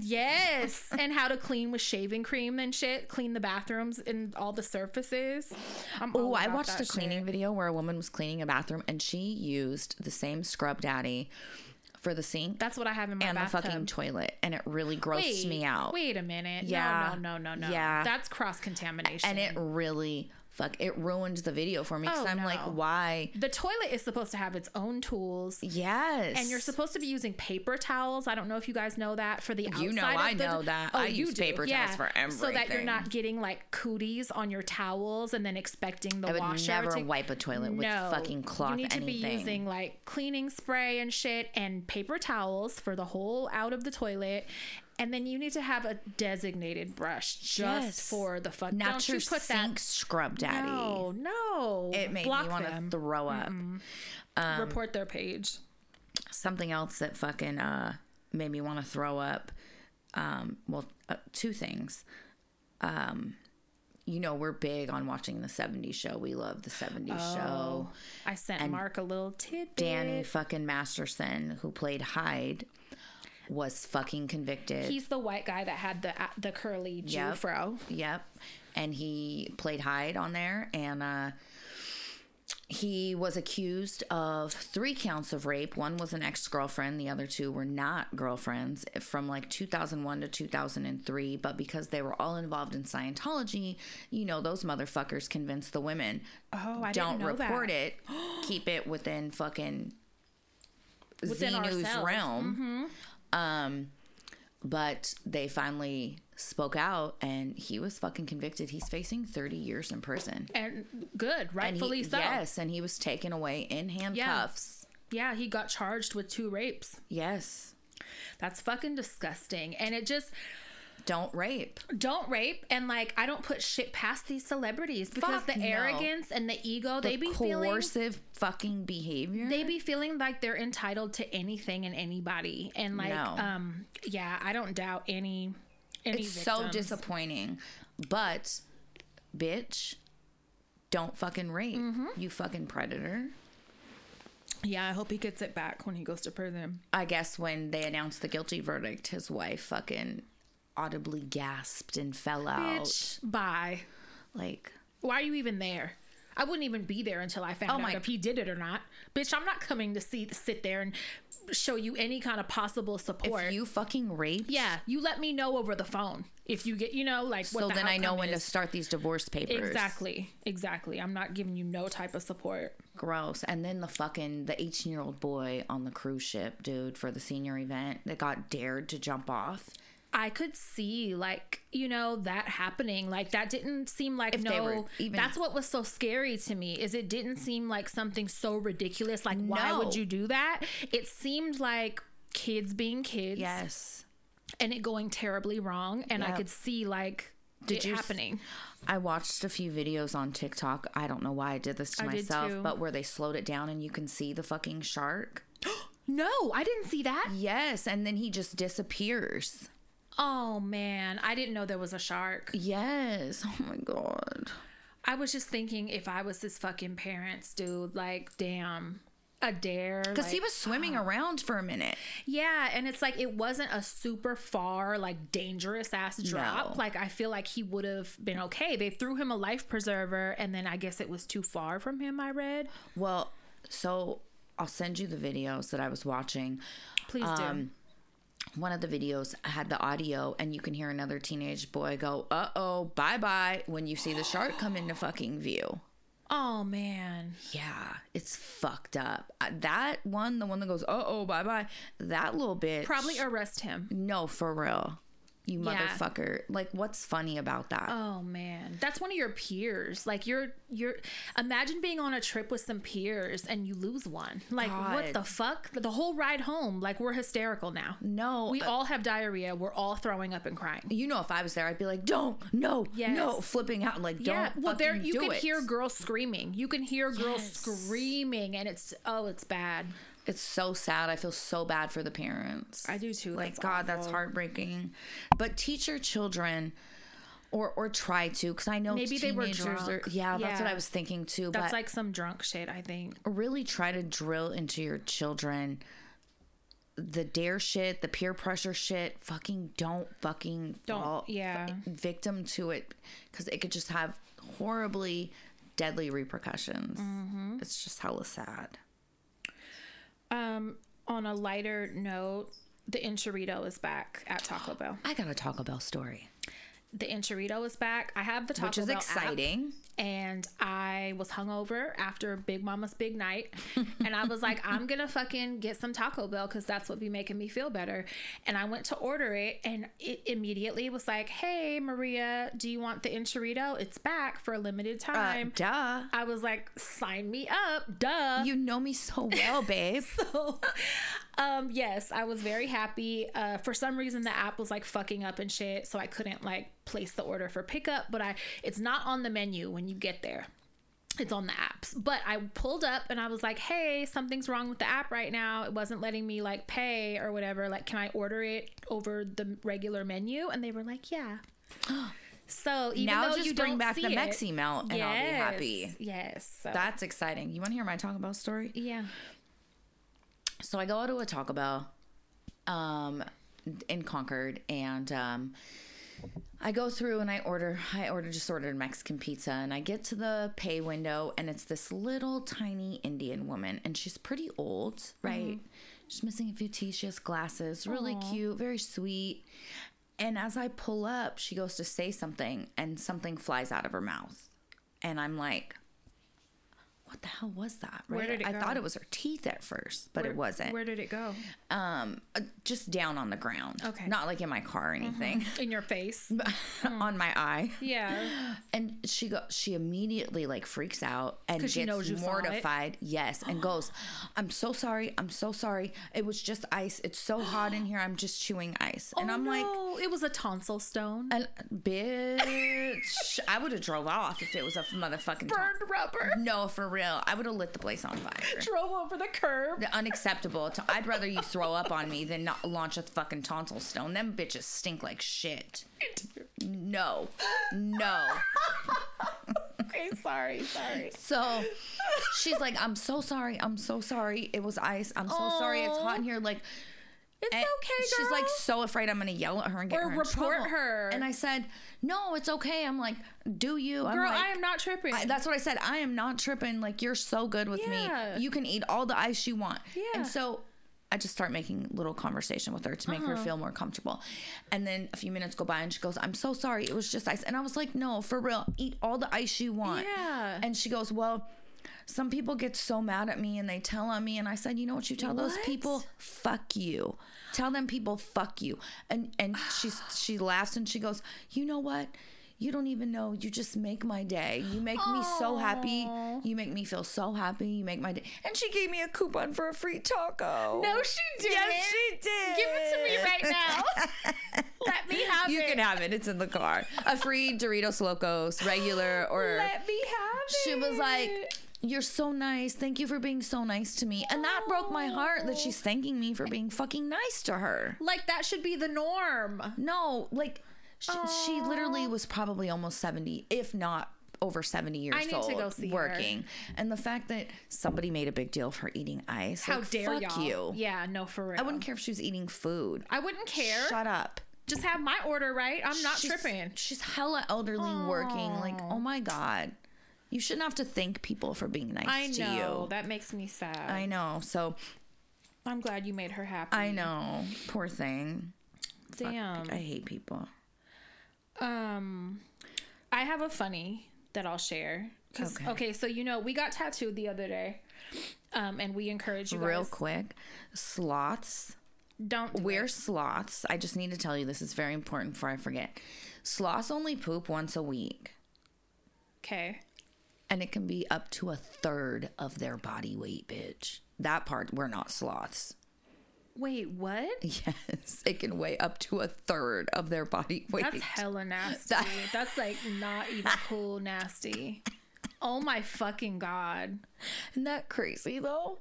[SPEAKER 1] Yes, and how to clean with shaving cream and shit. Clean the bathrooms and all the surfaces. I'm all
[SPEAKER 2] Oh, I
[SPEAKER 1] about
[SPEAKER 2] watched
[SPEAKER 1] that
[SPEAKER 2] a cleaning
[SPEAKER 1] shit.
[SPEAKER 2] video where a woman was cleaning a bathroom and she used the same scrub daddy for the sink
[SPEAKER 1] That's what I have in my
[SPEAKER 2] and the
[SPEAKER 1] bathtub.
[SPEAKER 2] fucking toilet, and it really grossed
[SPEAKER 1] wait,
[SPEAKER 2] me out.
[SPEAKER 1] Wait a minute.
[SPEAKER 2] Yeah.
[SPEAKER 1] No, no, no, no, no.
[SPEAKER 2] Yeah.
[SPEAKER 1] That's cross contamination.
[SPEAKER 2] And it really fuck, it ruined the video for me because
[SPEAKER 1] Oh,
[SPEAKER 2] I'm like,
[SPEAKER 1] no.
[SPEAKER 2] why?
[SPEAKER 1] The toilet is supposed to have its own tools.
[SPEAKER 2] Yes.
[SPEAKER 1] And you're supposed to be using paper towels. I don't know if you guys know that for the outside.
[SPEAKER 2] You know,
[SPEAKER 1] of
[SPEAKER 2] I
[SPEAKER 1] the- Oh,
[SPEAKER 2] know that. I use paper towels for
[SPEAKER 1] So that you're
[SPEAKER 2] everything.
[SPEAKER 1] not getting like cooties on your towels and then expecting the
[SPEAKER 2] I would
[SPEAKER 1] washer
[SPEAKER 2] never
[SPEAKER 1] to
[SPEAKER 2] wipe a toilet with
[SPEAKER 1] no,
[SPEAKER 2] fucking cloth.
[SPEAKER 1] You need to
[SPEAKER 2] anything.
[SPEAKER 1] be using like cleaning spray and shit and paper towels for the whole out of the toilet. And then you need to have a designated brush just
[SPEAKER 2] Yes.
[SPEAKER 1] for the fuck.
[SPEAKER 2] not
[SPEAKER 1] don't
[SPEAKER 2] your
[SPEAKER 1] you put
[SPEAKER 2] sink
[SPEAKER 1] that
[SPEAKER 2] scrub daddy.
[SPEAKER 1] No, no.
[SPEAKER 2] It made
[SPEAKER 1] Block
[SPEAKER 2] me um, want
[SPEAKER 1] them.
[SPEAKER 2] to throw up.
[SPEAKER 1] report their page.
[SPEAKER 2] something else that fucking uh, made me want to throw up. Um, well, uh, two things. Um, you know, we're big on watching the 70s show. We love the 70s show.
[SPEAKER 1] Oh, I sent Mark a little tidbit.
[SPEAKER 2] Danny fucking Masterson, who played Hyde, was fucking convicted.
[SPEAKER 1] He's the white guy that had the uh, the curly Jew
[SPEAKER 2] Yep.
[SPEAKER 1] fro.
[SPEAKER 2] Yep. And he played Hyde on there. And uh, he was accused of three counts of rape. One was an ex girlfriend, the other two were not girlfriends from like 2001 to 2003. But because they were all involved in Scientology, you know, those motherfuckers convinced the women
[SPEAKER 1] Oh, I didn't
[SPEAKER 2] don't
[SPEAKER 1] know
[SPEAKER 2] report
[SPEAKER 1] that.
[SPEAKER 2] it, keep it within fucking
[SPEAKER 1] Within
[SPEAKER 2] Z News
[SPEAKER 1] ourselves. Mm-hmm.
[SPEAKER 2] realm. Um, but they finally spoke out, and he was fucking convicted. He's facing thirty years in prison.
[SPEAKER 1] And good,
[SPEAKER 2] And
[SPEAKER 1] rightfully
[SPEAKER 2] he,
[SPEAKER 1] so.
[SPEAKER 2] Yes, and he was taken away in handcuffs.
[SPEAKER 1] Yeah, he got charged with two rapes.
[SPEAKER 2] Yes,
[SPEAKER 1] That's fucking disgusting. And it just
[SPEAKER 2] don't rape.
[SPEAKER 1] don't rape and like I don't put shit past these celebrities because
[SPEAKER 2] Fuck
[SPEAKER 1] the
[SPEAKER 2] no.
[SPEAKER 1] arrogance and the ego they be feeling
[SPEAKER 2] coercive fucking behavior.
[SPEAKER 1] they be feeling like they're entitled to anything and anybody and like
[SPEAKER 2] No.
[SPEAKER 1] um yeah, I don't doubt any any
[SPEAKER 2] it's so
[SPEAKER 1] victims.
[SPEAKER 2] disappointing. But, bitch, don't fucking rape.
[SPEAKER 1] Mm-hmm.
[SPEAKER 2] You fucking predator.
[SPEAKER 1] Yeah, I hope he gets it back when he goes to prison.
[SPEAKER 2] I guess when they announced the guilty verdict, his wife fucking audibly gasped and fell out.
[SPEAKER 1] Bitch, bye.
[SPEAKER 2] Like,
[SPEAKER 1] Why are you even there? I wouldn't even be there until I found
[SPEAKER 2] Oh
[SPEAKER 1] out
[SPEAKER 2] my-
[SPEAKER 1] if he did it or not. Bitch, I'm not coming to see sit there and show you any kind of possible support.
[SPEAKER 2] if you fucking raped,
[SPEAKER 1] yeah, you let me know over the phone if you get, you know, like what
[SPEAKER 2] so
[SPEAKER 1] the
[SPEAKER 2] then I know
[SPEAKER 1] outcome
[SPEAKER 2] when to
[SPEAKER 1] is.
[SPEAKER 2] start these divorce papers.
[SPEAKER 1] Exactly, exactly. I'm not giving you no type of support.
[SPEAKER 2] Gross. And then the fucking the 18 year old boy on the cruise ship, dude, for the senior event that got dared to jump off.
[SPEAKER 1] I could see like you know that happening. Like that didn't seem like
[SPEAKER 2] they were
[SPEAKER 1] no.
[SPEAKER 2] even-
[SPEAKER 1] that's what was so scary to me is it didn't seem like something so ridiculous. Like why
[SPEAKER 2] No.
[SPEAKER 1] would you do that? It seemed like kids being kids
[SPEAKER 2] Yes.
[SPEAKER 1] and it going terribly wrong. And I
[SPEAKER 2] Yep.
[SPEAKER 1] could see like
[SPEAKER 2] Did
[SPEAKER 1] it
[SPEAKER 2] you s-
[SPEAKER 1] happening.
[SPEAKER 2] I watched a few videos on TikTok. I don't know why I did this to
[SPEAKER 1] I did
[SPEAKER 2] myself,
[SPEAKER 1] too.
[SPEAKER 2] but where they slowed it down and you can see the fucking shark.
[SPEAKER 1] No, I didn't see that.
[SPEAKER 2] Yes, and then he just disappears.
[SPEAKER 1] Oh man, I didn't know there was a shark.
[SPEAKER 2] Yes. Oh my god.
[SPEAKER 1] I was just thinking if I was his fucking parents, dude. Like damn, a dare.
[SPEAKER 2] Because
[SPEAKER 1] like-
[SPEAKER 2] he was swimming around for a minute.
[SPEAKER 1] Yeah, and it's like it wasn't a super far, like dangerous ass drop.
[SPEAKER 2] No.
[SPEAKER 1] Like I feel like he would have been okay. They threw him a life preserver, and then I guess it was too far from him. I read.
[SPEAKER 2] Well, so I'll send you the videos that I was watching.
[SPEAKER 1] Please
[SPEAKER 2] Um, One of the videos had the audio, and you can hear another teenage boy go, "Uh oh, bye bye," when you see the shark come into fucking view.
[SPEAKER 1] do. Oh man,
[SPEAKER 2] Yeah, it's fucked up. Uh, That one, the one that goes, "Uh oh, bye bye," that little bitch.
[SPEAKER 1] probably arrest him.
[SPEAKER 2] no, for real. You
[SPEAKER 1] Yeah.
[SPEAKER 2] motherfucker. Like, what's funny about that?
[SPEAKER 1] Oh man, that's one of your peers. Like you're you're. Imagine being on a trip with some peers and you lose one. Like what
[SPEAKER 2] God.
[SPEAKER 1] the fuck? The whole ride home. Like we're hysterical now.
[SPEAKER 2] no,
[SPEAKER 1] We
[SPEAKER 2] uh,
[SPEAKER 1] all have diarrhea. We're all throwing up and crying.
[SPEAKER 2] you know, if I was there, I'd be like, don't, no,
[SPEAKER 1] Yes.
[SPEAKER 2] no, flipping out, like, don't.
[SPEAKER 1] yeah well there you
[SPEAKER 2] do
[SPEAKER 1] can
[SPEAKER 2] it.
[SPEAKER 1] hear girls screaming you can hear girls
[SPEAKER 2] Yes.
[SPEAKER 1] screaming and it's oh it's bad
[SPEAKER 2] It's so sad. I feel so bad for the parents.
[SPEAKER 1] I do too.
[SPEAKER 2] Like,
[SPEAKER 1] That's
[SPEAKER 2] God, that's
[SPEAKER 1] awful.
[SPEAKER 2] heartbreaking. But teach your children. Or, or try to because I know
[SPEAKER 1] Maybe they were
[SPEAKER 2] teenagers are
[SPEAKER 1] drunk.
[SPEAKER 2] yeah that's what
[SPEAKER 1] Yeah.
[SPEAKER 2] I was thinking too
[SPEAKER 1] that's
[SPEAKER 2] but
[SPEAKER 1] like some drunk shit i think
[SPEAKER 2] really try to drill into your children the dare shit the peer pressure shit fucking don't fucking
[SPEAKER 1] Don't-
[SPEAKER 2] fall
[SPEAKER 1] yeah.
[SPEAKER 2] victim to it because it could just have horribly deadly repercussions
[SPEAKER 1] Mm-hmm.
[SPEAKER 2] it's just hella sad
[SPEAKER 1] um on a lighter note the enchilada is back at taco bell
[SPEAKER 2] I got a Taco Bell story.
[SPEAKER 1] The Enchilada was back. I have the Taco
[SPEAKER 2] which is
[SPEAKER 1] Bell app.
[SPEAKER 2] exciting.
[SPEAKER 1] and I was hungover after Big Mama's big night, and I was like, I'm gonna fucking get some Taco Bell because that's what be making me feel better. And I went to order it, and it immediately was like, Hey Maria, do you want the enchilada? It's back for a limited
[SPEAKER 2] Uh,
[SPEAKER 1] time.
[SPEAKER 2] duh.
[SPEAKER 1] I was like, Sign me up, duh.
[SPEAKER 2] You know me so well, babe.
[SPEAKER 1] So, um, yes, I was very happy. Uh, for some reason, the app was like fucking up and shit, so I couldn't like place the order for pickup. But I, it's not on the menu when you get there. It's on the apps. But I pulled up and I was like, "Hey, something's wrong with the app right now. It wasn't letting me like pay or whatever. Like, can I order it over the regular menu?" And they were like, "Yeah." So even
[SPEAKER 2] now
[SPEAKER 1] though
[SPEAKER 2] just
[SPEAKER 1] you
[SPEAKER 2] bring
[SPEAKER 1] don't
[SPEAKER 2] back
[SPEAKER 1] see
[SPEAKER 2] the
[SPEAKER 1] it-
[SPEAKER 2] Mexi melt and I'll be
[SPEAKER 1] Yes,
[SPEAKER 2] happy.
[SPEAKER 1] Yes. So,
[SPEAKER 2] That's exciting. You want to hear my Taco Bell story?
[SPEAKER 1] yeah.
[SPEAKER 2] So I go to a Taco Bell um, in Concord and um, I go through and I order, I order, just ordered Mexican pizza and I get to the pay window and it's this little tiny Indian woman and she's pretty old, right?
[SPEAKER 1] Mm-hmm.
[SPEAKER 2] She's missing a few teeth, she has glasses, really cute, very sweet. And as I pull up, she goes to say something and something flies out of her mouth. And I'm like, what the hell was that? Right?
[SPEAKER 1] did it
[SPEAKER 2] I
[SPEAKER 1] go?
[SPEAKER 2] thought it was her teeth at first, but it wasn't.
[SPEAKER 1] Where did it go?
[SPEAKER 2] Um, uh, just down on the ground.
[SPEAKER 1] Okay.
[SPEAKER 2] Not like in my car or anything.
[SPEAKER 1] In your face.
[SPEAKER 2] on my eye.
[SPEAKER 1] Yeah.
[SPEAKER 2] And she go she immediately like freaks out and
[SPEAKER 1] 'Cause
[SPEAKER 2] gets
[SPEAKER 1] she knows you saw it?
[SPEAKER 2] mortified. Yes, and goes, "I'm so sorry. I'm so sorry. It was just ice. It's so hot in here. I'm just chewing ice."
[SPEAKER 1] Oh,
[SPEAKER 2] And I'm like,
[SPEAKER 1] like, it was a tonsil stone.
[SPEAKER 2] and, "Bitch, I would have drove off if it was a motherfucking Tom-
[SPEAKER 1] Burned rubber.
[SPEAKER 2] No, for real. I would have lit the place on fire."
[SPEAKER 1] Drove over the curb.
[SPEAKER 2] Unacceptable. To- I'd rather you throw up on me than not launch a fucking tonsil stone. Them bitches stink like shit. No, no.
[SPEAKER 1] Okay, sorry, sorry.
[SPEAKER 2] So she's like, I'm so sorry. I'm so sorry. It was ice. I'm so sorry. It's hot in here. Like,
[SPEAKER 1] It's
[SPEAKER 2] and
[SPEAKER 1] okay, girl.
[SPEAKER 2] She's like so afraid I'm gonna yell at her and get
[SPEAKER 1] Or
[SPEAKER 2] her in
[SPEAKER 1] report
[SPEAKER 2] trouble.
[SPEAKER 1] her.
[SPEAKER 2] And I said, No, it's okay. I'm like, Do you? I'm
[SPEAKER 1] girl,
[SPEAKER 2] like,
[SPEAKER 1] I am not tripping.
[SPEAKER 2] I- that's what I said. I am not tripping. Like you're so good with
[SPEAKER 1] Yeah.
[SPEAKER 2] me. You can eat all the ice you want.
[SPEAKER 1] Yeah.
[SPEAKER 2] And so I just start making little conversation with her to make
[SPEAKER 1] Uh-huh.
[SPEAKER 2] her feel more comfortable. And then a few minutes go by and she goes, "I'm so sorry. It was just ice." And I was like, "No, for real. Eat all the ice you want."
[SPEAKER 1] Yeah.
[SPEAKER 2] And she goes, "Well, some people get so mad at me and they tell on me." And I said, "You know what you tell those
[SPEAKER 1] What?
[SPEAKER 2] people? Fuck you. Tell them people fuck you." And and she's she laughs and she goes, "You know what?" You don't even know. You just make my day. You make me so happy. You make me feel so happy. You make my day. And she gave me a coupon for a free taco.
[SPEAKER 1] no, she didn't.
[SPEAKER 2] Yes, she did.
[SPEAKER 1] Give it to me right now. Let me have
[SPEAKER 2] You
[SPEAKER 1] it.
[SPEAKER 2] can have it. It's in the car. A free Doritos Locos, regular or
[SPEAKER 1] Let me have it.
[SPEAKER 2] she was like you're so nice. Thank you for being so nice to me. And that broke my heart that she's thanking me for being fucking nice to her.
[SPEAKER 1] like that should be the norm.
[SPEAKER 2] No, like she, she literally was probably almost 70, if not over 70 years
[SPEAKER 1] I need to
[SPEAKER 2] old
[SPEAKER 1] go see her.
[SPEAKER 2] working. And the fact that somebody made a big deal for eating ice.
[SPEAKER 1] How
[SPEAKER 2] like,
[SPEAKER 1] dare
[SPEAKER 2] fuck
[SPEAKER 1] y'all?
[SPEAKER 2] you.
[SPEAKER 1] Yeah, no, for real.
[SPEAKER 2] I wouldn't care if she was eating food.
[SPEAKER 1] I wouldn't care.
[SPEAKER 2] Shut up.
[SPEAKER 1] Just have my order right. I'm not
[SPEAKER 2] She's-
[SPEAKER 1] tripping.
[SPEAKER 2] She's hella elderly working. Like, oh my God. You shouldn't have to thank people for being nice
[SPEAKER 1] I
[SPEAKER 2] to
[SPEAKER 1] know
[SPEAKER 2] you.
[SPEAKER 1] that makes me sad.
[SPEAKER 2] I know. So
[SPEAKER 1] I'm glad you made her happy.
[SPEAKER 2] I know. Poor thing. Fuck,
[SPEAKER 1] Damn.
[SPEAKER 2] I hate people.
[SPEAKER 1] Um, I have a funny that I'll share. 'Cause-
[SPEAKER 2] Okay.
[SPEAKER 1] okay. so you know we got tattooed the other day, um, and we encourage you
[SPEAKER 2] Real
[SPEAKER 1] guys
[SPEAKER 2] quick, sloths.
[SPEAKER 1] don't do
[SPEAKER 2] We're
[SPEAKER 1] it.
[SPEAKER 2] sloths. I just need to tell you this is very important before I forget. Sloths only poop once a week,
[SPEAKER 1] okay.
[SPEAKER 2] and it can be up to a third of their body weight, bitch. That part, we're not sloths.
[SPEAKER 1] Wait, what?
[SPEAKER 2] Yes, it can weigh up to a third of their body weight.
[SPEAKER 1] That's hella nasty. That's like not even cool nasty. Oh my fucking god.
[SPEAKER 2] Isn't that crazy though?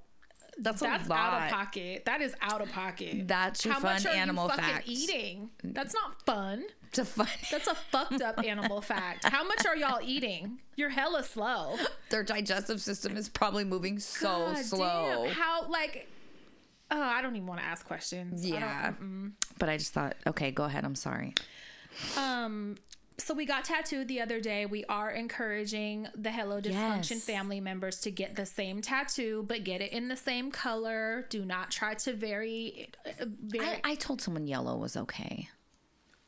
[SPEAKER 2] That's,
[SPEAKER 1] That's
[SPEAKER 2] a lot.
[SPEAKER 1] out of pocket. That is out of pocket.
[SPEAKER 2] That's your fun animal
[SPEAKER 1] fucking
[SPEAKER 2] facts. Mm.
[SPEAKER 1] eating? That's not fun.
[SPEAKER 2] It's a fun.
[SPEAKER 1] That's a fucked up animal fact. How much are y'all eating? You're hella slow.
[SPEAKER 2] Their digestive system is probably moving so
[SPEAKER 1] God
[SPEAKER 2] slow.
[SPEAKER 1] damn, How like? Oh, I don't even want to ask questions. I don't-
[SPEAKER 2] Yeah. But I just thought, okay, go ahead. I'm sorry.
[SPEAKER 1] Um. So we got tattooed the other day. We are encouraging the Hello Dysfunction
[SPEAKER 2] Yes.
[SPEAKER 1] family members to get the same tattoo, but get it in the same color. Do not try to vary. uh, vary.
[SPEAKER 2] I, I told someone yellow was okay.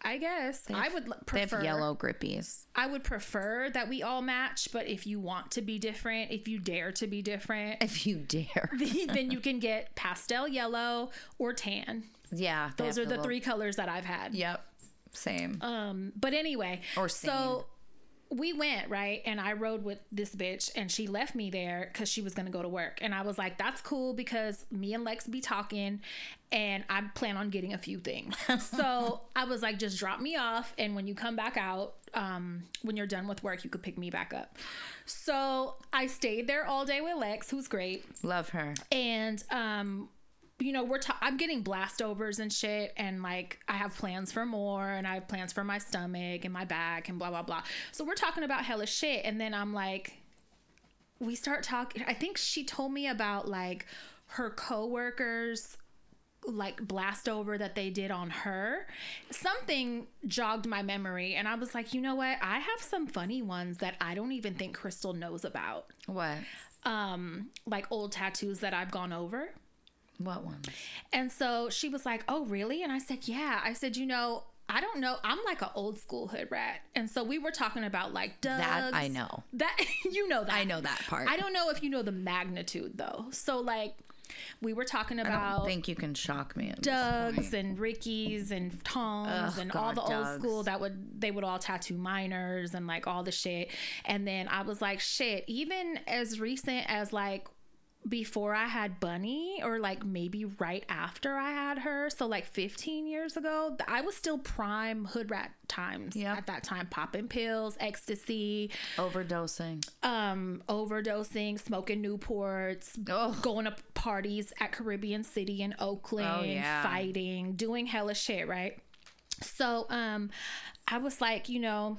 [SPEAKER 1] I guess I would l-
[SPEAKER 2] They
[SPEAKER 1] prefer
[SPEAKER 2] have yellow grippies.
[SPEAKER 1] I would prefer that we all match, but if you want to be different, if you dare to be different,
[SPEAKER 2] If you dare.
[SPEAKER 1] then you can get pastel yellow or tan.
[SPEAKER 2] yeah. they
[SPEAKER 1] Those
[SPEAKER 2] have
[SPEAKER 1] are the
[SPEAKER 2] little-
[SPEAKER 1] three colors that I've had.
[SPEAKER 2] Yep. Same.
[SPEAKER 1] Um, but anyway,
[SPEAKER 2] Or
[SPEAKER 1] so we went right, and I rode with this bitch, and she left me there because she was gonna go to work, and I was like, "That's cool," because me and Lex be talking, and I plan on getting a few things. so I was like, "Just drop me off, and when you come back out, um, when you're done with work, you could pick me back up." So I stayed there all day with Lex, who's great
[SPEAKER 2] Love her.
[SPEAKER 1] and um you know we're ta- i'm getting blast overs and shit and like i have plans for more and i have plans for my stomach and my back and blah blah blah so we're talking about hella shit and then i'm like we start talking i think she told me about like her coworkers like blast over that they did on her something jogged my memory and i was like you know what i have some funny ones that i don't even think crystal knows about
[SPEAKER 2] What?
[SPEAKER 1] um like old tattoos that I've gone over.
[SPEAKER 2] What one?
[SPEAKER 1] And so she was like, "Oh, really?" And I said, "Yeah." I said, "You know, I don't know. I'm like an old school hood rat." And so we were talking about like Doug's.
[SPEAKER 2] That I know.
[SPEAKER 1] That you know that.
[SPEAKER 2] I know that part.
[SPEAKER 1] I don't know if you know the magnitude though. So like we were talking
[SPEAKER 2] I don't
[SPEAKER 1] about
[SPEAKER 2] think you can shock me. At
[SPEAKER 1] Doug's
[SPEAKER 2] This point.
[SPEAKER 1] and Ricky's and Tom's
[SPEAKER 2] Ugh,
[SPEAKER 1] and
[SPEAKER 2] God,
[SPEAKER 1] all the
[SPEAKER 2] Doug's.
[SPEAKER 1] old school that would they would all tattoo minors and like all the shit. And then I was like, shit, even as recent as like before I had Bunny or like maybe right after I had her, so like 15 years ago, th- I was still prime hood rat times
[SPEAKER 2] Yep.
[SPEAKER 1] at that time, popping pills, ecstasy,
[SPEAKER 2] Overdosing.
[SPEAKER 1] um overdosing, smoking Newports,
[SPEAKER 2] Oh.
[SPEAKER 1] going to parties at Caribbean City in Oakland,
[SPEAKER 2] Oh, yeah.
[SPEAKER 1] fighting, doing hella shit, right? So um I was like, you know,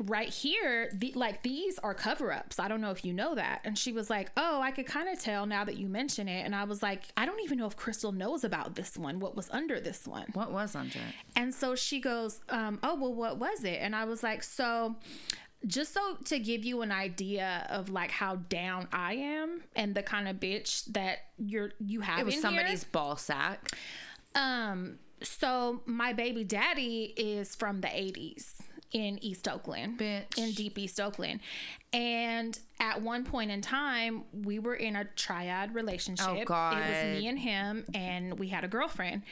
[SPEAKER 1] right here, the, like these are cover ups. I don't know if you know that. And she was like, oh, I could kind of tell now that you mention it. And I was like, I don't even know if Crystal knows about this one, what was under this one.
[SPEAKER 2] What was under it?
[SPEAKER 1] And so she goes, um, Oh, well, what was it? And I was like, So just so to give you an idea of like how down I am and the kind of bitch that you're you have
[SPEAKER 2] It was
[SPEAKER 1] in
[SPEAKER 2] somebody's ball sack.
[SPEAKER 1] here, um so my baby daddy is from the 80s in East Oakland
[SPEAKER 2] Bitch.
[SPEAKER 1] in deep East Oakland and at one point in time we were in a triad relationship
[SPEAKER 2] Oh,
[SPEAKER 1] it
[SPEAKER 2] God.
[SPEAKER 1] was me and him and we had a girlfriend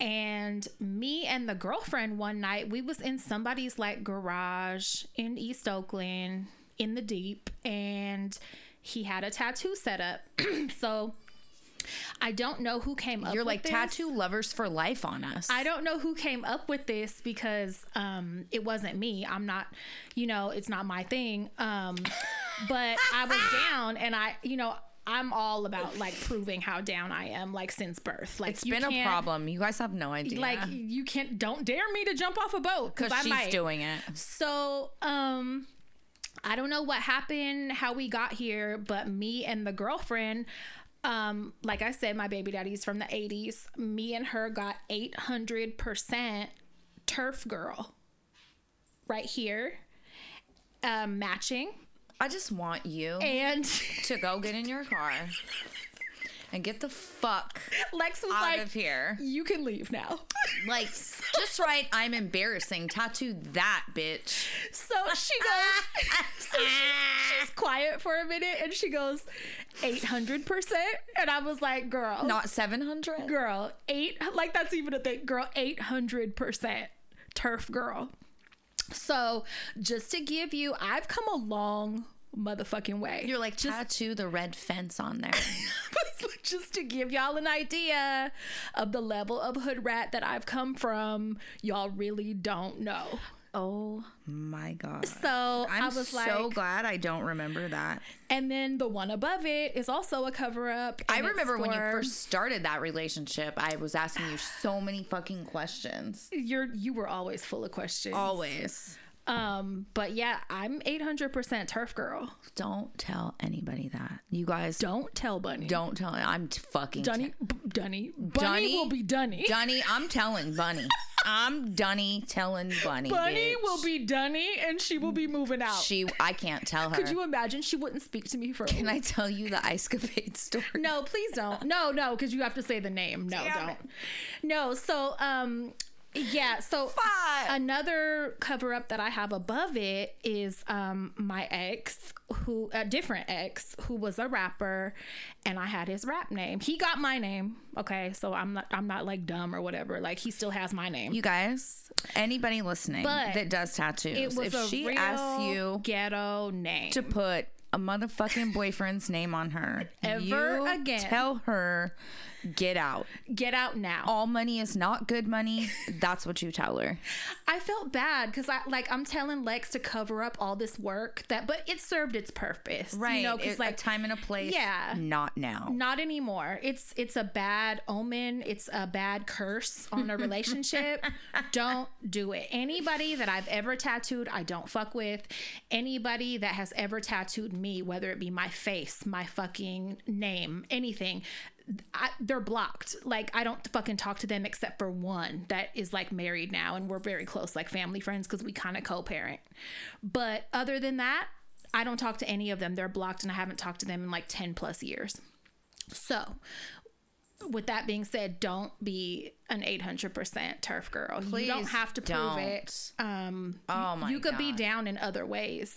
[SPEAKER 1] and me and the girlfriend one night we was in somebody's like garage in east oakland in the deep and he had a tattoo set up so i don't know who came up
[SPEAKER 2] You're
[SPEAKER 1] with
[SPEAKER 2] like
[SPEAKER 1] this.
[SPEAKER 2] tattoo lovers for life on us.
[SPEAKER 1] I don't know who came up with this because um, it wasn't me. I'm not, you know, it's not my thing. Um, but I was down, and I, you know, I'm all about like proving how down I am, like since birth. Like
[SPEAKER 2] It's
[SPEAKER 1] you
[SPEAKER 2] been a
[SPEAKER 1] can't-
[SPEAKER 2] problem. You guys have no idea.
[SPEAKER 1] Like you can't, don't dare me to jump off a boat because
[SPEAKER 2] because
[SPEAKER 1] I
[SPEAKER 2] she's
[SPEAKER 1] might.
[SPEAKER 2] doing it.
[SPEAKER 1] So, um, I don't know what happened, how we got here, but me and the girlfriend, um, like I said, my baby daddy's from the 80s. Me and her got 800% turf girl right here, um, matching.
[SPEAKER 2] I just want you
[SPEAKER 1] And
[SPEAKER 2] to go get in your car and get the fuck
[SPEAKER 1] Lex was
[SPEAKER 2] out
[SPEAKER 1] like,
[SPEAKER 2] of here.
[SPEAKER 1] You can leave now.
[SPEAKER 2] Like, just right. I'm embarrassing. Tattoo that bitch.
[SPEAKER 1] So she goes, so she, she's quiet for a minute and she goes, 800%. And I was like, girl.
[SPEAKER 2] Not 700.
[SPEAKER 1] girl eight like that's even a thing girl 800% turf girl so just to give you i've come a long motherfucking way
[SPEAKER 2] You're like tattoo the red fence on there.
[SPEAKER 1] just to give y'all an idea of the level of hood rat that i've come from y'all really don't know
[SPEAKER 2] oh my god.
[SPEAKER 1] so i
[SPEAKER 2] I'm
[SPEAKER 1] was
[SPEAKER 2] so
[SPEAKER 1] like
[SPEAKER 2] glad I don't remember that.
[SPEAKER 1] and then the one above it is also a cover up
[SPEAKER 2] I remember when you first started that relationship, I was asking you so many fucking questions.
[SPEAKER 1] you're you were always full of questions
[SPEAKER 2] Always.
[SPEAKER 1] um but yeah i'm 800% turf girl
[SPEAKER 2] Don't tell anybody that. You guys don't,
[SPEAKER 1] Don't tell Bunny.
[SPEAKER 2] tell. I'm t- fucking
[SPEAKER 1] Dunny. B- Dunny. Bunny will be Dunny.
[SPEAKER 2] Dunny, I'm telling Bunny. I'm Dunny telling Bunny.
[SPEAKER 1] Bunny
[SPEAKER 2] bitch.
[SPEAKER 1] will be Dunny, and she will be moving out.
[SPEAKER 2] She. I can't tell her.
[SPEAKER 1] Oh. Could you imagine? She wouldn't speak to me for.
[SPEAKER 2] Can I tell you the ice capade story?
[SPEAKER 1] No, please don't. No, no, because you have to say the name. No,
[SPEAKER 2] Damn
[SPEAKER 1] don't. No. So, um, Yeah. So
[SPEAKER 2] Fuck.
[SPEAKER 1] another cover up that I have above it is um, my ex, who a different ex, who was a rapper, and I had his rap name. He got my name. Okay, so I'm not I'm not like dumb or whatever. Like he still has my name.
[SPEAKER 2] You guys, anybody listening
[SPEAKER 1] But
[SPEAKER 2] that does tattoos,
[SPEAKER 1] it was
[SPEAKER 2] if
[SPEAKER 1] a
[SPEAKER 2] she
[SPEAKER 1] real
[SPEAKER 2] asks you
[SPEAKER 1] ghetto name.
[SPEAKER 2] to put a motherfucking boyfriend's name on her,
[SPEAKER 1] Ever
[SPEAKER 2] you
[SPEAKER 1] again.
[SPEAKER 2] tell her, get out.
[SPEAKER 1] Get out now.
[SPEAKER 2] All money is not good money. That's what you tell her.
[SPEAKER 1] I felt bad because I like I'm telling Lex to cover up all this work that, but it served its purpose, You know,
[SPEAKER 2] It-
[SPEAKER 1] because
[SPEAKER 2] a
[SPEAKER 1] like
[SPEAKER 2] time and a place.
[SPEAKER 1] Yeah.
[SPEAKER 2] Not now.
[SPEAKER 1] not anymore. It's it's a bad omen. It's a bad curse on a relationship. don't do it. Anybody that I've ever tattooed, I don't fuck with. Anybody that has ever tattooed me, whether it be my face, my fucking name, anything, I, they're blocked. Like I don't fucking talk to them except for one that is like married now, and we're very close, like family friends, because we kind of co-parent. But other than that. I don't talk to any of them. They're blocked, and I haven't talked to them in like 10 plus years. So, with that being said, don't be an 800% turf girl. you don't
[SPEAKER 2] Please
[SPEAKER 1] have to prove
[SPEAKER 2] don't.
[SPEAKER 1] it. Um,
[SPEAKER 2] Oh my
[SPEAKER 1] you could be
[SPEAKER 2] God.
[SPEAKER 1] down in other ways.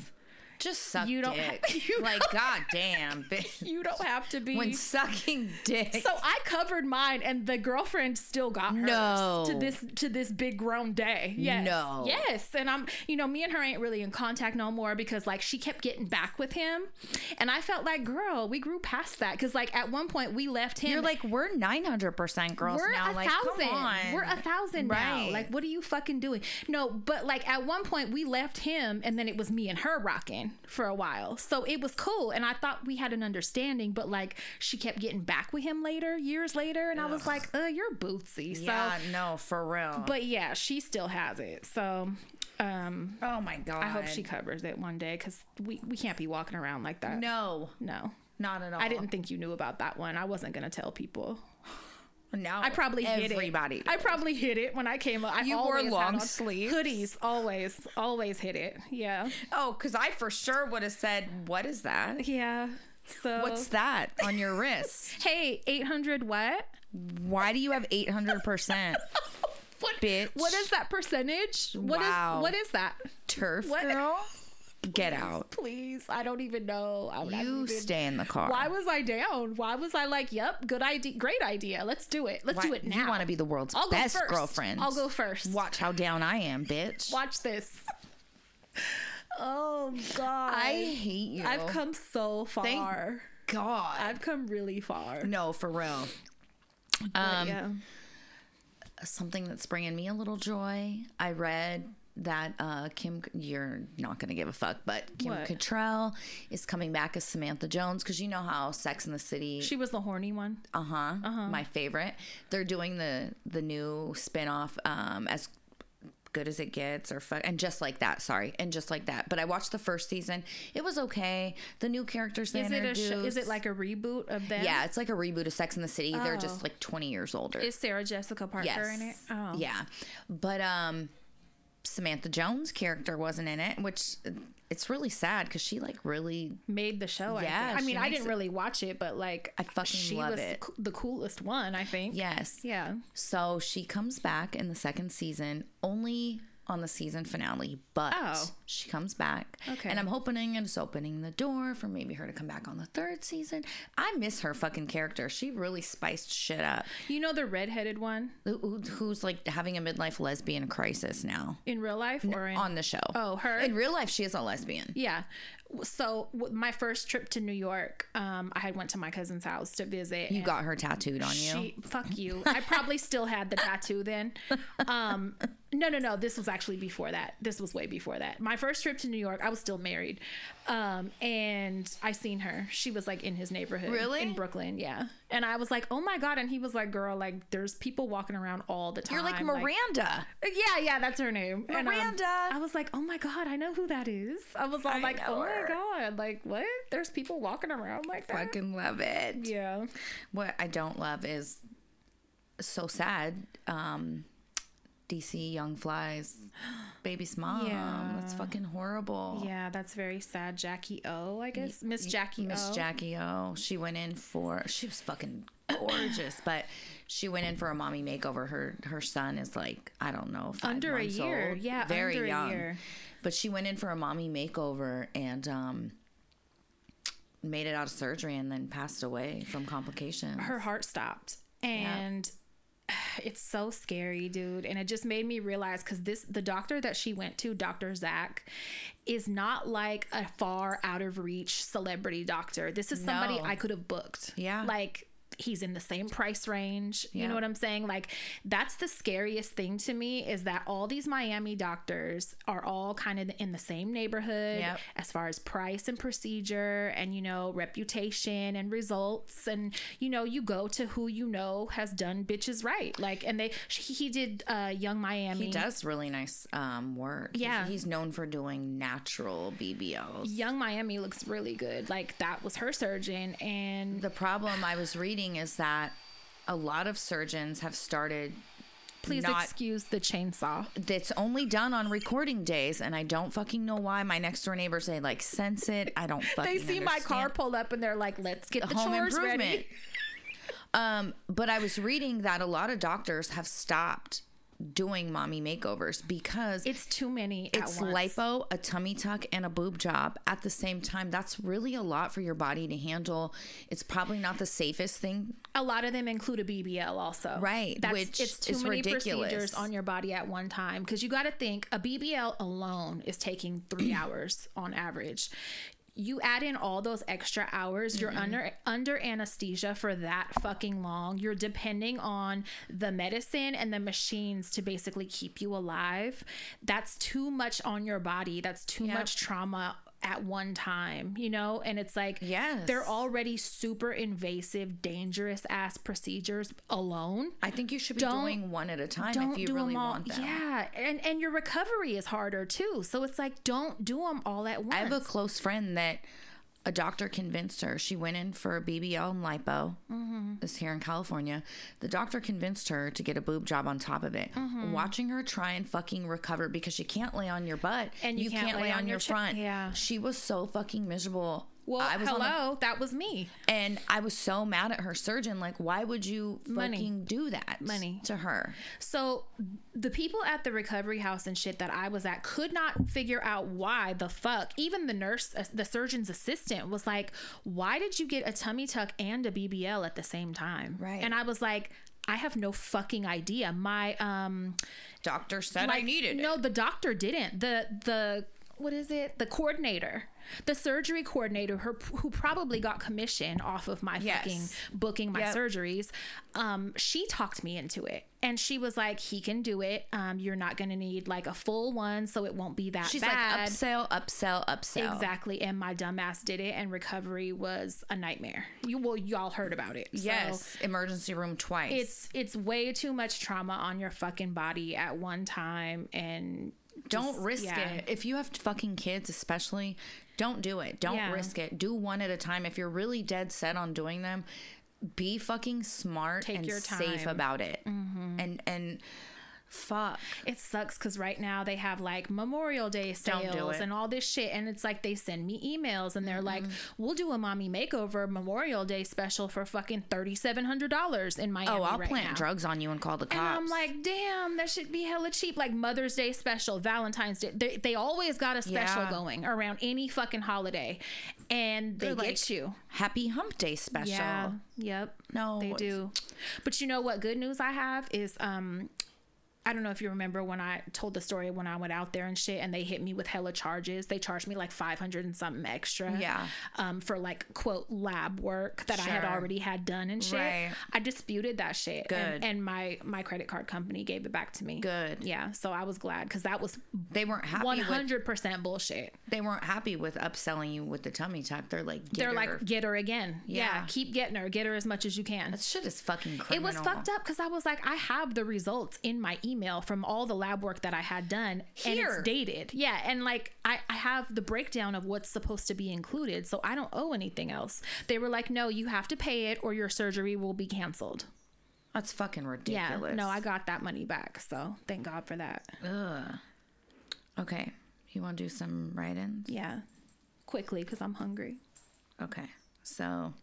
[SPEAKER 2] Just suck
[SPEAKER 1] You don't
[SPEAKER 2] dick.
[SPEAKER 1] have- you
[SPEAKER 2] like, goddamn, bitch.
[SPEAKER 1] You don't have to be.
[SPEAKER 2] When sucking dick.
[SPEAKER 1] so I covered mine, and the girlfriend still got hers
[SPEAKER 2] No.
[SPEAKER 1] to this to this big grown day. Yes,
[SPEAKER 2] No.
[SPEAKER 1] yes, and I'm you know me and her ain't really in contact no more because like she kept getting back with him, and I felt like girl, we grew past that because like at one point we left him.
[SPEAKER 2] You're like, we're 900% girls
[SPEAKER 1] We're
[SPEAKER 2] now.
[SPEAKER 1] a
[SPEAKER 2] like,
[SPEAKER 1] thousand.
[SPEAKER 2] come on.
[SPEAKER 1] We're a thousand now.
[SPEAKER 2] Right.
[SPEAKER 1] Like, what are you fucking doing? No, but like at one point we left him, and then it was me and her rocking for a while. So it was cool, and I thought we had an understanding. But like she kept getting back with him later, years later, and I was like, "Uh, you're bootsy." So,
[SPEAKER 2] yeah, no, for real.
[SPEAKER 1] but yeah, she still has it. So. Um,
[SPEAKER 2] oh my God.
[SPEAKER 1] I hope she covers it one day because we, we can't be walking around like that.
[SPEAKER 2] No,
[SPEAKER 1] no,
[SPEAKER 2] not at all.
[SPEAKER 1] I didn't think you knew about that one. I wasn't gonna tell people.
[SPEAKER 2] No,
[SPEAKER 1] I probably hit it.
[SPEAKER 2] everybody.
[SPEAKER 1] I probably hit it when I came up. I
[SPEAKER 2] You wore
[SPEAKER 1] always had
[SPEAKER 2] long
[SPEAKER 1] on
[SPEAKER 2] sleeves?
[SPEAKER 1] hoodies. Always, always hit it. Yeah,
[SPEAKER 2] Oh, because I for sure would have said, "What is that?
[SPEAKER 1] yeah. So
[SPEAKER 2] What's that on your wrist?
[SPEAKER 1] hey, eight hundred what?
[SPEAKER 2] Why do you have eight hundred percent
[SPEAKER 1] What
[SPEAKER 2] Bitch.
[SPEAKER 1] What is that percentage? What is
[SPEAKER 2] Wow.
[SPEAKER 1] what is that?
[SPEAKER 2] turf,
[SPEAKER 1] What?
[SPEAKER 2] girl? Get out!
[SPEAKER 1] Please, I don't even know. I would have
[SPEAKER 2] Oh. You
[SPEAKER 1] even-
[SPEAKER 2] stay in the car.
[SPEAKER 1] Why was I down? Why was I like, yep, good idea, great idea. Let's do it. Let's
[SPEAKER 2] Why-
[SPEAKER 1] do it now.
[SPEAKER 2] You want to be the world's
[SPEAKER 1] I'll go
[SPEAKER 2] best
[SPEAKER 1] first.
[SPEAKER 2] girlfriend?
[SPEAKER 1] I'll go first.
[SPEAKER 2] Watch how down I am, bitch.
[SPEAKER 1] Watch this. Oh God!
[SPEAKER 2] I hate you.
[SPEAKER 1] I've come so far.
[SPEAKER 2] Thank God.
[SPEAKER 1] I've come really far.
[SPEAKER 2] no, for real. Um,
[SPEAKER 1] But yeah.
[SPEAKER 2] something that's bringing me a little joy. I read that uh, Kim, you're not going to give a fuck, but Kim
[SPEAKER 1] What?
[SPEAKER 2] Cattrall is coming back as Samantha Jones because you know how Sex in the City,
[SPEAKER 1] She was the horny one.
[SPEAKER 2] uh huh,
[SPEAKER 1] Uh-huh.
[SPEAKER 2] my favorite. They're doing the the new spinoff um, as good as it gets or fuck and just like that sorry and just like that but i watched the first season it was okay the new characters they
[SPEAKER 1] Is it a sh- is it
[SPEAKER 2] introduced-
[SPEAKER 1] like a reboot of them?
[SPEAKER 2] yeah it's like a reboot of sex in the city they're just
[SPEAKER 1] Oh.
[SPEAKER 2] like 20 years older
[SPEAKER 1] Is Sarah Jessica Parker in it? Oh.
[SPEAKER 2] Yeah. But um Samantha Jones character wasn't in it, which uh, it's really sad cuz she like really
[SPEAKER 1] Made the show. I,
[SPEAKER 2] Yeah,
[SPEAKER 1] think. I
[SPEAKER 2] she
[SPEAKER 1] mean, I
[SPEAKER 2] makes
[SPEAKER 1] didn't
[SPEAKER 2] it-
[SPEAKER 1] really watch it, but like,
[SPEAKER 2] I fucking
[SPEAKER 1] she
[SPEAKER 2] love
[SPEAKER 1] was
[SPEAKER 2] it.
[SPEAKER 1] coo- the coolest one. I think.
[SPEAKER 2] yes.
[SPEAKER 1] Yeah.
[SPEAKER 2] So she comes back in the second season only on the season finale, but
[SPEAKER 1] Oh.
[SPEAKER 2] she comes back.
[SPEAKER 1] Okay.
[SPEAKER 2] And I'm hoping it's opening the door for maybe her to come back on the third season. I miss her fucking character. She really spiced shit up.
[SPEAKER 1] You know the redheaded one
[SPEAKER 2] Who- who- Who's like having a midlife lesbian crisis now
[SPEAKER 1] in real life or in
[SPEAKER 2] on the show?
[SPEAKER 1] Oh, her?
[SPEAKER 2] In real life, she is a lesbian.
[SPEAKER 1] Yeah. W- So w- my first trip to New York, um, I had went to my cousin's house to visit.
[SPEAKER 2] You got her tattooed on you.
[SPEAKER 1] She, fuck you. I probably still had the tattoo then. Um, no, no, no. This was actually before that. This was way before that. My first trip to New York, I was still married. Um, and I seen her. She was like in his neighborhood.
[SPEAKER 2] Really?
[SPEAKER 1] In Brooklyn, yeah. And I was like, oh my God. And he was like, girl, like there's people walking around all the time. Uh,
[SPEAKER 2] You're like Miranda.
[SPEAKER 1] yeah, yeah, that's her name. And, um,
[SPEAKER 2] Miranda.
[SPEAKER 1] I was like, oh my God, I know who that is. I was all like,
[SPEAKER 2] know
[SPEAKER 1] oh
[SPEAKER 2] her.
[SPEAKER 1] my God, like what? There's people walking around like that.
[SPEAKER 2] Fucking love it.
[SPEAKER 1] Yeah.
[SPEAKER 2] What I don't love is so sad. Um, DC Young Flies, baby's mom.
[SPEAKER 1] Yeah.
[SPEAKER 2] That's fucking horrible.
[SPEAKER 1] Yeah, that's very sad. Jackie O, I guess. Miss
[SPEAKER 2] Y-
[SPEAKER 1] Jackie
[SPEAKER 2] Miss
[SPEAKER 1] O.
[SPEAKER 2] Jackie O. She went in for she was fucking gorgeous, but she went in for a mommy makeover. Her her son is like I don't know five
[SPEAKER 1] Under a
[SPEAKER 2] months
[SPEAKER 1] year.
[SPEAKER 2] old.
[SPEAKER 1] Yeah,
[SPEAKER 2] very
[SPEAKER 1] under a
[SPEAKER 2] young.
[SPEAKER 1] year.
[SPEAKER 2] But she went in for a mommy makeover and um, made it out of surgery and then passed away from complications.
[SPEAKER 1] her heart stopped and it's so scary dude and it just made me realize because this the doctor that she went to dr zach is not like a far out of reach celebrity doctor this is somebody
[SPEAKER 2] No.
[SPEAKER 1] i could have booked
[SPEAKER 2] Yeah.
[SPEAKER 1] like he's in the same price range you
[SPEAKER 2] Yeah.
[SPEAKER 1] know what i'm saying like that's the scariest thing to me is that all these miami doctors are all kind of in the same neighborhood
[SPEAKER 2] Yep.
[SPEAKER 1] as far as price and procedure and you know reputation and results and you know you go to who you know has done bitches right like and they she, he did uh young miami
[SPEAKER 2] He does really nice um, work. He's-
[SPEAKER 1] Yeah.
[SPEAKER 2] He's, known for doing natural BBLs.
[SPEAKER 1] young miami looks really good like that was her surgeon and
[SPEAKER 2] The problem I was reading is that a lot of surgeons have started.
[SPEAKER 1] please
[SPEAKER 2] not,
[SPEAKER 1] excuse the chainsaw
[SPEAKER 2] That's only done on recording days, and I don't fucking know why. My next door neighbors they like sense it. I don't fucking.
[SPEAKER 1] they see my car
[SPEAKER 2] understand.
[SPEAKER 1] pull up and they're like let's get the
[SPEAKER 2] home
[SPEAKER 1] chores
[SPEAKER 2] improvement.
[SPEAKER 1] ready
[SPEAKER 2] um, but I was reading that a lot of doctors have stopped doing mommy makeovers because
[SPEAKER 1] it's too many at
[SPEAKER 2] it's
[SPEAKER 1] once.
[SPEAKER 2] lipo, a tummy tuck, and a boob job at the same time. That's really a lot for your body to handle. It's probably not the safest thing.
[SPEAKER 1] a lot of them include a BBL also.
[SPEAKER 2] Right,
[SPEAKER 1] That's,
[SPEAKER 2] which
[SPEAKER 1] it's too
[SPEAKER 2] is
[SPEAKER 1] many
[SPEAKER 2] ridiculous.
[SPEAKER 1] procedures on your body at one time because you got to think a BBL alone is taking three hours on average. You add in all those extra hours, you're under under anesthesia for that fucking long. You're depending on the medicine and the machines to basically keep you alive. That's too much on your body. That's too
[SPEAKER 2] Yep.
[SPEAKER 1] much trauma at one time, you know? And it's like
[SPEAKER 2] Yes.
[SPEAKER 1] they're already super invasive, dangerous ass procedures alone.
[SPEAKER 2] I think you should be
[SPEAKER 1] Don't-
[SPEAKER 2] doing one at a time
[SPEAKER 1] Don't
[SPEAKER 2] if you
[SPEAKER 1] do
[SPEAKER 2] really
[SPEAKER 1] them all.
[SPEAKER 2] want them.
[SPEAKER 1] Yeah, and and your recovery is harder too. So it's like don't do them all at once.
[SPEAKER 2] I have a close friend that a doctor convinced her. She went in for a BBL and lipo.
[SPEAKER 1] Mm-hmm.
[SPEAKER 2] This here in California, the doctor convinced her to get a boob job on top of it.
[SPEAKER 1] Mm-hmm.
[SPEAKER 2] Watching her try and fucking recover because she can't lay on your butt
[SPEAKER 1] And you can't lay on your chest.
[SPEAKER 2] front.
[SPEAKER 1] Yeah.
[SPEAKER 2] she was so fucking miserable.
[SPEAKER 1] well,
[SPEAKER 2] I was on the-
[SPEAKER 1] hello, that was me.
[SPEAKER 2] and I was so mad at her surgeon. Like, why would you
[SPEAKER 1] Money.
[SPEAKER 2] fucking do that
[SPEAKER 1] Money.
[SPEAKER 2] to her?
[SPEAKER 1] So the people at the recovery house and shit that I was at could not figure out why the fuck. Even the nurse, uh, the surgeon's assistant, was like, "Why did you get a tummy tuck and a BBL at the same time?"
[SPEAKER 2] Right.
[SPEAKER 1] And I was like, "I have no fucking idea." My um.
[SPEAKER 2] Doctor said I
[SPEAKER 1] Like,
[SPEAKER 2] needed it.
[SPEAKER 1] No, the doctor didn't. The the what is it? The coordinator, the surgery coordinator, her, who probably got commission off of my
[SPEAKER 2] Yes.
[SPEAKER 1] fucking booking my
[SPEAKER 2] Yep.
[SPEAKER 1] surgeries. Um, she talked me into it, and she was like, "He can do it. Um, you're not gonna need like a full one, so it won't be that
[SPEAKER 2] She's
[SPEAKER 1] bad."
[SPEAKER 2] like upsell, upsell, upsell.
[SPEAKER 1] Exactly, and my dumbass did it, and recovery was a nightmare. You well, y'all heard about it. So-
[SPEAKER 2] Yes, emergency room twice.
[SPEAKER 1] it's it's way too much trauma on your fucking body at one time, and
[SPEAKER 2] don't
[SPEAKER 1] just-
[SPEAKER 2] risk
[SPEAKER 1] yeah.
[SPEAKER 2] it. If you have fucking kids, especially, don't do it. Don't
[SPEAKER 1] Yeah.
[SPEAKER 2] risk it. Do one at a time. If you're really dead set on doing them, be fucking smart
[SPEAKER 1] Take
[SPEAKER 2] and
[SPEAKER 1] your
[SPEAKER 2] safe
[SPEAKER 1] time. Mm-hmm.
[SPEAKER 2] about it. And and fuck.
[SPEAKER 1] It sucks because right now they have like Memorial Day
[SPEAKER 2] Don't do
[SPEAKER 1] sales
[SPEAKER 2] it.
[SPEAKER 1] and all this shit. And it's like they send me emails and they're like, we'll do a mommy makeover Memorial Day special for fucking $3,700 in Miami.
[SPEAKER 2] Oh, I'll
[SPEAKER 1] right
[SPEAKER 2] plant
[SPEAKER 1] now.
[SPEAKER 2] drugs on you and call the cops.
[SPEAKER 1] And I'm like, damn, that should be hella cheap. Like Mother's Day special, Valentine's Day. They, they always got a special
[SPEAKER 2] Yeah.
[SPEAKER 1] going around any fucking holiday. And they
[SPEAKER 2] They're
[SPEAKER 1] get
[SPEAKER 2] like,
[SPEAKER 1] you.
[SPEAKER 2] Happy Hump Day special.
[SPEAKER 1] Yeah. Yep.
[SPEAKER 2] No,
[SPEAKER 1] they
[SPEAKER 2] it's-
[SPEAKER 1] do. But you know what? Good news I have is um. I don't know if you remember when I told the story when I went out there and shit, and they hit me with hella charges. They charged me like five hundred and something extra,
[SPEAKER 2] Yeah.
[SPEAKER 1] um, for like quote lab work that I had
[SPEAKER 2] Sure.
[SPEAKER 1] already had done and shit.
[SPEAKER 2] Right.
[SPEAKER 1] I disputed that shit, and,
[SPEAKER 2] Good.
[SPEAKER 1] and my my credit card company gave it back to me.
[SPEAKER 2] Good.
[SPEAKER 1] yeah. So I was glad because that was
[SPEAKER 2] They weren't happy
[SPEAKER 1] one
[SPEAKER 2] with
[SPEAKER 1] hundred percent bullshit.
[SPEAKER 2] they weren't happy with upselling you with the tummy tuck. They're like, get
[SPEAKER 1] They're
[SPEAKER 2] her.
[SPEAKER 1] like, get her again. Yeah.
[SPEAKER 2] Yeah.
[SPEAKER 1] keep getting her. Get her as much as you can.
[SPEAKER 2] that shit is fucking
[SPEAKER 1] It
[SPEAKER 2] criminal.
[SPEAKER 1] was fucked up because I was like, I have the results in my email from all the lab work that I had done, and
[SPEAKER 2] Here.
[SPEAKER 1] it's dated. Yeah, and like I, I have the breakdown of what's supposed to be included, so I don't owe anything else. They were like, No, you have to pay it, or your surgery will be canceled.
[SPEAKER 2] That's fucking
[SPEAKER 1] Yeah,
[SPEAKER 2] ridiculous.
[SPEAKER 1] no, I got that money back. So thank God for that.
[SPEAKER 2] Ugh. Okay. You want to do some write ins?
[SPEAKER 1] Yeah, quickly because I'm hungry.
[SPEAKER 2] Okay. So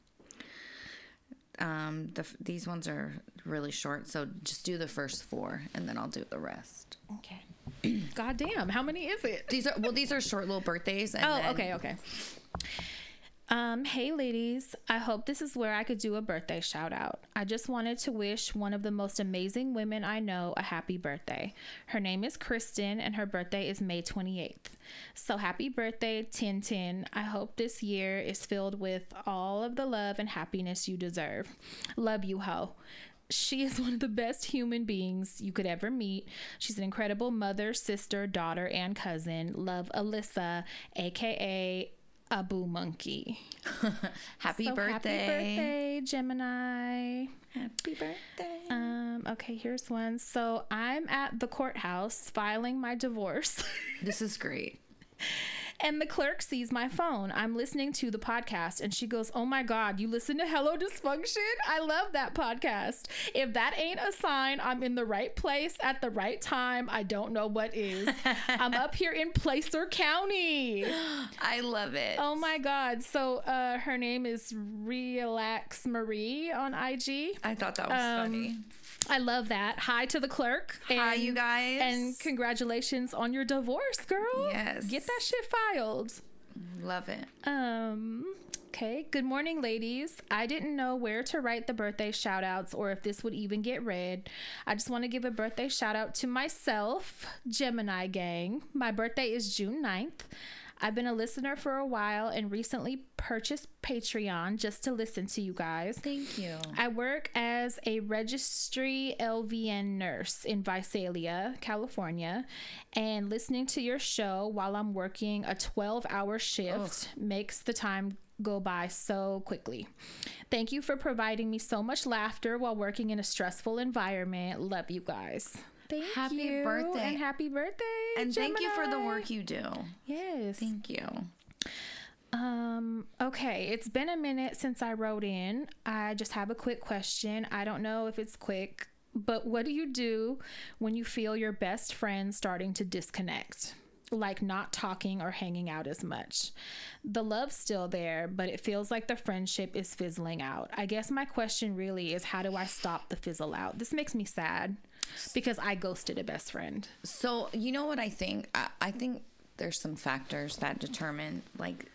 [SPEAKER 2] um, the, f- these ones are really short. So just do the first four and then I'll do the rest.
[SPEAKER 1] Okay. God damn, how many is it?
[SPEAKER 2] These are, well, these are short little birthdays. And
[SPEAKER 1] Oh,
[SPEAKER 2] then-
[SPEAKER 1] okay, okay. Um, hey ladies, I hope this is where I could do a birthday shout out. I just wanted to wish one of the most amazing women I know a happy birthday. Her name is Kristen and her birthday is May 28th. So happy birthday, Tin Tin. I hope this year is filled with all of the love and happiness you deserve. Love you, ho. She is one of the best human beings you could ever meet. She's an incredible mother, sister, daughter, and cousin. Love Alyssa, aka Abu Monkey.
[SPEAKER 2] Happy,
[SPEAKER 1] So
[SPEAKER 2] birthday.
[SPEAKER 1] Oh, Happy birthday, Gemini.
[SPEAKER 2] Happy birthday.
[SPEAKER 1] Um, okay, here's one. So I'm at the courthouse filing my divorce.
[SPEAKER 2] This is great.
[SPEAKER 1] And the clerk sees my phone. I'm listening to the podcast, and she goes, Oh my God, you listen to Hello Dysfunction? I love that podcast. If that ain't a sign I'm in the right place at the right time, I don't know what is. I'm up here in Placer County.
[SPEAKER 2] I love it.
[SPEAKER 1] Oh my God. So uh, her name is Relax Marie on IG.
[SPEAKER 2] I thought that was
[SPEAKER 1] um,
[SPEAKER 2] funny.
[SPEAKER 1] I love that. Hi to the clerk. And,
[SPEAKER 2] Hi, you guys.
[SPEAKER 1] And congratulations on your divorce, girl.
[SPEAKER 2] Yes.
[SPEAKER 1] Get that shit filed.
[SPEAKER 2] Love it.
[SPEAKER 1] Um, okay. Good morning, ladies. I didn't know where to write the birthday shout outs or if this would even get read. I just want to give a birthday shout out to myself, Gemini Gang. My birthday is June 9th. I've been a listener for a while and recently purchased Patreon just to listen to you guys.
[SPEAKER 2] Thank you.
[SPEAKER 1] I work as a registry LVN nurse in Visalia, California, and listening to your show while I'm working a 12 hour shift makes the time go by so quickly. Thank you for providing me so much laughter while working in a stressful environment. Love you guys. Thank
[SPEAKER 2] Happy
[SPEAKER 1] you.
[SPEAKER 2] birthday.
[SPEAKER 1] And happy birthday.
[SPEAKER 2] And thank you for the
[SPEAKER 1] Gemini.
[SPEAKER 2] work you do.
[SPEAKER 1] Yes.
[SPEAKER 2] Thank you.
[SPEAKER 1] Um, okay, it's been a minute since I wrote in. I just have a quick question. I don't know if it's quick, but what do you do when you feel your best friend starting to disconnect? Like not talking or hanging out as much. The love's still there, but it feels like the friendship is fizzling out. I guess my question really is how do I stop the fizzle out? This makes me sad because I ghosted a best friend.
[SPEAKER 2] So Oh, you know what I think? I, I think there's some factors that determine like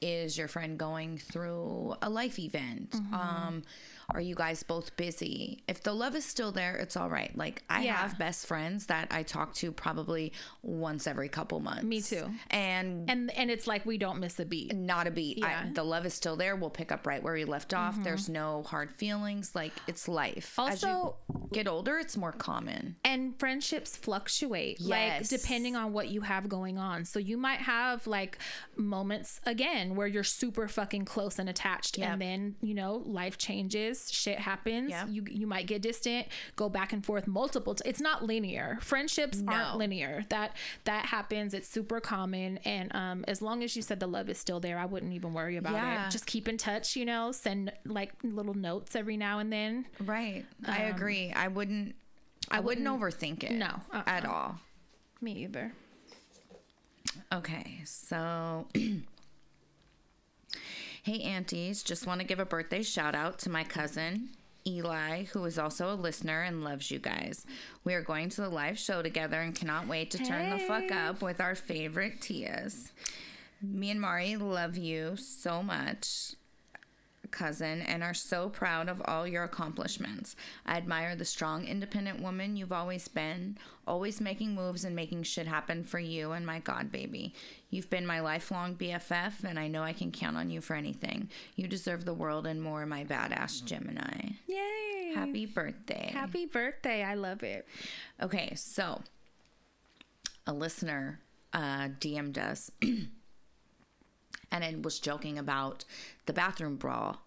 [SPEAKER 2] is your friend going through a life event?
[SPEAKER 1] Mm-hmm.
[SPEAKER 2] Um, are you guys both busy? If the love is still there, it's all right. Like I
[SPEAKER 1] Yeah.
[SPEAKER 2] have best friends that I talk to probably once every couple months.
[SPEAKER 1] Me too.
[SPEAKER 2] And
[SPEAKER 1] And and it's like we don't miss a beat.
[SPEAKER 2] not a beat. I,
[SPEAKER 1] Yeah. Mm-hmm.
[SPEAKER 2] the love is still there. We'll pick up right where we left off. There's no hard feelings. Like it's life. As you
[SPEAKER 1] Also-
[SPEAKER 2] get older, it's more common.
[SPEAKER 1] and friendships fluctuate
[SPEAKER 2] Yes.
[SPEAKER 1] like depending on what you have going on so you might have like moments again where you're super fucking close and attached
[SPEAKER 2] Yep.
[SPEAKER 1] and then you know life changes shit happens
[SPEAKER 2] Yep.
[SPEAKER 1] you you might get distant go back and forth multiple t- it's not linear friendships
[SPEAKER 2] No.
[SPEAKER 1] aren't linear that that happens it's super common and um as long as you said the love is still there i wouldn't even worry about
[SPEAKER 2] Yeah.
[SPEAKER 1] it just keep in touch you know send like little notes every now and then
[SPEAKER 2] Right. I agree. I wouldn't. I wouldn't, overthink it.
[SPEAKER 1] Um, No, uh-uh.
[SPEAKER 2] at all.
[SPEAKER 1] me either
[SPEAKER 2] Okay, so. hey, aunties. Just want to give a birthday shout out to my cousin, Eli, who is also a listener and loves you guys. We are going to the live show together and cannot wait to turn the fuck up with our favorite Tias. Me and Mari love you so much. Cousin, and are so proud of all your accomplishments. I admire the strong, independent woman you've always been, always making moves and making shit happen for you and my god baby. You've been my lifelong BFF, and I know I can count on you for anything. You deserve the world and more, my badass Gemini.
[SPEAKER 1] yay
[SPEAKER 2] Happy birthday.
[SPEAKER 1] Happy birthday. I love it.
[SPEAKER 2] Okay, so a listener uh, DM'd us and it was joking about the bathroom brawl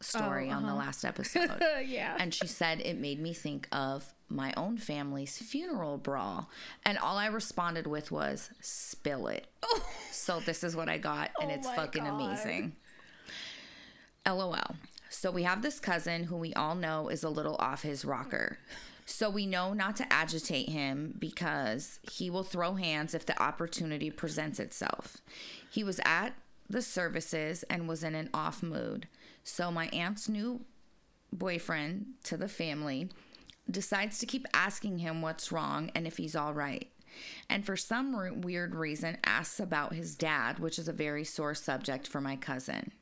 [SPEAKER 2] story on the last episode.
[SPEAKER 1] yeah.
[SPEAKER 2] and she said it made me think of my own family's funeral brawl. And all I responded with was, spill it. So this is what I got, and
[SPEAKER 1] Oh
[SPEAKER 2] it's
[SPEAKER 1] my
[SPEAKER 2] fucking
[SPEAKER 1] God.
[SPEAKER 2] amazing. LOL. So we have this cousin who we all know is a little off his rocker. So we know not to agitate him because he will throw hands if the opportunity presents itself. He was at the services and was in an off mood. So my aunt's new boyfriend to the family decides to keep asking him what's wrong and if he's all right. And for some re- weird reason, asks about his dad, which is a very sore subject for my cousin.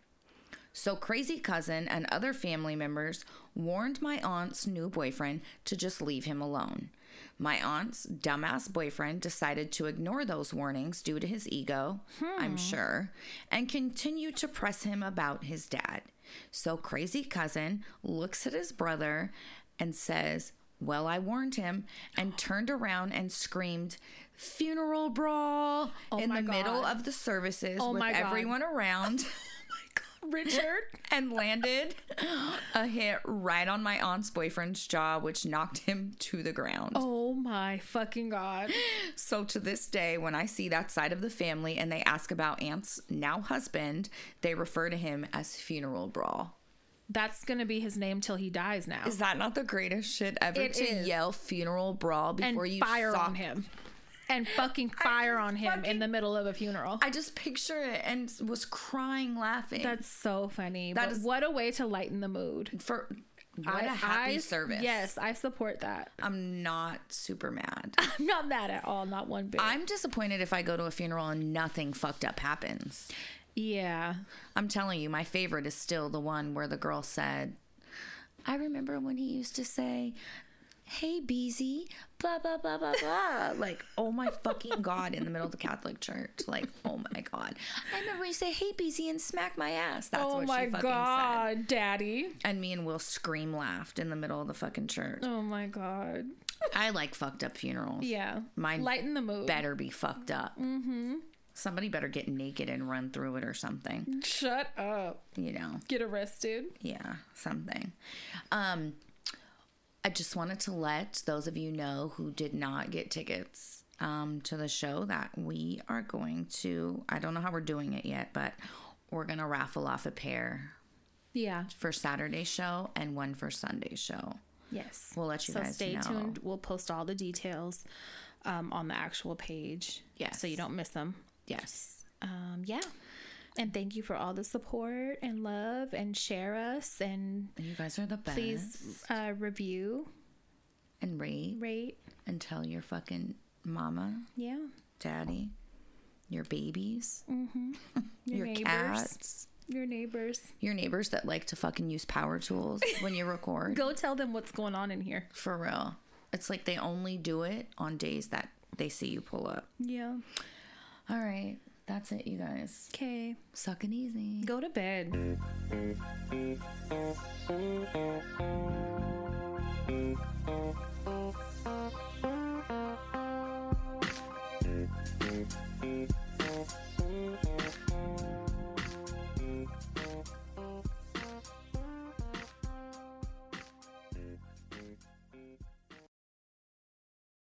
[SPEAKER 2] So, crazy cousin and other family members warned my aunt's new boyfriend to just leave him alone. My aunt's dumbass boyfriend decided to ignore those warnings due to his ego,
[SPEAKER 1] Hmm.
[SPEAKER 2] I'm sure, and continued to press him about his dad. So, crazy cousin looks at his brother and says, Well, I warned him, and turned around and screamed, Funeral brawl in
[SPEAKER 1] Oh my
[SPEAKER 2] the middle
[SPEAKER 1] God. Oh
[SPEAKER 2] of the services with
[SPEAKER 1] my God. Oh
[SPEAKER 2] everyone around
[SPEAKER 1] Richard.
[SPEAKER 2] and landed a hit right on my aunt's boyfriend's jaw, which knocked him to the ground.
[SPEAKER 1] oh my fucking god.
[SPEAKER 2] So to this day, when I see that side of the family and they ask about aunt's now husband, they refer to him as funeral brawl.
[SPEAKER 1] That's gonna be his name till he dies now.
[SPEAKER 2] Is that not the greatest shit ever?
[SPEAKER 1] It
[SPEAKER 2] to
[SPEAKER 1] is.
[SPEAKER 2] yell funeral brawl
[SPEAKER 1] And
[SPEAKER 2] before you
[SPEAKER 1] fire
[SPEAKER 2] sock-
[SPEAKER 1] on him. And fucking fire on him in
[SPEAKER 2] fucking-
[SPEAKER 1] the middle of a funeral.
[SPEAKER 2] I just picture it and was crying laughing.
[SPEAKER 1] That's so funny.
[SPEAKER 2] That
[SPEAKER 1] but
[SPEAKER 2] is-
[SPEAKER 1] what a way to lighten the mood.
[SPEAKER 2] for what
[SPEAKER 1] I-
[SPEAKER 2] a happy
[SPEAKER 1] I-
[SPEAKER 2] service.
[SPEAKER 1] Yes, I support that.
[SPEAKER 2] I'm not super mad.
[SPEAKER 1] I'm not mad at all, not one bit.
[SPEAKER 2] I'm disappointed if I go to a funeral and nothing fucked up happens.
[SPEAKER 1] yeah.
[SPEAKER 2] I'm telling you, my favorite is still the one where the girl said, I remember when he used to say, Hey, Beezy, blah, blah, blah, blah, blah. like, oh my fucking God, in the middle of the Catholic church. Like, oh my God. I remember when you say, Hey, Beezy, and smack my ass. That's
[SPEAKER 1] oh
[SPEAKER 2] what
[SPEAKER 1] my
[SPEAKER 2] she fucking said.
[SPEAKER 1] god, daddy.
[SPEAKER 2] And me and Will scream laughed in the middle of the fucking church.
[SPEAKER 1] Oh my god.
[SPEAKER 2] I like fucked up funerals.
[SPEAKER 1] Yeah.
[SPEAKER 2] Mine
[SPEAKER 1] lighten the mood.
[SPEAKER 2] better be fucked up. Mm-hmm. Somebody better get naked and run through it or something,
[SPEAKER 1] Shut up.
[SPEAKER 2] you know?
[SPEAKER 1] Get arrested.
[SPEAKER 2] yeah something um i just wanted to let those of you know who did not get tickets um to the show that we are going to i don't know how we're doing it yet but we're gonna raffle off a pair
[SPEAKER 1] Yeah.
[SPEAKER 2] for saturday's show and one for sunday's show
[SPEAKER 1] Yes.
[SPEAKER 2] We'll let you
[SPEAKER 1] so
[SPEAKER 2] guys
[SPEAKER 1] stay
[SPEAKER 2] know.
[SPEAKER 1] tuned. We'll post all the details um, on the actual page.
[SPEAKER 2] Yes.
[SPEAKER 1] So you don't miss them.
[SPEAKER 2] yes
[SPEAKER 1] Um, yeah. And thank you for all the support and love and share us and
[SPEAKER 2] you guys are the best
[SPEAKER 1] please uh, review,
[SPEAKER 2] and rate
[SPEAKER 1] rate.
[SPEAKER 2] and tell your fucking mama
[SPEAKER 1] Yeah.
[SPEAKER 2] daddy your babies your,
[SPEAKER 1] neighbors.
[SPEAKER 2] cats
[SPEAKER 1] Your neighbors.
[SPEAKER 2] your neighbors that like to fucking use power tools when you record.
[SPEAKER 1] Go tell them what's going on in here.
[SPEAKER 2] For real. It's like they only do it on days that they see you pull up.
[SPEAKER 1] Yeah.
[SPEAKER 2] All right. That's it, you guys.
[SPEAKER 1] Okay.
[SPEAKER 2] Suck it easy.
[SPEAKER 1] Go to bed.